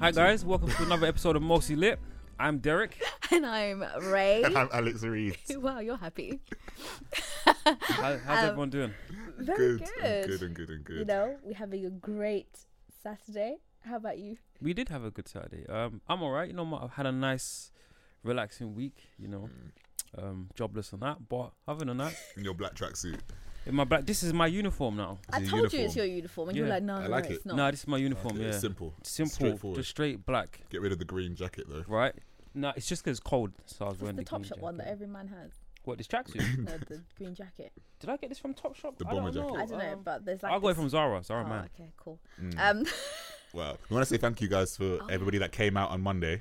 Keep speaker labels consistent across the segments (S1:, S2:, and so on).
S1: Hi guys, welcome to another episode of Mostly Lit. I'm Derek.
S2: And I'm Ray.
S3: And I'm Alex Reed.
S2: wow, you're happy.
S1: How, how's
S2: Um,
S1: everyone doing?
S2: Very good.
S3: And good and good and good.
S2: You know, we're having a great Saturday. How about you?
S1: We did have a good Saturday. Um, I'm alright. You know, my- I've had a nice, relaxing week. You know,
S2: Mm.
S1: um, jobless and that. But other than that,
S3: In your black tracksuit.
S1: in my black, this is my uniform now.
S2: I
S3: Your
S2: told you it's
S3: uniform.
S2: your uniform, and you were
S1: Yeah.
S2: like, no,
S3: I
S2: no,
S3: like
S2: it's
S3: it.
S2: not.
S1: Nah, this is my uniform.
S3: Okay,
S1: yeah,
S3: it's simple.
S1: simple,
S3: Straightforward.
S1: just straight black.
S3: Get rid of the green jacket though.
S1: Right? Nah, it's just 'cause it's cold, so I was
S2: It's
S1: wearing
S2: the
S1: the green
S2: top shop one that
S1: jacket.
S2: every man has.
S1: What this tracksuit?
S2: No, the green jacket.
S1: did I get this from Topshop?
S3: The
S1: I
S3: bomber
S1: don't know.
S3: jacket.
S2: I don't know,
S1: Um,
S2: but there's like.
S1: I got it
S2: this-
S1: from Zara. Zara
S2: Oh,
S1: man.
S2: okay, cool.
S3: Mm.
S2: Um,
S3: Wow. We want to say thank you guys for
S2: Oh.
S3: everybody that came out on Monday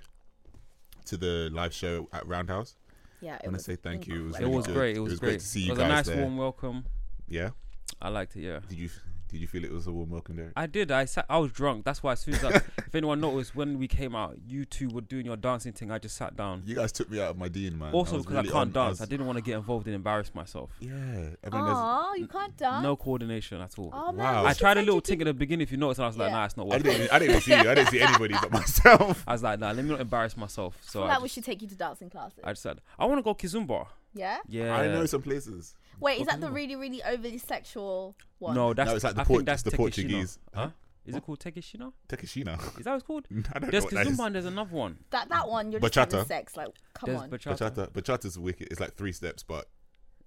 S3: to the live show at Roundhouse.
S2: yeah.
S3: I want to say thank you. It was,
S1: It
S3: really
S1: was
S3: good.
S1: great. It was, great.
S3: to see
S1: it
S3: you
S1: was
S3: guys
S1: a nice
S3: there.
S1: warm welcome.
S3: Yeah.
S1: I liked it. Yeah.
S3: Did you Did you feel it was a warm welcome there?
S1: I did. I sat. I was drunk. That's why as soon as I, if anyone noticed when we came out, you two were doing your dancing thing. I just sat down.
S3: You guys took me out of my dean, man.
S1: also,
S3: was
S1: because
S3: really
S1: I can't
S3: on-
S1: dance,
S3: was-
S1: I didn't want to get involved and embarrass myself.
S3: Yeah. And then there's-
S2: Oh, you can't dance.
S1: No coordination at all.
S2: Oh, man,
S3: Wow.
S2: what
S1: I
S2: should
S1: tried a
S2: you
S1: little
S2: do?
S1: thing at the beginning. If you noticed, and I was like,
S2: Yeah.
S1: nah, it's not
S3: I
S1: working.
S3: didn't. I didn't see you. I didn't see anybody but myself.
S1: I was like, nah, let me not embarrass myself.
S2: I
S1: So
S2: feel
S1: I
S2: like we
S1: just,
S2: should take you to dancing classes.
S1: I just said, I want to go kizumba.
S2: yeah?
S1: Yeah.
S3: I know some places.
S2: Wait, is that the really, really overly sexual one?
S1: No, that's
S3: No, it's like the
S1: I
S3: Port-
S1: think that's
S3: the
S1: Tekishino.
S3: Portuguese.
S1: Huh? Is it called Tekishino?
S3: Takashina.
S1: Is that what it's called?
S3: I don't
S1: there's
S3: know what that is.
S1: kizumba and there's another one.
S2: That that one, you're just
S3: Bachata.
S2: having sex. Like, come
S1: there's
S2: on.
S1: bachata.
S3: Bachata. Bachata's wicked. It's like three steps, but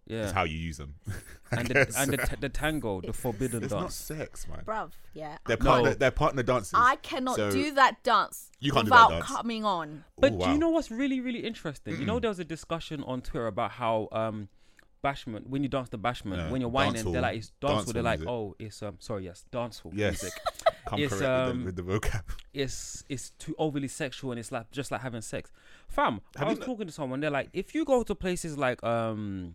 S1: Yeah.
S3: it's how you use them. I
S1: and the,
S3: guess.
S1: and the, t- the tango, the forbidden
S3: It's not
S1: dance.
S3: sex, man.
S2: Bruv, yeah.
S3: Their
S1: No.
S3: partner, their partner dances.
S2: I cannot
S3: So-
S2: do that dance
S3: You can't do that
S2: without
S3: dance.
S2: coming on.
S1: But
S3: Oh,
S1: do
S3: wow.
S1: you know what's really, really interesting? You know, there was a discussion on Twitter about how um, bashment, when you dance the bashment,
S3: Yeah,
S1: when you're whining, they're
S3: dancehall.
S1: like, it's dancehall. They're
S3: Dancehall
S1: like,
S3: music.
S1: oh, it's, um, sorry, yes, dancehall
S3: Yes.
S1: music.
S3: Come
S1: It's,
S3: correct
S1: um,
S3: with, the, with the vocab.
S1: It's, it's too overly sexual and it's like just like having sex. Fam,
S3: Have
S1: I
S3: you
S1: was
S3: not-
S1: talking to someone, they're like, if you go to places like um,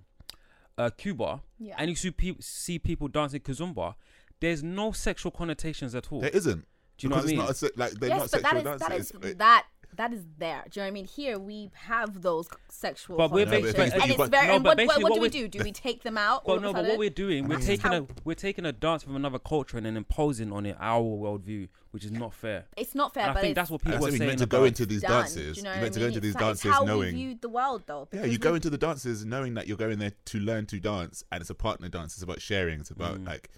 S1: uh, Cuba
S2: Yeah.
S1: and you see, pe- see people dancing kizumba, there's no sexual connotations at all.
S3: There isn't.
S1: Do you know what I
S3: Because it's
S1: mean?
S3: Not a, se- like they're not
S2: yes, but that
S3: sexual
S2: is that
S3: dances.
S2: is
S3: It's- it-
S2: that that is there. Do you know what I mean? Here we have those sexual
S1: But we're
S2: connotations,
S3: basically-
S2: and
S3: but-
S2: it's very.
S1: no,
S2: and
S1: but
S2: what,
S1: basically
S2: what, what do we
S1: what
S2: do? Do we take them out? all
S1: But
S2: of
S1: no,
S2: a
S1: but what
S2: sudden?
S1: we're doing, we're
S3: Amazing.
S1: taking a
S2: How-
S1: we're taking a dance from another culture and then imposing on it our worldview, which is not fair.
S2: It's not fair.
S1: And
S2: but
S1: I think
S2: it's
S1: that's what
S3: That's
S1: people
S3: what
S1: were
S3: you
S1: saying.
S3: meant to go
S1: about-
S3: into these
S2: done.
S3: dances.
S2: Do you know what
S3: meant
S2: I
S3: to go
S2: mean?
S3: into
S2: It's
S3: these
S2: like- it's
S3: dances
S2: how
S3: knowing.
S2: we viewed the world, though.
S3: yeah,
S2: because
S3: you go
S2: we-
S3: into the dances knowing that you're going there to learn to dance, and it's a partner dance. It's about sharing. It's about
S1: Mm.
S3: like,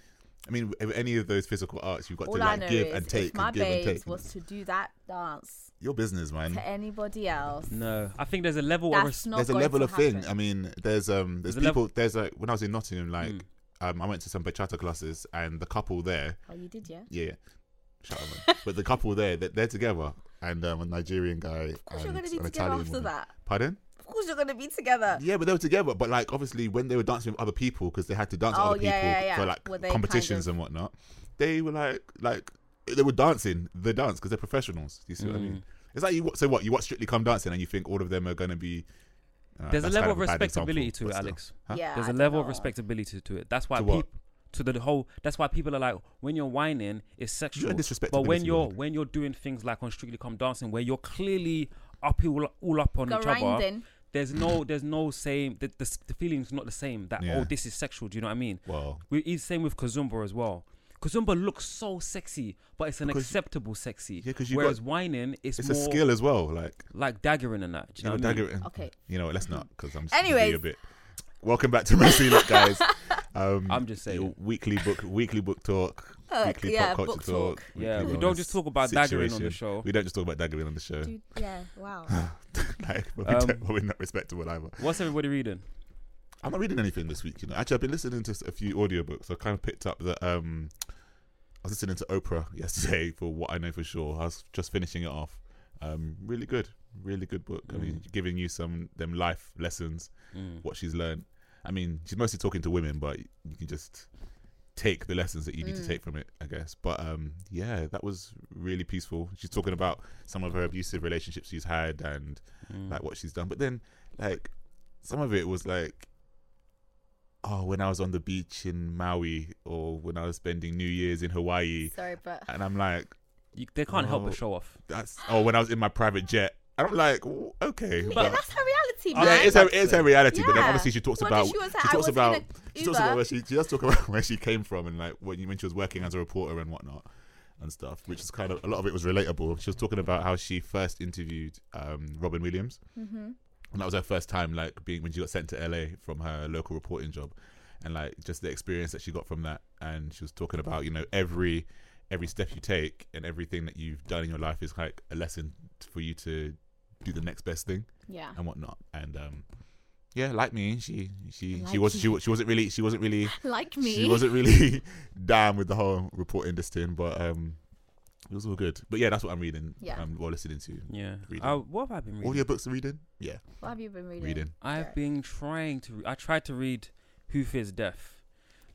S3: I mean, with any of those physical arts, you've got
S2: All
S3: to
S2: I
S3: like
S2: know
S3: give
S2: is
S3: and
S2: if
S3: take
S2: my
S3: and give and
S2: babes
S3: take. Mm.
S2: was to do that dance
S3: Your business, man.
S2: to anybody else,
S1: No, I think there's a level of
S2: that's
S1: res-
S2: not
S3: there's a
S2: going
S3: level
S2: to
S3: of thing.
S2: happen.
S3: I mean, there's um, there's,
S1: There's a
S3: people.
S1: level-
S3: There's like when I was in Nottingham, like um, I went to some bachata classes, and the couple there,
S2: Oh, you did, yeah.
S3: yeah, shut up, man. but the couple there, they're, they're together, and um, a Nigerian guy. Of
S2: course you're
S3: and
S2: gonna be
S3: an
S2: together
S3: Italian
S2: after
S3: woman.
S2: that.
S3: Pardon?
S2: Of course, you're gonna be together.
S3: Yeah, but they were together. But like, obviously, when they were dancing with other people, because they had to dance with
S2: Oh,
S3: other people
S2: yeah, yeah, yeah.
S3: for like
S2: Were they kind
S3: competitions
S2: of-
S3: and whatnot, they were like, like they were dancing the dance because they're professionals. Do you see what I
S1: Mm.
S3: mean? It's like you. wa- So what? You watch Strictly Come Dancing, and you think all of them are gonna be. uh,
S1: there's a
S3: that's
S1: level
S3: kind
S1: of
S3: a bad example,
S1: respectability to
S3: but
S1: it,
S3: still.
S1: Alex.
S3: Huh?
S2: Yeah,
S1: There's
S2: I
S1: a
S2: don't
S1: level of
S2: know.
S1: respectability to it. That's why
S3: To what?
S1: people to the whole. That's why people are like, when you're whining, it's sexual. but when
S3: disrespectability
S1: you're
S3: word.
S1: when you're doing things like on Strictly Come Dancing, where you're clearly up all, all up on each other.
S2: Grinding.
S1: There's no, there's no same. The, the, the feeling's not the same. That
S3: Yeah.
S1: oh, this is sexual. Do you know what I mean?
S3: Well,
S1: We it's same with Kazumba as well. Kazumba looks so sexy, but it's an
S3: Because-
S1: acceptable sexy.
S3: Yeah, 'cause you
S1: whereas
S3: got-
S1: whining is
S3: it's
S1: more
S3: a skill as well. Like
S1: like daggering and that. Do
S3: you
S1: you
S3: know,
S1: know, what I mean?
S3: dagger. and-
S2: Okay.
S3: You know, what, let's not because I'm just
S2: Anyways.
S3: Anyways. a bit. Welcome back to Mercy Look, guys. Um,
S1: I'm just saying.
S3: your weekly book, weekly book talk,
S2: Uh,
S3: weekly
S2: yeah,
S3: pop culture
S2: book
S3: talk.
S2: talk.
S3: weekly
S1: Yeah, we
S3: wellness
S1: don't just talk about daggering on the
S3: situation.
S1: show.
S3: We don't just talk about daggering on the show.
S2: Dude, yeah. Wow.
S3: like, but we
S1: Um,
S3: don't, but we're not respectable either.
S1: What's everybody reading?
S3: I'm not reading anything this week, you know. Actually, I've been listening to s- a few audiobooks. I kind of picked up that um, I was listening to Oprah yesterday for what I know for sure. I was just finishing it off. Um, really good, really good book. I mean, giving you some them life lessons, what she's learned. I mean, she's mostly talking to women, but you can just take the lessons that you need to take from it, I guess. But um, yeah, that was really peaceful. She's talking about some of her abusive relationships she's had and like what she's done. But then, like, some of it was like, oh, when I was on the beach in Maui or when I was spending New Year's in Hawaii,
S2: Sorry, but
S3: and I'm like,
S1: You, they can't help
S3: Oh.
S1: but show off.
S3: that's oh, when I was in my private jet. And I'm like, w- okay,
S2: yeah,
S3: but-
S2: that's her reality, man.
S3: yeah, Uh, it's her, it's her reality. But then
S2: Yeah.
S3: obviously she talks
S2: What
S3: about
S2: if she was like, "I
S3: talks
S2: was in
S3: about
S2: an
S3: she talks about
S2: Uber?"
S3: where she, she does talk about where she came from and like when you when she was working as a reporter and whatnot and stuff, which is kind of a lot of it was relatable. She was talking about how she first interviewed um, Robin Williams,
S2: Mm-hmm.
S3: and that was her first time like being when she got sent to LA from her local reporting job, and like just the experience that she got from that. And she was talking about you know every every step you take and everything that you've done in your life is like a lesson for you to do the next best thing
S2: yeah.
S3: and whatnot. And um, yeah, like me, she she she
S2: Like
S3: was she wa- she wasn't really she wasn't really
S2: Like me.
S3: she wasn't really down with the whole report industry, but um, it was all good. But yeah, that's what I'm reading.
S2: Yeah.
S3: um, or listening to.
S1: Yeah.
S3: Reading.
S1: Uh, what have I been reading?
S3: All your books are reading. Yeah,
S2: What have you been reading?
S3: reading.
S1: I've
S2: Derek?
S1: been trying to. Re- I tried to read "Who Fears Death"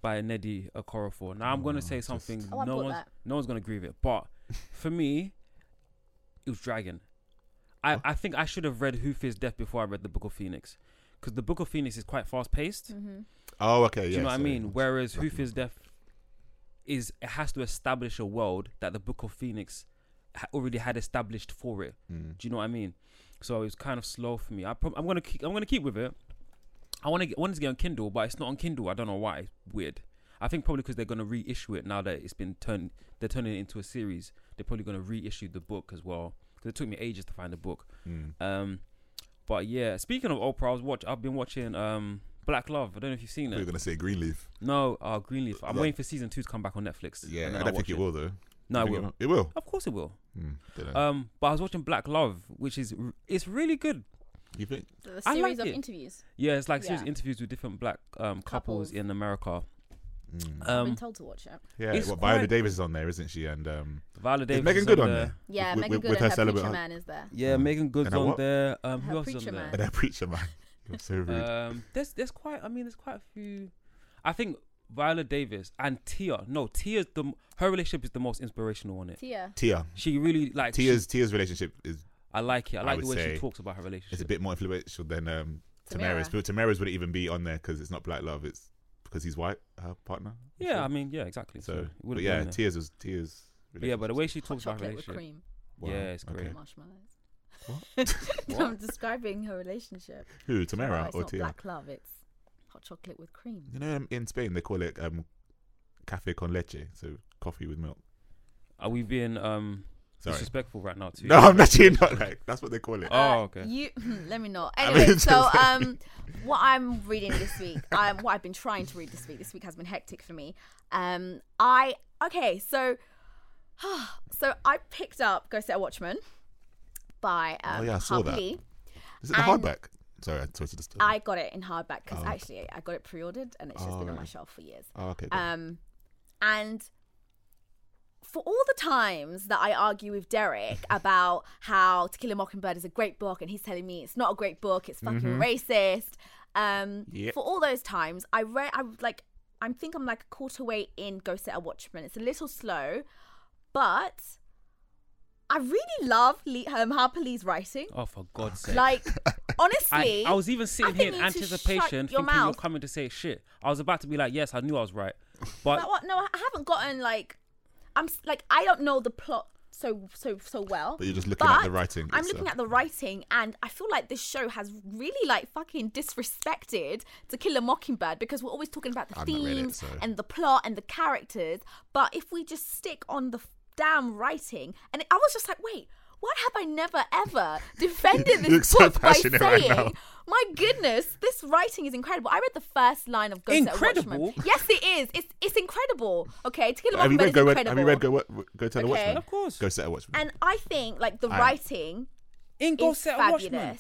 S1: by Nnedi Okorafor. Now I'm
S3: Mm,
S1: gonna say something.
S2: Oh, I
S1: no
S2: bought
S1: one's
S2: that.
S1: no one's gonna agree with it. But for me, it was Dragon. I, I think I should have read "Who Fears Death" before I read the Book of Phoenix, because the Book of Phoenix is quite fast paced.
S3: Oh, okay.
S1: Do
S3: yeah,
S1: you know what I
S3: sorry.
S1: mean? Whereas "Who Fears Death" is it has to establish a world that the Book of Phoenix ha- already had established for it.
S3: Hmm.
S1: Do you know what I mean? So it's kind of slow for me. I prob- I'm gonna keep, I'm gonna keep with it. I want to wanted to get on Kindle, but it's not on Kindle. I don't know why. It's weird. I think probably because they're gonna reissue it now that it's been turned. They're turning it into a series. They're probably gonna reissue the book as well. Because it took me ages to find the book.
S3: Hmm.
S1: Um, but yeah, speaking of Oprah, I was watch. I've been watching um Black Love. I don't know if you've seen
S3: We We're
S1: it.
S3: gonna say Greenleaf.
S1: No, uh, Greenleaf. I'm
S3: Yeah.
S1: waiting for season two to come back on Netflix.
S3: Yeah,
S1: and
S3: I
S1: then I'll
S3: don't
S1: watch
S3: think it, will though.
S1: No,
S3: I
S1: it
S3: think
S1: will.
S3: It will.
S1: Of course it will.
S3: Hmm, don't know.
S1: Um, but I was watching Black Love, which is r- it's really good.
S3: you think?
S2: The
S1: I
S2: series
S1: like
S2: of
S1: it.
S2: interviews.
S1: Yeah, it's like series
S2: Yeah.
S1: of interviews with different black um, couples,
S2: Couples.
S1: in America.
S2: I've been
S1: Um,
S2: told to watch it.
S3: Hmm. Yeah,
S1: it's
S3: well, Viola
S1: quite-
S3: Davis is on there, isn't she? And um,
S1: Viola Davis.
S3: is Megan
S1: is
S3: Good
S1: on
S3: on
S1: there.
S3: there?
S2: Yeah,
S3: With-
S2: Megan
S3: with-
S2: Good
S3: with
S2: and her,
S3: celibate
S2: preacher
S3: aunt.
S2: man is there.
S1: Yeah, Megan Good's
S3: And her
S1: on
S3: what?
S1: there. Um,
S2: Her
S1: who else is
S2: preacher
S1: on
S2: man.
S3: and her preacher man. You're so rude.
S1: there? Um, there's there's quite. I mean, there's quite a few. I think Viola Davis and Tia. No, Tia's the m- her relationship is the most inspirational on it.
S2: Tia.
S3: Tia.
S1: She really like she-
S3: Tia's Tia's relationship is
S1: I like it. I
S3: I
S1: like
S3: would
S1: the way
S3: say
S1: she talks about her relationship.
S3: It's a bit more influential than um,
S2: Tamara.
S3: Tamara's. But Tamara's wouldn't even be on there because it's not Black Love. It's because he's white, her partner. I'm
S1: yeah,
S3: sure.
S1: I mean, yeah, exactly.
S3: so,
S1: it would've
S3: but
S1: been
S3: yeah,
S1: on there.
S3: tears was tears.
S1: But yeah, but the way she
S2: Hot
S1: talks about her
S2: chocolate with
S1: relationship.
S2: cream.
S1: yeah, it's
S3: okay.
S1: great.
S2: Marshmallows.
S3: What?
S2: I'm describing her relationship.
S3: Who?
S2: Oh,
S3: Tamara
S2: it's
S3: or
S2: not
S3: Tia?
S2: black love. It's hot chocolate with cream.
S3: You know, um, in Spain they call it um, cafe con leche, so coffee with milk.
S1: Are we being um
S3: Sorry.
S1: disrespectful right now too?
S3: No, I'm actually not like that's what they call it.
S1: Oh, okay.
S2: You hmm, let me know.
S3: mean,
S2: Anyway, so
S3: just-
S2: um, what I'm reading this week, um, what I've been trying to read this week. This week has been hectic for me. Um, I okay, so, so I picked up Go Set a Watchman by um,
S3: Oh, yeah, I saw
S2: Harper
S3: that.
S2: Lee.
S3: Is it the
S2: and-
S3: hardback? Sorry, I sorry to disturb.
S2: I got it in hardback because actually I got it pre-ordered and it's just been on my shelf for years.
S3: oh, okay. cool.
S2: Um, and for all the times that I argue with Derek about how To Kill a Mockingbird is a great book, and he's telling me it's not a great book, it's fucking racist. Um,
S3: Yep.
S2: For all those times, I read, I like, I think I'm like a quarter way in Go Set a Watchman. It's a little slow, but I really love Lee, um, Harper Lee's writing.
S1: Oh, for God's sake!
S2: Like,
S1: I,
S2: honestly,
S1: I was even sitting
S2: I
S1: here
S2: think
S1: in
S2: you need to shut
S1: anticipation,
S2: your
S1: thinking you're
S2: mouth.
S1: coming to say shit. I was about to be like, yes, I knew I was right, but
S2: But what? No, I haven't gotten like. I'm s- like I don't know the plot so so so well.
S3: But you're just looking at the
S2: But
S3: writing
S2: I'm
S3: itself.
S2: looking at the writing, and I feel like this show has really like fucking disrespected To Kill a Mockingbird because we're always talking about the
S3: I've not read it,
S2: themes
S3: so-
S2: and the plot and the characters. But if we just stick on the f- damn writing, and I was just like, wait. What have I never ever defended
S3: You look
S2: this
S3: so
S2: book by saying,
S3: passionate right now.
S2: "My goodness, this writing is incredible"? I read the first line of Go Set a
S1: Incredible?
S2: Watchman. Yes, it is. It's it's incredible. Okay, To Kill a
S3: have you
S2: Mockingbird
S3: read
S2: is
S3: Go? Read,
S2: incredible.
S3: have you read Go? What, go tell the
S2: Okay.
S3: Watchman.
S2: Of
S1: course.
S3: Go set a Watchman.
S2: And I think like the
S3: I-
S2: writing
S1: In Go
S2: is
S1: Set a
S2: fabulous.
S1: Watchman.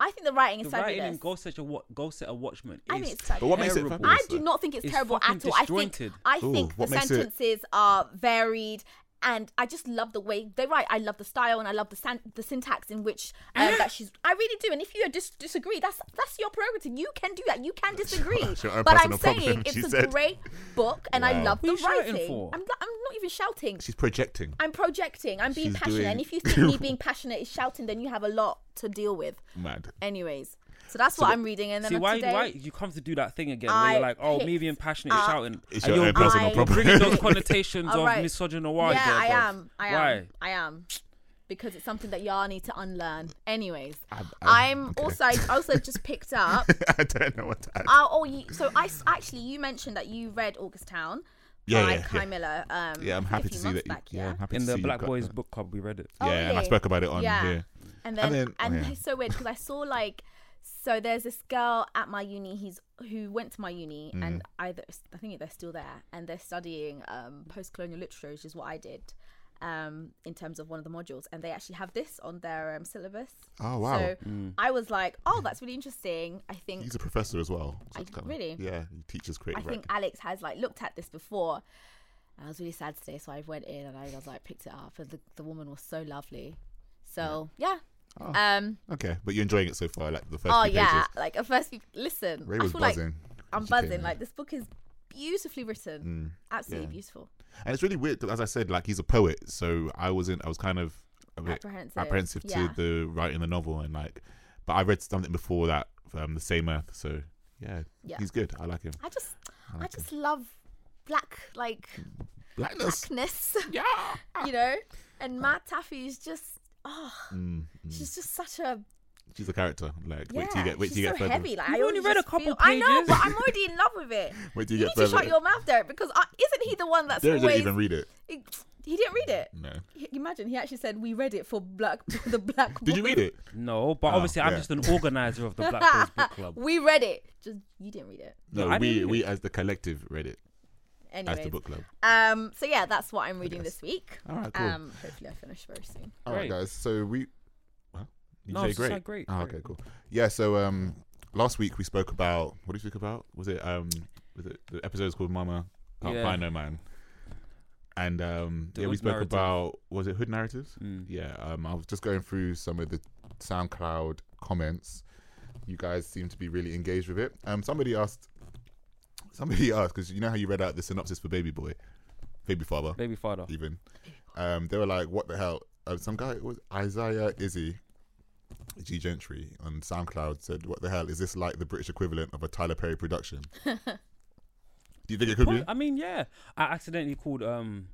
S2: I think the writing is
S1: The
S2: fabulous.
S1: writing in Go Set a Wa- Go Set a Watchman
S2: I
S1: is
S2: think it's fabulous.
S3: But what makes it
S1: terrible.
S3: fabulous?
S2: I do not think it's,
S1: It's
S2: terrible
S1: fucking
S2: at all. I think
S1: disjointed.
S2: I
S3: Ooh,
S2: think the
S3: what makes it-
S2: sentences are varied. And I just love the way they write. I love the style, and I love the san- the syntax in which um, that she's. I really do. And if you dis- disagree, that's that's your prerogative. You can do that. You can disagree.
S3: That's your own
S2: but I'm
S3: personal problem,
S2: saying
S3: she
S2: it's a
S3: said.
S2: great book, and I
S3: Wow.
S1: What
S2: love the
S1: are you shouting
S2: writing.
S1: for?
S2: I'm not, I'm not even shouting.
S3: She's projecting.
S2: I'm projecting. I'm being
S3: She's
S2: passionate. And
S3: doing-
S2: if you think me being passionate is shouting, then you have a lot to deal with.
S3: Mad.
S2: Anyways, so that's what I'm reading. And then
S1: See why
S2: today,
S1: why you come to do that thing again
S2: I
S1: where you're like, oh, me
S2: picked
S1: being passionate,
S2: up-
S1: shouting,
S3: It's
S1: and
S3: your
S1: you're
S3: own personal
S2: I-
S3: problem.
S1: bringing those connotations
S2: All
S1: of
S2: right.
S1: misogynoir.
S2: yeah,
S1: there,
S2: I
S1: bruv.
S2: am. I am.
S1: Why?
S2: I am. Because it's something that y'all need to unlearn. Anyways, I'm,
S3: I'm- I'm- okay.
S2: also I also just picked up.
S3: I don't know what to add.
S2: Oh, oh, you, so I s- actually you mentioned that you read August Town
S3: Yeah,
S2: by
S3: yeah, yeah.
S2: Kai Miller. Um,
S3: yeah, I'm
S2: I think a
S3: happy to
S2: few
S3: see
S2: months
S3: that. you-
S2: Back,
S3: yeah, I'm happy
S1: In
S3: to
S1: the
S3: see you
S1: Black
S3: got
S1: Boys
S3: that.
S1: Book Club, we read it.
S2: Oh,
S3: Yeah, and I
S2: really?
S3: spoke about it on here.
S2: And then and,
S3: then- oh, yeah.
S2: it's so weird because I saw like so there's this girl at my uni he's who went to my uni
S3: Mm.
S2: and I I think they're still there and they're studying um, post colonial literature which is what I did um, in terms of one of the modules and they actually have this on their um, syllabus.
S3: Oh, wow.
S2: So I was like, oh, that's really interesting. I think
S3: He's a professor as well. so
S2: I-
S3: it's kinda-
S2: really?
S3: Yeah, he teaches
S2: I
S3: creative
S2: think
S3: writing.
S2: Alex has like looked at this before. And I was really sad today, so I went in and I was like picked it up, and the, the woman was so lovely. So yeah,
S3: Oh.
S2: um,
S3: Okay, but you're enjoying it so far, like the first
S2: Oh
S3: few
S2: yeah,
S3: pages.
S2: like at first, you, listen,
S3: Ray
S2: I
S3: was
S2: feel
S3: buzzing.
S2: like
S3: when
S2: I'm
S3: she came
S2: buzzing.
S3: in.
S2: Like this book is beautifully written, absolutely
S3: yeah.
S2: beautiful.
S3: and it's really weird. 'cause As I said, like he's a poet, so I wasn't. I was kind of a bit
S2: Apprehensive,
S3: apprehensive,
S2: yeah.
S3: to the writing the novel, and like, but I read something before that, um, the same Earth. So yeah,
S2: Yeah.
S3: he's good. I like him.
S2: I just, I just love black like
S3: Blackness.
S2: blackness, you know. And Matt Taffy is just, oh, she's just such a
S3: She's a character. Like,
S2: yeah.
S3: Mm, wait till you get, wait
S2: she's
S3: till you
S2: so
S3: get further.
S2: heavy. Like I
S1: You've only
S2: already
S1: read a
S2: just
S1: couple
S2: feel- I know,
S1: pages.
S2: but I'm already in love with it.
S3: Wait till you
S2: you
S3: get
S2: need to shut
S3: further.
S2: your mouth, Derek, because I, isn't he the one that's
S3: Derek
S2: always
S3: didn't even read it.
S2: He, he didn't read it.
S3: No.
S2: He- Imagine he actually said we read it for black the black.
S3: Did you
S2: boys."
S3: read it?
S1: No, but
S3: Oh,
S1: obviously I'm
S3: yeah.
S1: just an organizer of the Black Boys Book Club.
S2: we read it. Just you didn't read it.
S3: No,
S1: I didn't read
S3: we
S1: it.
S3: we as the collective read it
S2: Anyway.
S3: as the book club.
S2: Um so yeah, that's what I'm reading this week.
S3: All right, cool.
S2: Um hopefully I finish very soon.
S4: All right,
S1: Great.
S4: guys. So we.
S3: You
S1: No,
S3: say
S1: it's just like great,
S3: Oh,
S1: great.
S3: okay, cool. Yeah. So um, last week we spoke about what did we speak about? Was it um, was it the episode was called Mama Can't
S1: Yeah.
S3: Find No Man? And um,
S1: The
S3: yeah, we
S1: hood
S3: spoke
S1: narrative.
S3: about was it hood narratives?
S1: Mm.
S4: Yeah. Um, I was just going through some of the SoundCloud comments. You guys seem to be really engaged with it. Um, somebody asked.
S3: Somebody asked because you know how you read out the synopsis for Baby Boy, Baby Father,
S1: Baby father.
S3: even. Um, they were like, "What the hell?" Uh, some guy was Isaiah Izzy. G Gentry on SoundCloud said, "What the hell is this like the British equivalent of a Tyler Perry production?" Do you think it could be?
S1: Well, I mean, yeah. I accidentally called um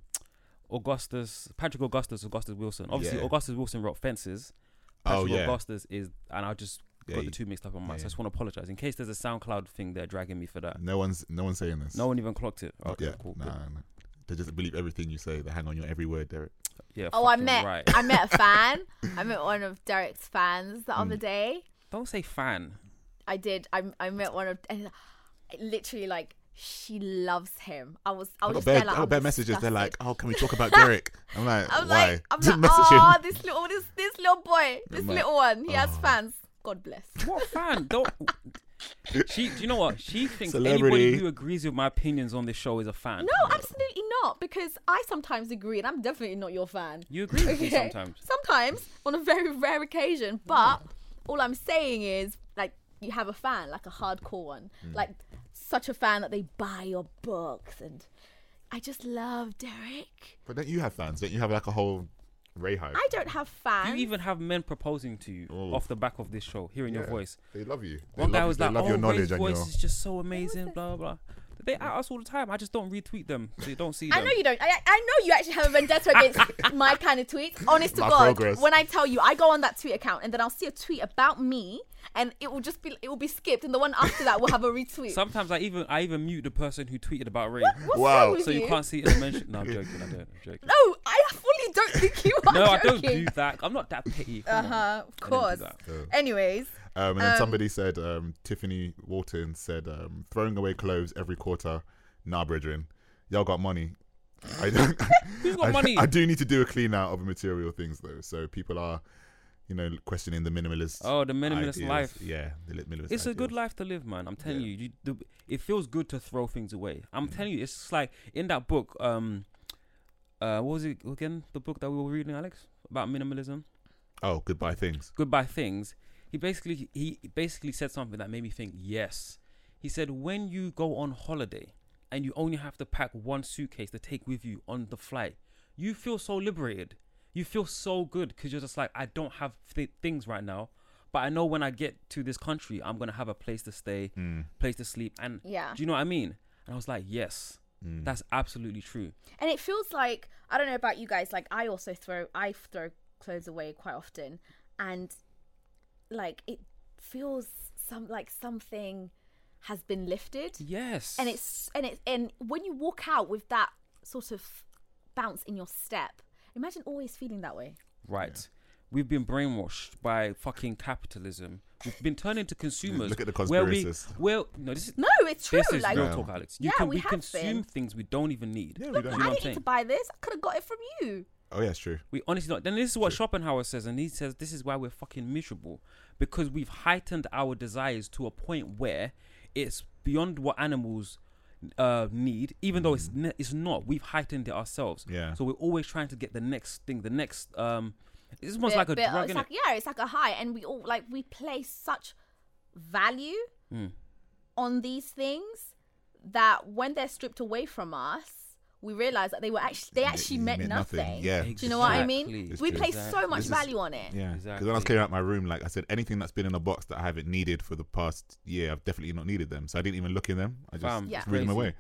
S1: Augustus Patrick Augustus Augustus Wilson. Obviously,
S3: Yeah.
S1: Augustus Wilson wrote Fences.
S3: Oh,
S1: Patrick
S3: yeah.
S1: Augustus is, and I just
S3: Yeah,
S1: got
S3: you-
S1: the two mixed up on my. So I
S3: yeah.
S1: just want to apologize in case there's a SoundCloud thing there dragging me for that.
S3: No one's no one's saying this.
S1: No one even clocked it.
S3: Not
S1: Okay,
S3: yet.
S1: cool,
S3: Nah,
S1: good.
S3: Oh, nah. They just believe everything you say. They hang on your every word, Derek.
S1: Yeah.
S2: Oh I
S1: fucking
S2: met
S1: Right.
S2: I met a fan. I met one of Derek's fans the
S3: Mm.
S2: other day.
S1: Don't say fan.
S2: I did I I met one of and literally like she loves him. I was I
S3: I
S2: was
S3: got
S2: Oh, just
S3: bad,
S2: there like,
S3: I got
S2: I'm
S3: bad messages. They're
S2: disgusted.
S3: like, "Oh, can we talk about Derek?" I'm like,
S2: I'm
S3: "Why?"
S2: like I'm
S3: Just
S2: like
S3: messaging.
S2: oh this little this this little boy this
S3: like, oh.
S2: little one he has fans. God bless.
S1: What fan? Don't. She, do you know what? She thinks
S3: Celebrity.
S1: anybody who agrees with my opinions on this show is a fan.
S2: No, absolutely not. Because I sometimes agree, and I'm definitely not your fan.
S1: You agree with me sometimes.
S2: Sometimes, on a very rare occasion. But all I'm saying is, like, you have a fan, like a hardcore one,
S4: Hmm.
S2: like such a fan that they buy your books, and I just love Derek.
S3: But don't you have fans? Don't you have like a whole Ray hype?
S2: I don't have fans.
S1: You even have men proposing to you off the back of this show, hearing your voice.
S3: Oh. They love you. They
S1: One guy
S3: love
S1: was
S3: you. They
S1: like,
S3: love
S1: "Oh,
S3: your
S1: Ray's
S3: knowledge and
S1: voice
S3: your."
S1: is just so amazing." Blah blah. They they at us all the time. I just don't retweet them, so you don't see them.
S2: I know you don't. I, I know you actually have a vendetta against my kind of tweets. Honest to
S4: My
S2: God,
S4: progress.
S2: when I tell you, I go on that tweet account and then I'll see a tweet about me, and it will just be it will be skipped, and the one after that will have a retweet.
S1: Sometimes I even I even mute the person who tweeted about Ray,
S2: What's
S4: Wow.
S2: wrong with
S1: so you can't see it in the mention. No, I'm joking. I don't. I'm joking.
S2: No, I fully don't think you are
S1: No, I don't do
S2: joking.
S1: that. I'm not that petty.
S2: Uh
S1: come on.
S2: huh. Of
S1: I don't do
S2: course.
S1: that.
S2: Anyways,
S4: Um, and then
S2: Um,
S4: somebody said, um, Tiffany Walton said, um, throwing away clothes every quarter. Nah, brethren, y'all got money. I don't.
S1: Who's got
S4: I,
S1: money?
S4: I do need to do a clean out of material things though. So people are, you know, questioning the minimalist.
S1: Oh, the minimalist
S4: ideas.
S1: life.
S4: Yeah, the li- minimalist.
S1: It's a good
S4: ideals.
S1: life to live, man. I'm telling
S4: Yeah.
S1: you, you the, it feels good to throw things away. I'm telling you, it's just like in that book. Um, uh, what was it again? The book that we were reading, Alex, about minimalism.
S3: Oh, goodbye things.
S1: Goodbye things. He basically he basically said something that made me think. Yes, he said when you go on holiday and you only have to pack one suitcase to take with you on the flight, you feel so liberated. You feel so good because you're just like I don't have th- things right now, but I know when I get to this country, I'm gonna have a place to stay, place to sleep, and
S2: Yeah.
S1: do you know what I mean? And I was like, yes, that's absolutely true.
S2: and it feels like I don't know about you guys. Like I also throw I throw clothes away quite often, and like it feels some like something has been lifted.
S1: Yes,
S2: and it's and it's and when you walk out with that sort of bounce in your step imagine always feeling that way
S1: Right. We've been brainwashed by fucking capitalism. We've been turned into consumers.
S4: Look at the
S1: where we-
S4: conspiracists.
S1: Well, no, this is
S2: no it's true
S1: this is
S2: like
S1: real
S4: Yeah.
S1: talk, Alex. You
S2: Yeah,
S1: can
S2: we
S1: we,
S2: have
S1: consume
S2: been.
S1: things we don't even need.
S4: Yeah, we
S2: look
S4: don't
S2: i
S4: need-
S1: know what I'm
S2: didn't need to
S1: saying?
S2: buy this i could have got it from you
S4: Oh yeah, it's true.
S1: We honestly not. Then this is what Schopenhauer says, and he says this is why we're fucking miserable because we've heightened our desires to a point where it's beyond what animals uh, need, even though it's
S4: Mm-hmm.
S1: ne- it's not. We've heightened it ourselves.
S3: Yeah.
S1: So we're always trying to get the next thing, the next. Um, it's almost
S2: Bit-
S1: like a
S2: bit- oh,
S1: drug,
S2: it's
S1: innit?
S2: like, yeah it's like a high and we all like we place such value
S1: Hmm.
S2: on these things that when they're stripped away from us we realize that they were actually they actually meant,
S4: meant
S2: nothing,
S4: nothing, yeah.
S2: do you know what i mean
S1: Exactly.
S2: we place so much
S3: This is-
S2: value on it
S3: Yeah, because when I was
S1: Exactly.
S3: clearing out my room, like I said, anything that's been in a box that I haven't needed for the past year, I've definitely not needed them. So I didn't even look in them. I just
S1: Fam,
S2: Yeah.
S3: threw them
S1: crazy.
S3: away.
S2: and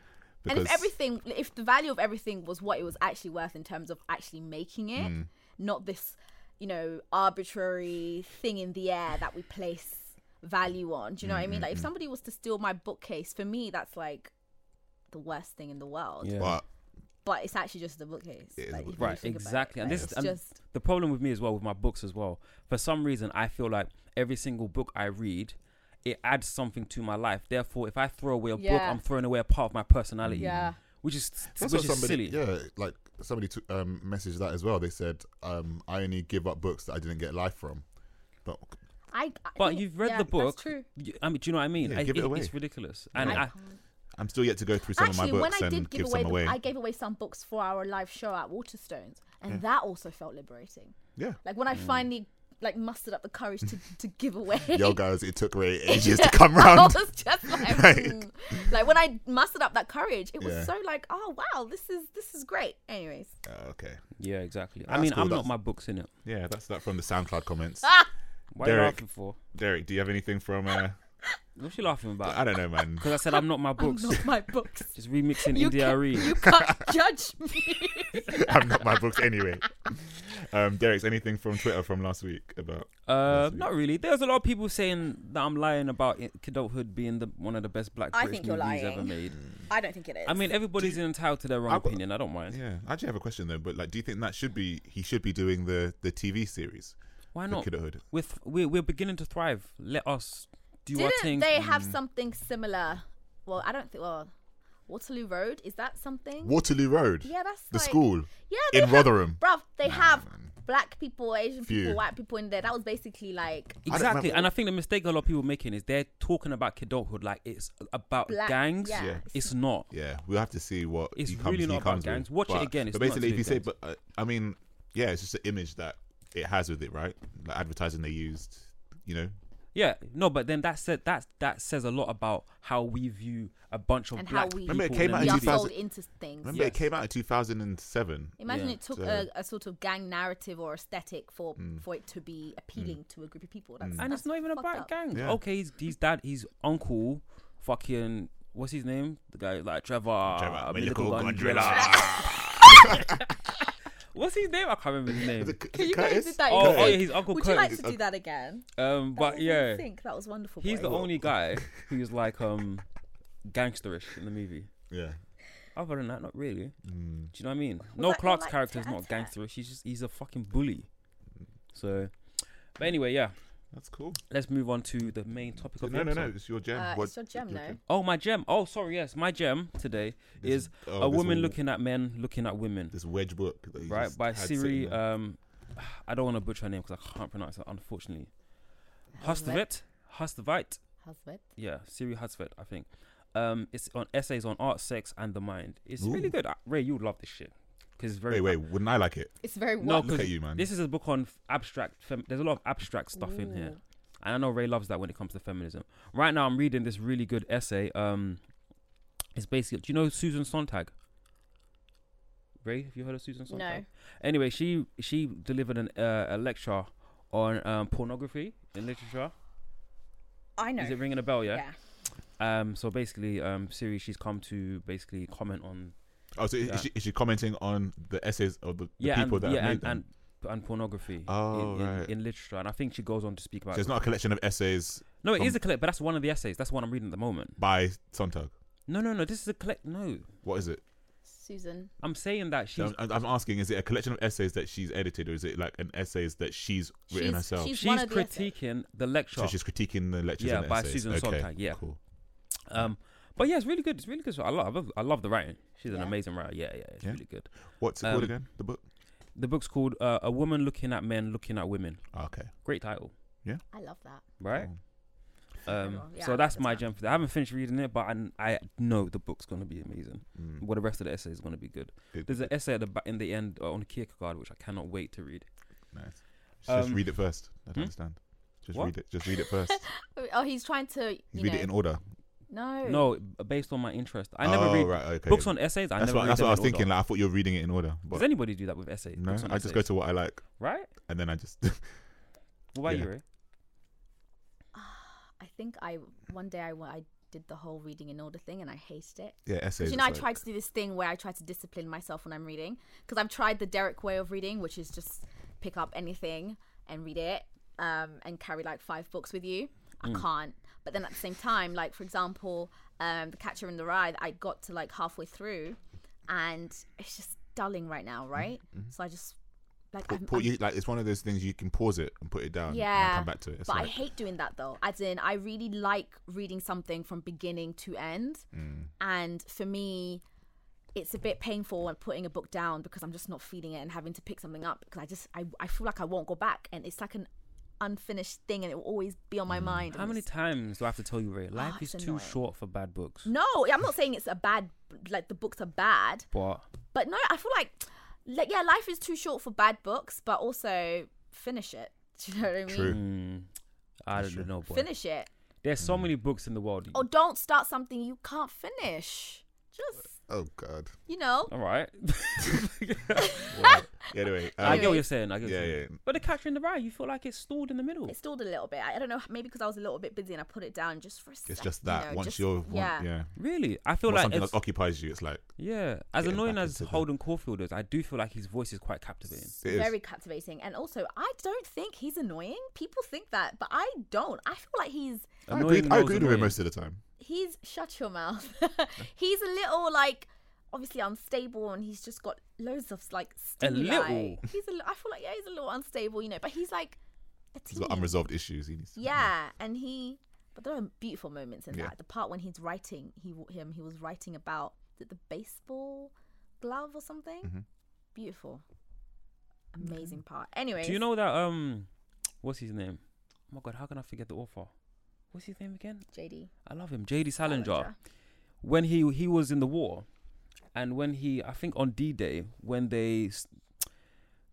S3: Because
S2: if everything if the value of everything was what it was actually worth in terms of actually making it
S4: Mm.
S2: not this you know arbitrary thing in the air that we place value on do you know what i mean like if somebody was to steal my bookcase for me that's like the worst thing in the world
S1: Yeah.
S4: But
S2: but it's actually just the bookcase
S4: It is a
S2: like,
S4: book-
S2: if you
S1: right
S2: think about it,
S1: exactly and
S2: like,
S1: this
S2: it's
S1: and
S2: just
S1: the problem with me as well with my books as well for some reason i feel like every single book i read it adds something to my life therefore if i throw away a book
S2: Yeah.
S1: i'm throwing away a part of my personality
S2: Yeah.
S1: which is
S4: That's
S1: which
S4: what
S1: is
S4: somebody,
S1: silly
S4: Yeah, like somebody took, um, messaged that as well. They said, um, "I only give up books that I didn't get life from." But
S2: I, I
S1: but
S2: think-
S1: you've read
S2: yeah,
S1: the book
S2: that's true
S1: you- i mean do you know what i mean
S3: Yeah,
S1: I-
S3: give it away.
S1: it's ridiculous and
S2: I
S1: I,
S2: can't-
S3: I'm still yet to go through some
S2: Actually,
S3: of my
S2: when
S3: books
S2: I
S3: and
S2: did give
S3: give
S2: away,
S3: some
S2: the-
S3: away.
S2: I gave away some books for our live show at Waterstones, and that also felt liberating.
S4: yeah,
S2: Like when I finally like mustered up the courage to, to give away.
S4: yo guys, it took Ray ages to come round.
S2: I was just like,
S4: Right.
S2: mm. like when I mustered up that courage, it was
S4: Yeah.
S2: so like, oh wow, this is this is great. Anyways,
S4: Oh, okay,
S1: yeah exactly i
S4: That's
S1: mean
S4: cool,
S1: i'm
S4: that's-
S1: not my books in it
S3: Uh, Yeah, that's that from the SoundCloud comments.
S1: why are you
S3: Derek.
S1: laughing for
S3: Derek, do you have anything from? Uh,
S1: what's she laughing
S3: I
S1: about
S3: don't know, man.
S1: because i said i'm not my books
S2: not my books.
S1: just remixing
S2: You
S1: india
S2: ca-
S1: Arie.
S2: You can't judge me.
S3: I'm not my books anyway. Um, Derek's anything from Twitter from last week about?
S1: Uh, not really. There's a lot of people saying that I'm lying about I- Kid Adulthood being the one of the best black
S2: I
S1: British
S2: think you're
S1: movies ever
S2: lying.
S1: made.
S2: I don't think it is.
S1: I mean, everybody's entitled to their own
S3: I've got-
S1: opinion. I don't mind.
S3: Yeah, I actually have a question though. But like, do you think that should be he should be doing the the TV series?
S1: Why
S3: The
S1: not?
S3: Kid Adulthood.
S1: We're, th- we're we're beginning to thrive. Let us do our
S2: didn't
S1: things.
S2: they have something similar? Well, I don't think. Well, Waterloo Road is that something?
S4: Waterloo Road.
S2: Yeah, that's
S4: the
S2: like-
S4: school.
S2: Yeah, they
S4: in
S2: have-
S4: Rotherham.
S2: bruv. They have black people, Asian
S4: Few.
S2: people, white people in there. That was basically like
S1: Exactly,
S4: remember-
S1: and I think the mistake a lot of people making is they're talking about Kid Adulthood like it's about
S2: Black-
S1: gangs.
S2: yeah. Yeah.
S1: It's not.
S3: Yeah, we'll have to see what
S1: It's
S3: he comes.
S1: really
S3: he
S1: not about
S3: comes with.
S1: gangs. Watch it
S3: But-
S1: again, it's
S3: But
S1: not
S3: basically,
S1: to
S3: if
S1: do
S3: you say,
S1: with
S3: but uh, I mean, yeah, it's just the image that it has with it, right? Like advertising they used, you know.
S1: Yeah, no, but then that said, that that says a lot about how we view a bunch of
S2: and how
S1: black
S2: we
S1: people.
S3: Remember it came
S1: in
S3: out
S1: the
S2: we
S3: in
S2: are
S1: media.
S3: 2000
S2: sold into things.
S3: Remember, it came out in 2007.
S2: Imagine
S1: Yeah.
S2: it took
S3: So- Mm.
S2: a, a sort of gang narrative or aesthetic for for it to be appealing to a group of people. That's,
S1: and it's
S2: that's
S1: not even
S2: fucked
S1: about
S2: up.
S1: gangs.
S3: Yeah.
S1: Okay, his his dad, his uncle, fucking what's his name? The guy like Trevor.
S3: Trevor,
S1: Milical
S3: Milical
S1: Gondrella.
S3: Gondrella.
S1: What's his name? I can't remember his name.
S4: Is it, is
S2: Can
S4: it
S2: you guys
S4: Curtis?
S2: did that?
S1: Oh,
S2: yourself?
S1: oh yeah, his uncle
S2: Would you like
S1: Curtis.
S2: to do that again?
S1: um, but yeah,
S2: I think that was wonderful.
S1: he's
S2: boy.
S1: the only guy who's like um, gangsterish in the movie.
S3: Yeah.
S1: Other than that, not really.
S3: Mm.
S1: Do you know what I mean? no,
S2: that your,
S1: Clark's
S2: like,
S1: character is not
S2: character?
S1: gangsterish. He's just he's a fucking bully. So, but anyway, yeah.
S3: That's cool.
S1: Let's move on to the main topic of the
S3: No, no,
S1: episode.
S3: no. It's your gem.
S2: Uh,
S3: What-
S2: it's your gem, no?
S1: Oh, my gem. Oh, sorry. Yes, my gem today is
S3: oh,
S1: a
S3: this
S1: woman
S3: one-
S1: looking at men looking at women.
S3: This wedge book, that you
S1: right
S3: just
S1: by
S3: had sitting
S1: Siri.
S3: there.
S1: Um, I don't want to butcher her name because I can't pronounce it, unfortunately. Hustavit, Hustavite.
S2: Husband.
S1: Yeah, Siri Husvet, I think. Um, it's on essays on art, sex, and the mind. It's really
S3: Ooh.
S1: good. Uh, Ray, you would love this shit because it's very.
S3: wait, wait. Wouldn't I like it?
S2: It's very
S1: No,
S2: what?
S3: Look
S1: Oh, 'cause
S3: at you, man.
S1: This is a book on f- abstract. Fem- There's a lot of abstract stuff in here, and I know Ray loves that when it comes to feminism. Right now, I'm reading this really good essay. Um, it's basically. Do you know Susan Sontag? Ray, have you heard of Susan Sontag?
S2: No.
S1: Anyway, she she delivered an uh, a lecture on um, pornography in literature.
S2: I know.
S1: Is it ringing a bell?
S2: yeah.
S1: Um, so basically, um, Siri, she's come to basically comment on
S3: Oh, so
S1: Yeah.
S3: is, she, is she commenting on the essays of the, the
S1: yeah,
S3: people
S1: and,
S3: that
S1: yeah,
S3: have
S1: and,
S3: made them?
S1: and and pornography
S3: Oh,
S1: in, in,
S3: right.
S1: in literature, and I think she goes on to speak about.
S3: so it's not a collection of essays
S1: no, it is
S3: from-
S1: a collect, but that's one of the essays. That's one I'm reading at the moment.
S3: by Sontag.
S1: No, no, no. This is a collect. No,
S3: What is it?
S2: Susan.
S1: I'm saying that she's
S3: I'm, I'm asking: Is it a collection of essays that she's edited, or is it like an essays that she's written
S2: She's-
S3: herself?
S2: she's- one
S1: she's
S2: of the essays.
S1: critiquing the lecture.
S3: so she's critiquing the lectures.
S1: Yeah,
S3: and
S1: by
S3: essays.
S1: Susan
S3: okay,
S1: Sontag, yeah.
S3: cool.
S1: um, but yeah, it's really good. It's really good. So I love, I love the writing. She's an
S2: Yeah.
S1: amazing writer. Yeah, yeah, it's
S3: Yeah.
S1: really good.
S3: What's it
S1: Um,
S3: called again? The book.
S1: The book's called uh, "A Woman Looking at Men, Looking at Women."
S3: Ah, okay.
S1: Great title,
S2: I love that.
S1: right?
S3: Cool.
S1: Um,
S2: Phenomenal. Yeah, I
S1: so
S2: like
S1: that's
S2: this
S1: my
S2: one.
S1: gem for that. I haven't finished reading it, but I, I know the book's gonna be amazing.
S3: Mm.
S1: Well, the rest of the essay is gonna be good.
S3: Good,
S1: There's an essay at the ba- in the end uh, on Kierkegaard, which I cannot wait to read.
S3: Nice. Just
S1: Um,
S3: read it first. I don't
S1: hmm?
S3: understand. Just
S1: What?
S3: read it. Just read it first.
S2: Oh, Oh, he's trying to.
S3: You
S2: You
S3: read
S2: know.
S3: it in order.
S2: no.
S1: No, b- based on my interest, I never
S3: Oh,
S1: read
S3: right, okay.
S1: books on essays. I
S3: That's
S1: never
S3: what.
S1: read
S3: That's
S1: them
S3: what I was
S1: in order.
S3: thinking. Like I thought you were reading it in order,
S1: Does
S3: but
S1: anybody do that with essays?
S3: no,
S1: Books on
S3: I just go
S1: essays?
S3: to what I like,
S1: right.
S3: and then I just.
S1: What about
S3: Yeah.
S1: you, Ray?
S2: I think I one day I, wa- I did the whole reading in order thing and I hated it.
S3: Yeah, essays.
S2: you know, I
S3: it's like-
S2: tried to do this thing where I try to discipline myself when I'm reading because I've tried the Derek way of reading, which is just pick up anything and read it um, and carry like five books with you. I
S4: Hmm.
S2: can't. But then at the same time, like for example, um, The Catcher in the Rye, I got to like halfway through, and it's just dulling right now, right? So I just like
S4: Mm-hmm. Put,
S2: I'm-
S4: put
S2: I'm-
S4: you, like it's one of those things you can pause it and put it down.
S2: yeah,
S4: and come back to it. It's
S2: but I
S4: like-
S2: hate doing that though. As in, I really like reading something from beginning to end,
S4: Mm.
S2: and for me, it's a bit painful when putting a book down because I'm just not feeling it and having to pick something up because I just I, I feel like I won't go back, and it's like an unfinished thing, and it will always be on my
S4: Mm.
S2: mind.
S1: How
S2: and
S1: many
S2: it's-
S1: times do I have to tell you, Ray? Life
S2: it's
S1: is too
S2: annoying.
S1: short for bad books.
S2: No, I'm not saying it's a bad like the books are bad,
S1: But
S2: but no, I feel like like yeah, life is too short for bad books, but also finish it. Do you know what I mean?
S3: True.
S1: mm, I don't know. Boy.
S2: Finish Oh, it.
S1: There's so many books in the world.
S2: or don't start something you can't finish. Just
S4: oh god.
S2: you know,
S3: Oh.
S1: All right.
S3: Uh, Well, yeah, anyway,
S1: I
S3: um,
S1: get what you're saying. I get what
S3: yeah,
S1: you're saying.
S3: yeah.
S1: But the catcher in the rye, you feel like it's stalled in the middle.
S2: it stalled a little bit. I I don't know, maybe because I was a little bit busy and I put it down just for a second.
S3: it's just that once you're, want- yeah, yeah.
S1: Really, I feel
S3: Once
S1: like
S3: something
S1: it's-
S3: that occupies you, it's like
S1: Yeah, as
S3: Getting
S1: annoying
S3: back
S1: as
S3: into the-
S1: Holden Caulfield is, I do feel like his voice is quite captivating.
S3: it is.
S2: Very captivating, and also I don't think he's annoying. People think that, but I don't. I feel like he's
S4: I
S1: Annoying
S4: agreed, I
S1: was
S4: agreed with
S1: annoying.
S4: him most of the time.
S2: he's shut your mouth. he's a little like obviously unstable, and he's just got loads of like stimuli.
S1: little.
S2: He's a. li- I feel like yeah, he's a little unstable, you know. But he's like a
S4: He's got
S2: teen.
S4: unresolved issues. He
S3: Mm-hmm.
S4: needs to-
S2: Yeah, and he. But there are beautiful moments in
S4: Yeah.
S2: that. The part when he's writing, he w- him he was writing about the, the baseball glove or something.
S3: Mm-hmm.
S2: Beautiful, amazing part. Anyway,
S1: Mm-hmm. Do you know that um, what's his name? Oh my god, how can I forget the author? What's his name again?
S2: JD?
S1: I love him, J.D. Salinger.
S2: Salinger.
S1: When he he was in the war, and when he I think on D-Day when they s-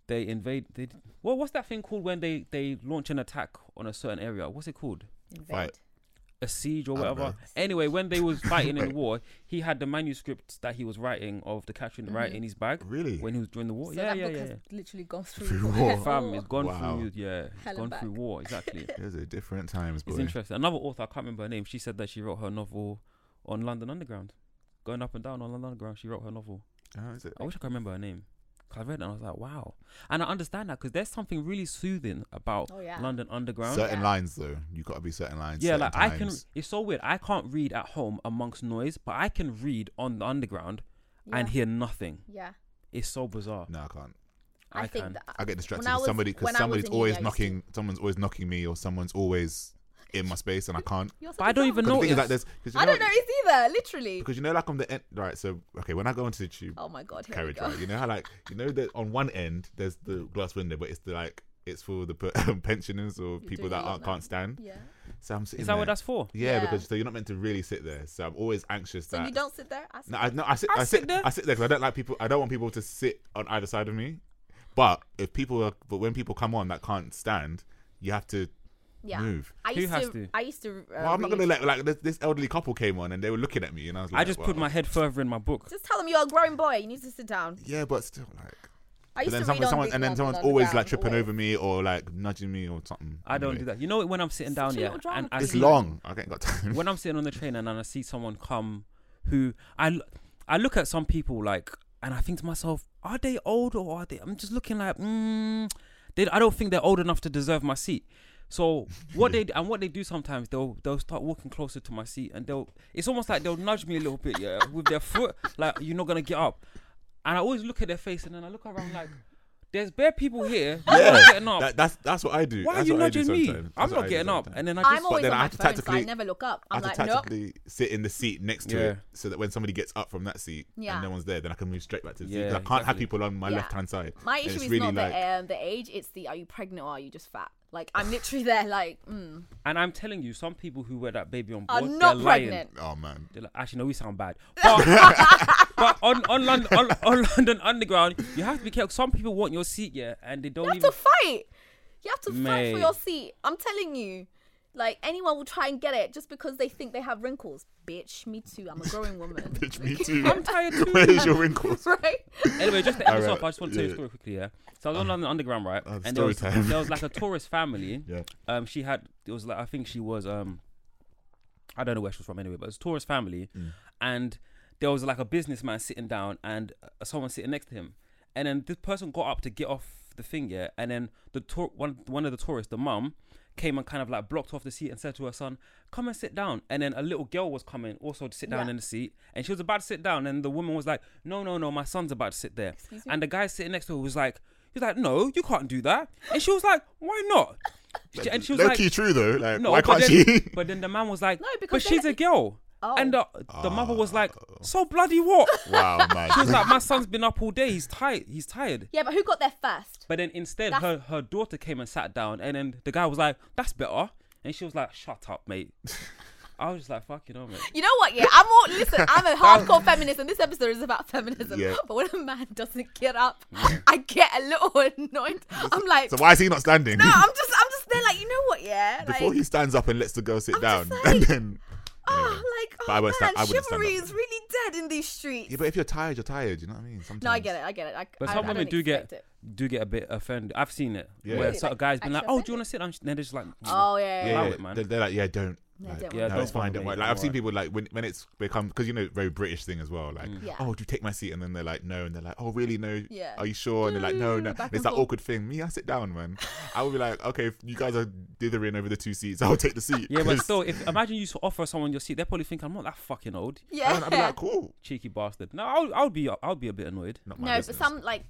S1: they invade they d- well what's that thing called when they they launch an attack on a certain area? What's it called?
S2: Invade.
S1: a siege or
S4: I don't
S1: whatever.
S4: know.
S1: Anyway, when they was fighting in the
S4: Right.
S1: war, he had the manuscript that he was writing of the Catcher in the Rye in his bag.
S4: Really?
S1: When he was during the war,
S2: Mm-hmm. So
S1: Oh, yeah,
S2: that
S1: yeah,
S2: book
S1: yeah.
S2: has literally gone through.
S4: Through
S2: the
S4: war.
S1: Fam,
S2: war.
S1: it's gone
S4: Wow.
S1: through, yeah, it's
S2: Hell
S1: gone
S2: and
S1: through
S2: back.
S1: war, exactly.
S4: Those are different times, boy.
S1: it's interesting. Another author, I can't remember her name. She said that she wrote her novel on London Underground, going up and down on London Underground. She wrote her novel.
S3: Oh, is it?
S1: I wish I could remember her name. 'Cause I read it and I was like, wow. And I understand that because there's something really soothing about
S2: Oh, yeah.
S1: London Underground.
S3: Certain lines though, you gotta be certain lines.
S1: yeah,
S3: certain
S1: like I can.
S3: times.
S1: It's so weird. I can't read at home amongst noise, but I can read on the underground and
S2: Yeah.
S1: hear nothing.
S2: Yeah.
S1: it's so bizarre.
S3: No, I can't.
S2: I,
S1: I
S2: think
S1: can.
S2: that
S3: I get
S2: Uh,
S3: distracted.
S2: When I
S3: with somebody
S2: when
S3: because
S2: I was
S3: somebody's
S2: in uni, I
S3: always
S2: used to-
S3: knocking. Someone's always knocking me, or someone's always in my space, and I can't.
S2: You're such
S1: But
S2: a
S1: I don't
S2: dog.
S1: even
S3: 'Cause
S1: know.
S3: the thing is like this. 'cause you
S2: I don't
S3: what-
S2: know it either, literally.
S3: Because you know, like on the end, right? So okay, when I go into the tube
S2: Oh my god, here we
S3: carriage,
S2: go.
S3: right? You know how like you know that on one end there's the glass window, but it's the like it's for the pe- pensioners or people
S2: doing
S3: that
S2: a lot
S3: aren't,
S2: now.
S3: can't stand.
S2: Yeah.
S3: So I'm sitting.
S1: Is that
S3: there.
S1: what that's for?
S3: Yeah,
S2: Yeah.
S3: because so you're not meant to really sit there. So I'm always anxious
S2: So
S3: that.
S2: you don't sit there? I sit
S3: No, I, no, I sit.
S1: I
S3: I,
S1: sit
S3: sit.
S1: there.
S3: I sit there because I don't like people. I don't want people to sit on either side of me. But if people are, but when people come on that can't stand, you have to
S2: yeah.
S3: move.
S2: I
S1: Who
S2: used
S1: has
S2: to,
S1: to?
S2: I used to. Uh,
S3: Well, I'm not
S2: read-
S3: gonna let like this, this elderly couple came on and they were looking at me and I was like,
S1: I just put
S3: well,
S1: my head further in my book.
S2: Just tell them you're a growing boy. You need to sit down.
S3: yeah, but still like.
S2: I
S3: But
S2: used
S3: then
S2: to
S3: someone,
S2: read
S3: someone
S2: on
S3: and then
S2: Big
S3: someone's
S2: London
S3: always
S2: Underground,
S3: like tripping
S2: always.
S3: over me or like nudging me or something.
S1: I don't
S3: Anyway.
S1: do that. You know when I'm sitting down
S2: Such a
S1: here
S2: little drama
S1: and I
S3: It's
S1: see-
S3: long. I ain't got time.
S1: when I'm sitting on the train and, and I see someone come who I, l- I look at some people like, and I think to myself, are they old or are they? I'm just looking like, mm, they, I don't think they're old enough to deserve my seat. So what they and what they do sometimes they'll they'll start walking closer to my seat and they'll it's almost like they'll nudge me a little bit yeah with their foot like you're not gonna get up and I always look at their face and then I look around like there's bare people here you're not
S3: yeah,
S1: getting up
S3: that, that's that's what I do.
S1: why are
S3: that's
S1: you
S3: what I do
S1: nudging me
S3: sometimes.
S1: I'm
S3: That's what I
S1: not
S3: do
S1: getting up
S3: sometimes.
S1: and then I just
S2: I'm always
S3: then
S2: on
S3: I
S2: my
S3: have to
S2: phone, so I
S3: tactically-
S2: never look up.
S3: I
S2: I'm
S3: have
S2: like,
S3: to
S2: nope.
S3: tactically sit in the seat next to
S1: Yeah.
S3: it so that when somebody gets up from that seat
S2: Yeah.
S3: and no one's there, then I can move straight back to the seat.
S1: Yeah,
S3: 'Cause I can't have
S1: exactly.
S3: people on my
S2: Yeah.
S3: left hand side.
S2: My
S3: And
S2: issue
S3: it's
S2: is
S3: really
S2: not
S3: like,
S2: the um, the age; it's the are you pregnant or are you just fat? Like I'm literally there, like mm,
S1: And I'm telling you, some people who wear that baby on
S2: are
S1: board,
S2: not
S1: they're lying.
S2: pregnant.
S3: oh man,
S1: They're like, actually, no, we sound bad. But, but on on London, on, on London Underground, you have to be careful. Some people want your seat, yeah, and they don't
S2: You have
S1: even.
S2: to fight. You have to fight for
S1: Mate.
S2: your seat. I'm telling you. Like anyone will try and get it just because they think they have wrinkles. Bitch, me too. I'm a growing woman.
S3: bitch, me too.
S1: I'm tired too.
S3: Where's your wrinkles?
S2: right?
S1: anyway, just to end this
S3: Alright,
S1: off, I just want to tell you a
S3: yeah.
S1: story quickly. Yeah, so I was on London Underground, right?
S3: Oh, the
S1: and there was,
S3: story time.
S1: there was like a tourist family.
S3: Yeah.
S1: Um, she had it was like I think she was um, I don't know where she was from anyway, but it was a tourist family, and there was like a businessman sitting down and uh, someone sitting next to him, and then this person got up to get off the thing, yeah, and then the tour one one of the tourists, the mum. Came and kind of like blocked off the seat and said to her son, "Come and sit down." And then a little girl was coming also to sit down
S2: Yeah.
S1: in the seat, and she was about to sit down, and the woman was like, "No, no, no, my son's about to sit there." And the guy sitting next to her was like, "He was like, no, you can't do that." And she was like, "Why not?" She- and she was
S3: Low
S1: like,
S3: key true though. Like
S1: no,
S3: why
S1: but
S3: can't
S1: then,
S3: she?
S1: But then the man was like,
S2: No,
S1: but
S2: because Oh. they-
S1: she's a girl. And the, the mother was like,
S3: Oh.
S1: so bloody what?
S3: wow, man.
S1: She was like, my son's been up all day. He's tired. He's tired.
S2: Yeah, but who got there first?
S1: But then instead,
S2: That's-
S1: her, her daughter came and sat down, and then the guy was like, that's better. And she was like, shut up, mate. I was just like, fuck you know, mate.
S2: You know what? Yeah, I'm all listen. I'm a hardcore feminist, and this episode is about feminism.
S3: Yeah.
S2: But when a man doesn't get up, I get a little annoyed. I'm like,
S3: so why is he not standing?
S2: no, I'm just, I'm just there. Like, you know what? Yeah,
S3: Before
S2: like,
S3: he stands up and lets the girl sit
S2: just
S3: down,
S2: like-
S3: and then
S2: oh, like,
S3: But
S2: oh
S3: I
S2: man,
S3: won't stand- I wouldn't stand
S2: chivalry
S3: up.
S2: is really dead in these streets.
S3: yeah. But if you're tired, you're tired. You know what I mean? Sometimes.
S2: no, I get it. I get it. I,
S1: But
S2: I,
S1: some
S2: I
S1: women
S2: don't
S1: do get
S2: expect it.
S1: do get a bit offended. I've seen it
S3: Yeah.
S1: where
S3: Really?
S1: so a
S2: Like,
S1: guy's been like,
S2: actually
S1: "Oh, do you want to sit?" down?" And they're just like,
S2: Oh yeah, yeah,
S3: yeah,
S1: Allow
S3: yeah.
S1: it, man.
S3: They're, they're like, yeah, don't.
S2: No,
S3: like,
S2: don't
S1: Yeah,
S2: worry.
S3: no,
S1: don't
S3: it's fine. Don't
S1: worry,
S3: worry. Like I've
S1: don't
S3: seen
S1: worry.
S3: people like when when it's become because you know very British thing as well. Like,
S2: Yeah.
S3: oh, do you take my seat? And then they're like, no. And they're like, oh, really? No.
S2: Mm. Yeah.
S3: Are you sure? And they're like, no, no.
S2: Back and
S3: it's that
S2: forth.
S3: awkward thing. Me, I sit down, man. I would be like, okay, if you guys are dithering over the two seats, I'll take the seat.
S1: Yeah, but
S3: 'cause-
S1: still, if imagine you offer someone your seat, they're probably thinking, "I'm not that fucking old,
S2: yeah.
S3: And I'd be like, cool.
S1: cheeky bastard." No, I'll, I'll be, I'll be a bit annoyed.
S3: Not my
S2: No, but
S3: business.
S2: some like,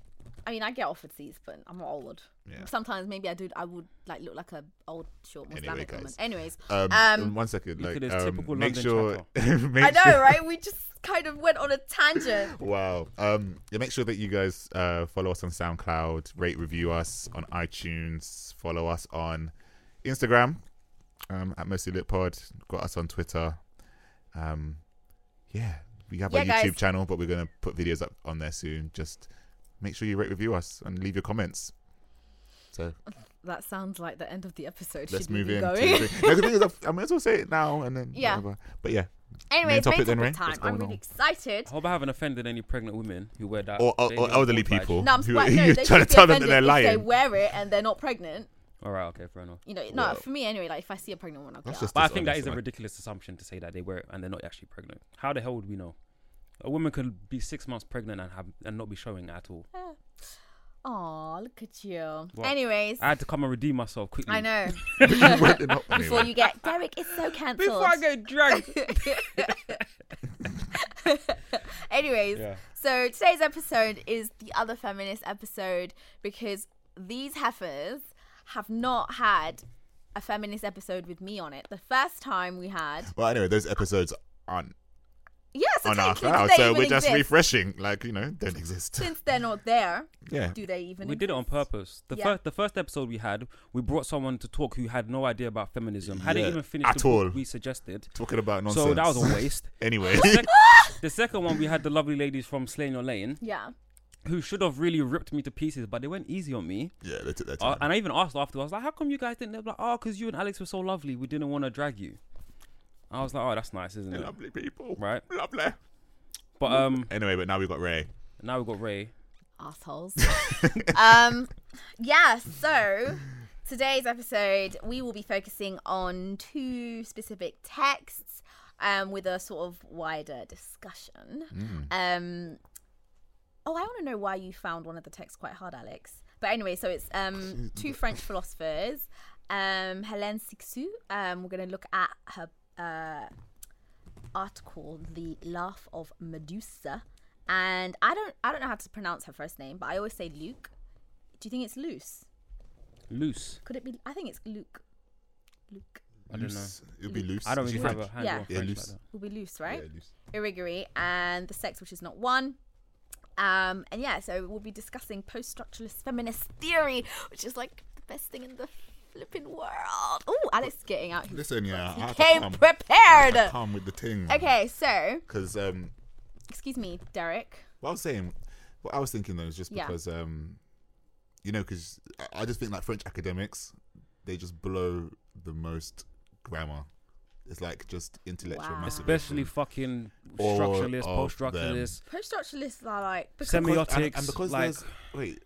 S2: I mean, I get offered seats, but I'm not old.
S3: Yeah.
S2: Sometimes maybe I do. I would like look like a old short Muslim
S3: Anyway,
S2: woman.
S3: guys.
S2: Anyways,
S3: Um,
S2: um,
S3: one second,
S1: Look
S3: like,
S1: at this
S3: um,
S1: typical
S3: make
S1: London
S3: sure. make
S2: I
S3: sure-
S2: know, right? We just kind of went on a tangent.
S3: Wow. Um, yeah, make sure that you guys uh, follow us on SoundCloud, rate, review us on iTunes, follow us on Instagram um, at Mostly Lit Pod, got us on Twitter. Um, yeah, we have a
S2: Yeah,
S3: YouTube
S2: guys.
S3: channel, but we're going to put videos up on there soon. Just make sure you rate, review us, and leave your comments. So
S2: That sounds like the end of the episode.
S3: let's
S2: Should we
S3: move
S2: be
S3: in.
S2: going?
S3: To the, no, the thing is, I- I might as well say it now and then.
S2: Yeah.
S3: Whatever. But yeah.
S2: Anyway,
S3: Main
S2: it's
S3: topic
S2: main topic
S3: then, Ray?
S2: time.
S3: What's
S2: I'm
S3: going
S2: really
S3: on?
S2: excited.
S1: I hope I haven't offended any pregnant women who wear that,
S3: Or, or,
S1: baby
S3: or
S1: on
S3: elderly
S1: board badge.
S3: people
S2: No, I'm
S3: who,
S2: well,
S3: who
S2: no,
S3: you're
S2: they
S3: trying to
S2: should be
S3: tell them that
S2: offended
S3: they're
S2: if
S3: lying.
S2: They wear it and they're not pregnant.
S1: All right. Okay. Fair enough.
S2: You know, no, for me anyway. Like if I see a pregnant woman, I'll go
S5: That's
S2: out.
S5: just
S1: But I think that
S5: dishonest,
S1: is a
S5: man.
S1: ridiculous assumption to say that they wear it and they're not actually pregnant. How the hell would we know? A woman could be six months pregnant and have and not be showing at all.
S2: Aw, look at you.
S1: What?
S2: Anyways,
S1: I
S3: Ah.
S2: I,
S1: had to come and redeem myself quickly.
S2: know.
S3: Went in- anyway.
S2: Before you get Derek, it's so cancelled.
S1: Before I get dragged.
S2: Anyways,
S1: Yeah.
S2: so today's episode is the other feminist episode because these heifers have not had a feminist episode with me on it. The first time we had,
S3: Well, anyway, those episodes aren't
S2: yes,
S3: on our
S2: technically, do
S3: cloud,
S2: they
S3: so
S2: even
S3: we're just
S2: exist?
S3: refreshing. Like you know, don't exist.
S2: Since they're not there,
S3: Yeah.
S2: do they even?
S1: we did it on
S2: exist?
S1: purpose. The
S2: Yeah.
S1: first the first episode we had, we brought someone to talk who had no idea about feminism, hadn't
S3: Yeah,
S1: even finished
S3: at
S1: the book
S3: all.
S1: we suggested.
S3: Talking about nonsense.
S1: So that was a waste.
S3: anyway,
S1: The sec- the second one we had the lovely ladies from Slay Your Lane
S2: Yeah.
S1: who should have really ripped me to pieces, but they went easy on me.
S3: yeah, they took their
S1: Uh,
S3: time.
S1: and I even asked after, I was like, how come you guys didn't? They were like, oh, because you and Alex were so lovely. We didn't want to drag you. I was like, oh, that's nice, isn't it?
S3: Lovely people,
S1: Right.
S3: Lovely.
S1: But um,
S3: Anyway, but now we've got Ray.
S1: now we've got Ray.
S2: assholes. um, yeah, so today's episode, we will be focusing on two specific texts um, with a sort of wider discussion. Um, oh, I want to know why you found one of the texts quite hard, Alex. But anyway, so it's um, two French philosophers, um, Helene Sixou. Um, we're going to look at her. Uh, article the laugh of medusa and i don't i don't know how to pronounce her first name but i always say luke do you think it's loose
S1: Loose.
S2: could it be i think it's luke luke
S1: I don't know.
S3: It'll be loose.
S1: I don't
S3: Is
S1: really
S3: she
S1: have a
S3: French?
S1: handle
S2: Yeah.
S1: on
S2: Yeah,
S1: French
S3: loose.
S1: like
S2: will be loose right
S3: Yeah, loose.
S2: irrigary and the sex which is not one um and yeah so we'll be discussing post-structuralist feminist theory which is like the best thing in the flipping world oh alex is getting out his
S3: Listen, yeah, I had to
S2: came
S3: come-
S2: prepared
S3: I had to Come with the thing.
S2: okay so
S3: Because um,
S2: excuse me derek
S3: What I was saying, what I was thinking though, is just
S2: Yeah.
S3: because, um, you know, because I just think like French academics, they just blow the most grammar. It's like just intellectual,
S2: Wow.
S1: that.
S3: masturbation.
S1: Especially fucking
S3: All
S1: structuralist,
S3: of
S1: post structuralist.
S2: post-structuralists are like because
S1: Semi-
S3: Because- and,
S1: semiotics,
S3: and because
S1: like-
S3: there's wait,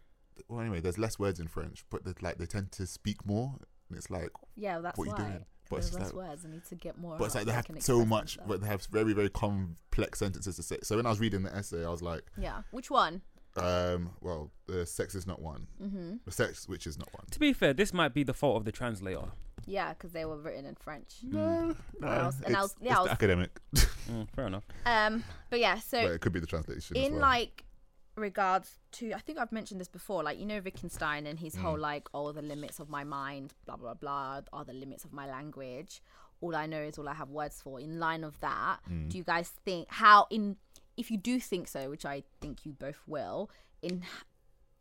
S3: well anyway, there's less words in French, but they like they tend to speak more, and it's like,
S2: Yeah, well, that's
S3: What you
S2: why.
S3: doing? But
S2: There's
S3: it's
S2: less
S3: like-
S2: words. I need to get more.
S3: but it's
S2: out
S3: like they
S2: so I
S3: have
S2: can
S3: so
S2: express
S3: much,
S2: myself.
S3: but they have very very complex sentences to say. So when I was reading the essay, I was like,
S2: Yeah. Which one?
S3: um, well, the sex is not one, mm-hmm. the sex which is not one.
S1: To be fair, this might be the fault of the translator.
S2: Yeah, because they were written in French.
S3: No,
S2: I was- and I was-
S3: it's,
S2: yeah,
S3: it's
S2: I
S3: the
S2: was-
S3: academic.
S1: Mm, fair enough.
S2: Um, but yeah. So
S3: but it could be the translation. as
S2: in
S3: well.
S2: like regards to, I think I've mentioned this before. Like you know Wittgenstein and
S3: Mm.
S2: his whole like, oh, the limits of my mind, blah blah blah, are the limits of my language. All I know is all I have words for. In line of that,
S3: Mm.
S2: do you guys think how in if you do think so, which I think you both will, in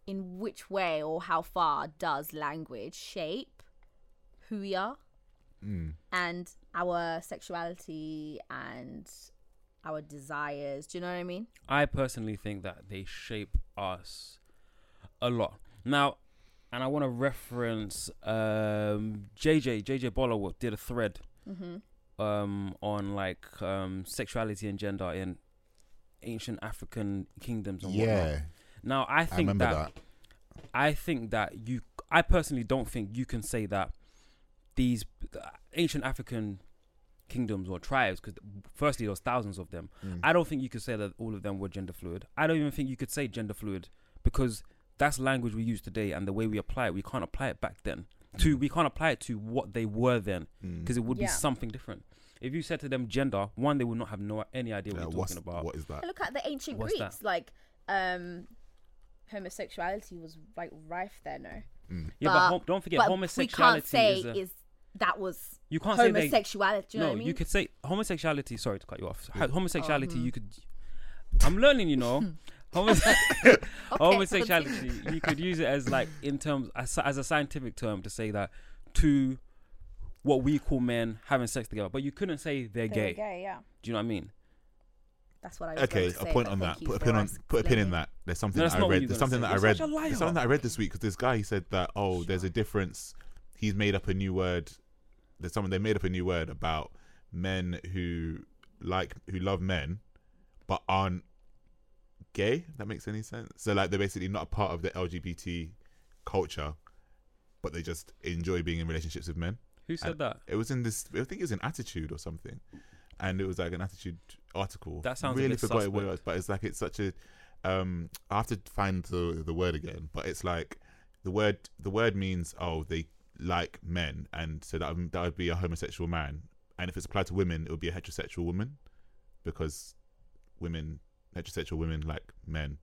S2: in which way or how far does language shape who we are
S3: Mm.
S2: and our sexuality and our desires? Do you know what I mean?
S1: I personally think that they shape us a lot. Now, and I want to reference um, JJ. JJ Bollerwood did a thread um, on like um, sexuality and gender in ancient African kingdoms and
S3: yeah,
S1: whatnot. Now, I
S3: I
S1: think
S3: remember
S1: that,
S3: that.
S1: I think that you. I personally don't think you can say that these ancient African kingdoms or tribes, because firstly there was thousands of them.
S3: Mm.
S1: I don't think you could say that all of them were gender fluid. I don't even think you could say gender fluid because that's language we use today and the way we apply it. We can't apply it back then. To
S3: Mm.
S1: we can't apply it to what they were then because it would
S2: Yeah.
S1: be something different. If you said to them gender, one they would not have no any idea what
S3: Yeah,
S1: you're
S3: what's-
S1: talking about.
S3: What is that?
S2: Look at the ancient
S1: What's
S2: Greeks,
S1: that?
S2: like um homosexuality was like rife there, no?
S1: yeah, but, hom- don't forget
S2: but
S1: homosexuality
S2: we can't say
S1: is, a,
S2: that was
S1: you can't say they-
S2: homosexuality, do you
S1: no,
S2: know what I mean? Uh-huh.
S1: you could say homosexuality. Sorry to cut you off. Ho- Homosexuality, you could. I'm learning, you know. Homose- homosexuality, you could use it as like in terms as, as a scientific term to say that two, what we call men having sex together, but you couldn't say they're
S2: They were
S1: gay.
S2: gay, yeah.
S1: Do you know what I mean?
S2: That's what I was
S3: Okay,
S2: going to
S3: a
S2: say,
S3: point
S2: but
S3: on
S2: thank
S3: that.
S2: you
S3: Put a
S2: for
S3: pin on.
S2: us
S3: Put a pin in
S2: explaining.
S3: that. There's something
S1: No, that's
S3: that I
S1: not what
S3: read.
S1: you're gonna
S3: There's something
S1: say.
S3: that I
S1: You're such
S3: read.
S1: a
S3: There's
S1: liar.
S3: something that I read this week because this guy he said that oh, there's a difference. He's made up a new word. There's someone they made up a new word about men who like who love men, but aren't gay. If that makes any sense. So like they're basically not a part of the LGBT culture, but they just enjoy being in relationships with men.
S1: Who said
S3: And
S1: that?
S3: It was in this. I think it was in Attitude or something, and it was like an Attitude article.
S1: That sounds a
S3: really
S1: bit
S3: forgot it what it
S1: suspect.
S3: was, but it's like it's such a. Um, I have to find the the word again, but it's like the word the word means oh they like men, and so that would- that would be a homosexual man, and if it's applied to women, it would be a heterosexual woman, because women heterosexual women like men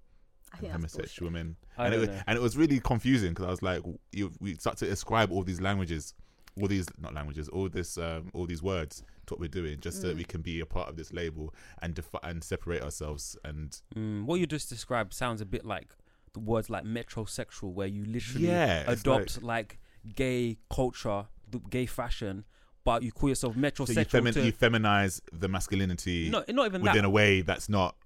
S2: I
S3: and
S2: think that's bullshit.
S3: homosexual men.
S1: I
S3: and it
S1: don't
S3: was,
S1: know.
S3: and it was really confusing because I was like, w- you, we start to ascribe all these languages, all these not languages, all this, um, all these words to what we're doing, just
S2: Mm.
S3: so that we can be a part of this label and defi- and separate ourselves. And
S1: Mm, what you just described sounds a bit like the words like metrosexual, where you literally
S3: Yeah, it's
S1: adopt like, gay culture, the gay fashion, but you call yourself
S3: so you,
S1: metrosexual.
S3: femi-
S1: to,
S3: you feminize the masculinity
S1: no, not even
S3: within
S1: that.
S3: a way that's not.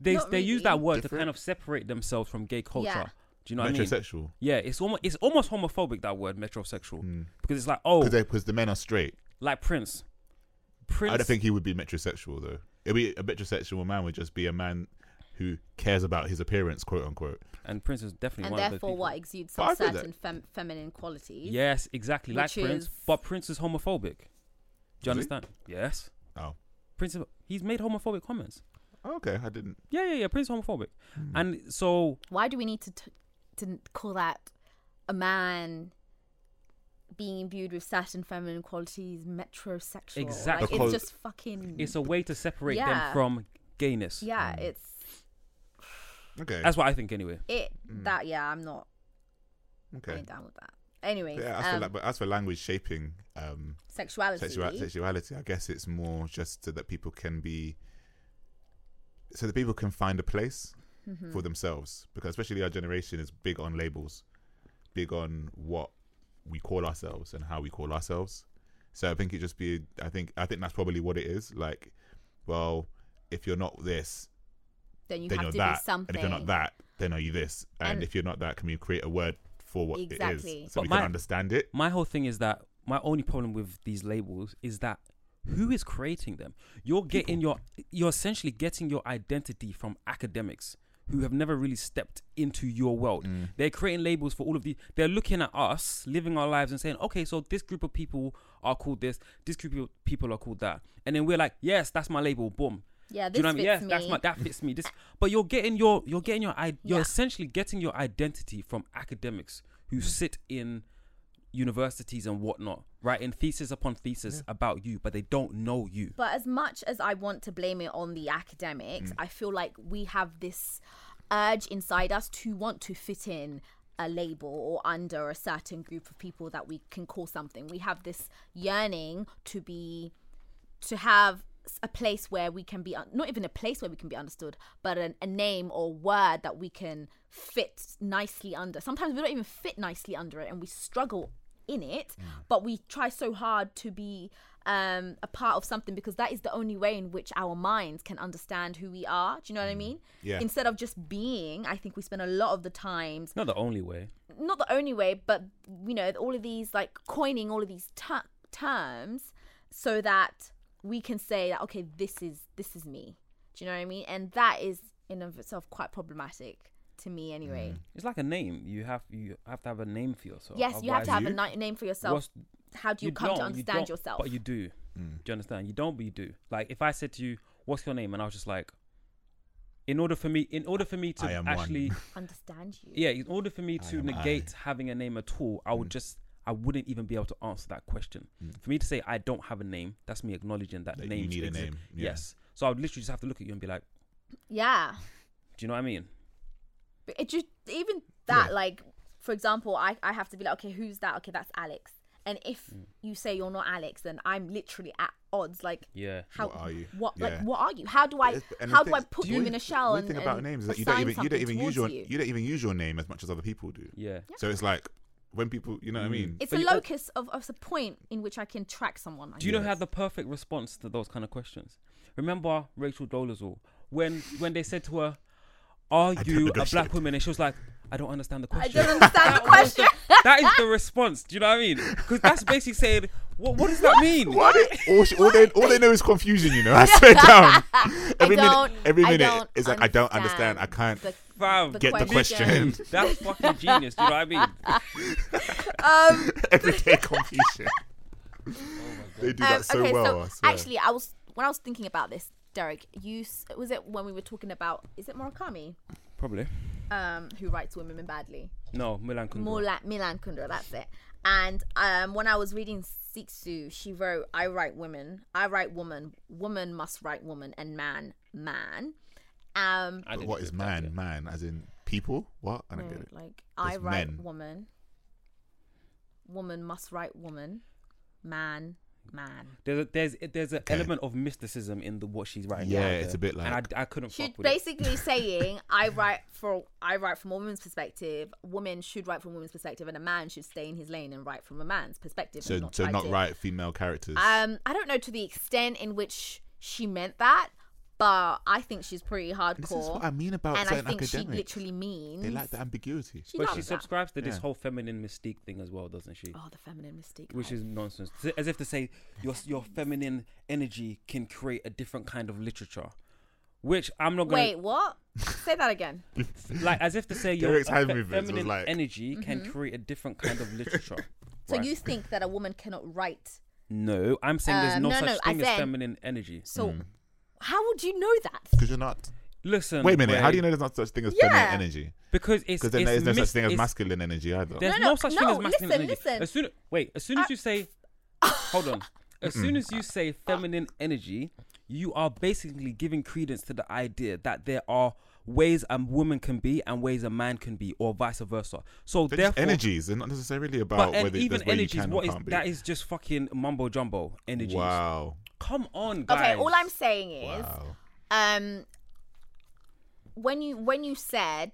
S1: they
S2: Not
S1: they use that
S2: really.
S1: word to
S3: Different.
S1: kind of separate themselves from gay culture.
S2: Yeah.
S1: Do you know what I mean?
S3: Metrosexual.
S1: Yeah, it's almost it's almost homophobic that word metrosexual
S3: Hmm.
S1: because it's like oh,
S3: Because the men are straight.
S1: like Prince. Prince.
S3: I don't think he would be metrosexual though. It'd be a metrosexual man would just be a man who cares about his appearance, quote unquote.
S1: and Prince is definitely
S2: and
S1: one of those
S2: therefore
S1: people.
S2: what exudes
S3: But
S2: some
S3: I feel that-
S2: certain fem- feminine qualities.
S1: Yes, exactly. Like
S2: Which
S1: Prince,
S2: is-
S1: but Prince is homophobic. Do you
S3: Is he?
S1: understand? Yes,
S3: Oh,
S1: Prince. is- He's made homophobic comments.
S3: okay. I didn't.
S1: Yeah, yeah, yeah. Prince is homophobic,
S3: Hmm.
S1: and so
S2: Why do we need to t- to call that a man being imbued with certain feminine qualities metrosexual?
S1: Exactly.
S2: Like,
S3: Because-
S2: it's just fucking.
S1: it's a way to separate them
S2: Yeah.
S1: from gayness.
S2: yeah,
S3: Mm.
S2: it's
S3: Okay.
S1: That's what I think, anyway.
S2: it that yeah. I'm not
S3: Mm. okay.
S2: going down with that. Anyway,
S3: But Yeah, as, for,
S2: um,
S3: la- but as for language shaping um,
S2: sexuality.
S3: sexua- sexuality, I guess it's more just so that people can be, so that people can find a place
S2: Mm-hmm.
S3: for themselves. Because especially our generation is big on labels, big on what we call ourselves and how we call ourselves. So I think it just be, I think, I think that's probably what it is. Like, well, if you're not this,
S2: then you
S3: then
S2: have
S3: you're
S2: to
S3: that,
S2: do something.
S3: and if you're not that, then are you this? And,
S2: And-
S3: if you're not that, can you create a word for what it
S2: Exactly.
S3: is so
S1: But
S3: we
S1: my-
S3: can understand it?
S1: My whole thing is that my only problem with these labels is that who is creating them? You're getting your you're essentially getting your identity from academics who have never really stepped into your world. They're creating labels for all of these. They're looking at us living our lives and saying, "Okay, so this group of people are called this. This group of people are called that." And then we're like, "Yes, that's my label." Boom.
S2: Yeah,
S1: Do you know
S2: Uh,
S1: what I
S2: this
S1: mean? Yes,
S2: fits
S1: that's
S2: me.
S1: my that fits me. This, but you're getting your you're getting your i- you're
S2: Yeah.
S1: essentially getting your identity from academics
S2: Mm.
S1: who sit in universities and whatnot, writing thesis upon thesis about you, but they don't know you.
S2: But as much as I want to blame it on the
S3: Mm.
S2: academics, I feel like we have this urge inside us to want to fit in a label or under a certain group of people that we can call something. We have this yearning to be to have s- a place where we can be un- not even a place where we can be understood but an, a name or word that we can fit nicely under sometimes we don't even fit nicely under it and we struggle in it but we try so hard to be um, a part of something because that is the only way in which our minds can understand who we are do you know what i mean
S3: Yeah.
S2: instead of just being i think we spend a lot of the times
S1: It's not the only way.
S2: not the only way, but you know, all of these like coining all of these ter- terms so that we can say that okay, this is this is me. Do you know what I mean? And that is in of itself quite problematic to me, anyway.
S1: It's like a name. You have you have to have a name for yourself.
S2: Yes, you have to have a
S1: Otherwise-
S2: ni- name for yourself.
S1: What's-
S2: How do you, come
S1: don't,
S2: to
S1: don't,
S2: understand yourself?
S1: But you do.
S3: Mm.
S1: Do you understand? You don't, but you do. Like if I said to you, "What's your name?" and I was just like, in order for me, in order for me
S3: I
S1: to
S3: am one.
S1: actually.
S2: understand you.
S1: yeah in order for me to
S3: am Mm.
S1: negate having a name at all i would just i wouldn't even be able to answer that question for me to say i don't have a name that's me acknowledging that,
S3: That you
S1: names
S3: need a
S1: exist.
S3: name, yeah.
S1: yes so i would literally just have to look at you and be like
S2: Yeah.
S1: do you know what i mean
S2: But it just even that
S3: Yeah.
S2: like for example i i have to be like okay who's that okay that's alex and if
S1: Mm.
S2: you say you're not alex then i'm literally at odds like
S1: Yeah.
S2: how
S3: What are you?
S2: what
S3: Yeah.
S2: like what are you how do i
S3: It's- and the
S2: how do
S3: thing
S2: i
S3: is-
S2: put
S3: the
S2: you
S3: weird-
S2: in a shell
S3: weird
S2: and
S3: thing about
S2: and
S3: names is that you don't
S2: assign
S3: even you don't
S2: something
S3: even use your
S2: towards
S3: you. don't even use your name as much as other people do.
S1: yeah
S3: So it's like when people, you know what I mean?
S2: it's
S1: But
S2: a
S1: you al-
S2: locus of, of a point in which i can track someone I
S1: do you know
S2: guess.
S1: how the perfect response to those kind of questions remember rachel dolezal when when they said to her are
S3: don't
S1: you a
S3: negotiate.
S1: black woman and she was like i don't understand the
S2: i
S1: question
S2: don't understand the question
S1: that is the response do you know what i mean because that's basically saying what, what does that mean
S3: What? All, she, all they all they know is confusion. You know, I swear down.
S2: I
S3: Every minute,
S2: don't-
S3: every
S2: I
S3: minute,
S2: don't
S3: it's like I don't understand. I can't
S2: the-
S1: Fam,
S2: The
S3: Get the question.
S1: that's fucking genius. Do you know what I mean?
S2: Um,
S3: Everyday confusion.
S1: Oh
S3: They do
S2: um,
S3: that so
S2: okay,
S3: well. I
S2: so
S3: swear.
S2: actually, I was when I was thinking about this, Derek. You s- was it when we were talking about is it Murakami
S1: Probably.
S2: um, who writes women badly?
S1: No, Milan Kundera.
S2: Mola- Milan Kundera, that's it. And um, when I was reading Sitsu, she wrote, "I write women. I write woman. Woman must write woman, and man, man." Um,
S1: I
S3: But
S1: didn't
S3: what
S1: get
S3: is
S1: that, yeah.
S3: man? Man, as in people? What? I don't get it.
S2: Mm, like I
S3: It's
S2: write
S3: men.
S2: woman. Woman must write woman, man, man.
S1: There's a, there's there's an element of mysticism in the what she's writing.
S3: Yeah,
S1: down
S3: it's
S1: there.
S3: a bit like-
S1: And I, I couldn't
S2: She's
S1: fuck with it.
S2: basically saying, "I write for I write from a woman's perspective. Women should write from a woman's perspective, and a man should stay in his lane and write from a man's perspective."
S3: So,
S2: and
S3: not
S2: not
S3: so
S2: try
S3: not
S2: to-
S3: right female characters.
S2: Um, I don't know to the extent in which she meant that, but I think she's pretty hardcore.
S3: this is what I mean about
S2: and I
S3: certain
S2: think she
S3: academics.
S2: literally means
S3: they like the ambiguity.
S2: she
S1: But
S2: loves
S1: she
S2: that.
S1: subscribes to this
S3: Yeah.
S1: whole feminine mystique thing as well, doesn't she?
S2: Oh, the feminine mystique.
S1: Which is nonsense. T- As if to say your your feminine energy can create a different kind of literature, which I'm not going.
S2: wait, what? Say that again.
S1: like as if to say your
S3: Derek's hand
S1: fe-
S3: movements was
S1: feminine
S3: like-
S1: energy can create a different kind of literature.
S2: Mm-hmm. So
S1: right?
S2: you think that a woman cannot write?
S1: No, I'm saying there's
S2: Um,
S1: no,
S2: no,
S1: such
S2: no, I
S1: thing as
S2: said-
S1: feminine energy.
S2: So how would you know that?
S3: Because you're not.
S1: Listen.
S3: Wait a minute. How do
S1: Ray,
S3: you know there's not such thing as
S2: Yeah.
S3: feminine energy?
S1: Because it's
S3: Because then
S1: it's
S3: there's no such
S1: mis-
S3: thing as
S1: it's-
S3: masculine energy either.
S1: There's
S2: No,
S1: no,
S2: no,
S1: such
S2: no,
S1: thing as masculine
S2: listen,
S1: energy.
S2: listen.
S1: As soon wait, as soon as you say, hold on, as soon as you say feminine energy, you are basically giving credence to the idea that there are ways a woman can be and ways a man can be, or vice versa. So
S3: They're just
S1: therefore,
S3: energies. They're not necessarily about
S1: but and
S3: whether
S1: even
S3: there's where
S1: energies,
S3: you can
S1: what
S3: or
S1: is
S3: can't be.
S1: that is just fucking mumbo jumbo energies.
S3: wow.
S1: Come on,
S2: Okay,
S1: guys.
S2: all I'm saying is,
S3: Wow.
S2: um, when you when you said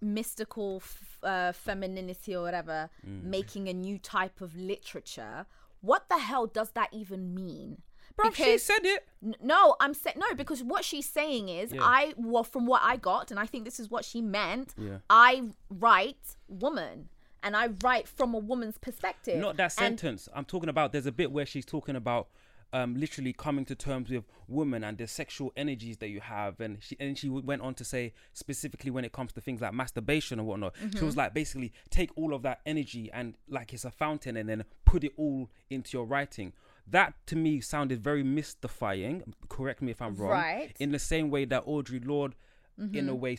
S2: mystical f- uh, femininity or whatever,
S1: Mm.
S2: making a new type of literature, what the hell does that even mean?
S1: Bruv, she said it.
S2: N- No, I'm saying no because what she's saying is
S1: Yeah.
S2: I well from what I got and I think this is what she meant.
S1: Yeah.
S2: I write woman and I write from a woman's perspective.
S1: Not that
S2: And-
S1: sentence. I'm talking about. There's a bit where she's talking about um, literally coming to terms with women and the sexual energies that you have, and she and she went on to say specifically when it comes to things like masturbation and whatnot. She was like, basically, take all of that energy and like it's a fountain, and then put it all into your writing. That to me sounded very mystifying. Correct me if I'm wrong.
S2: Right.
S1: In the same way that Audrey Lorde, in a way,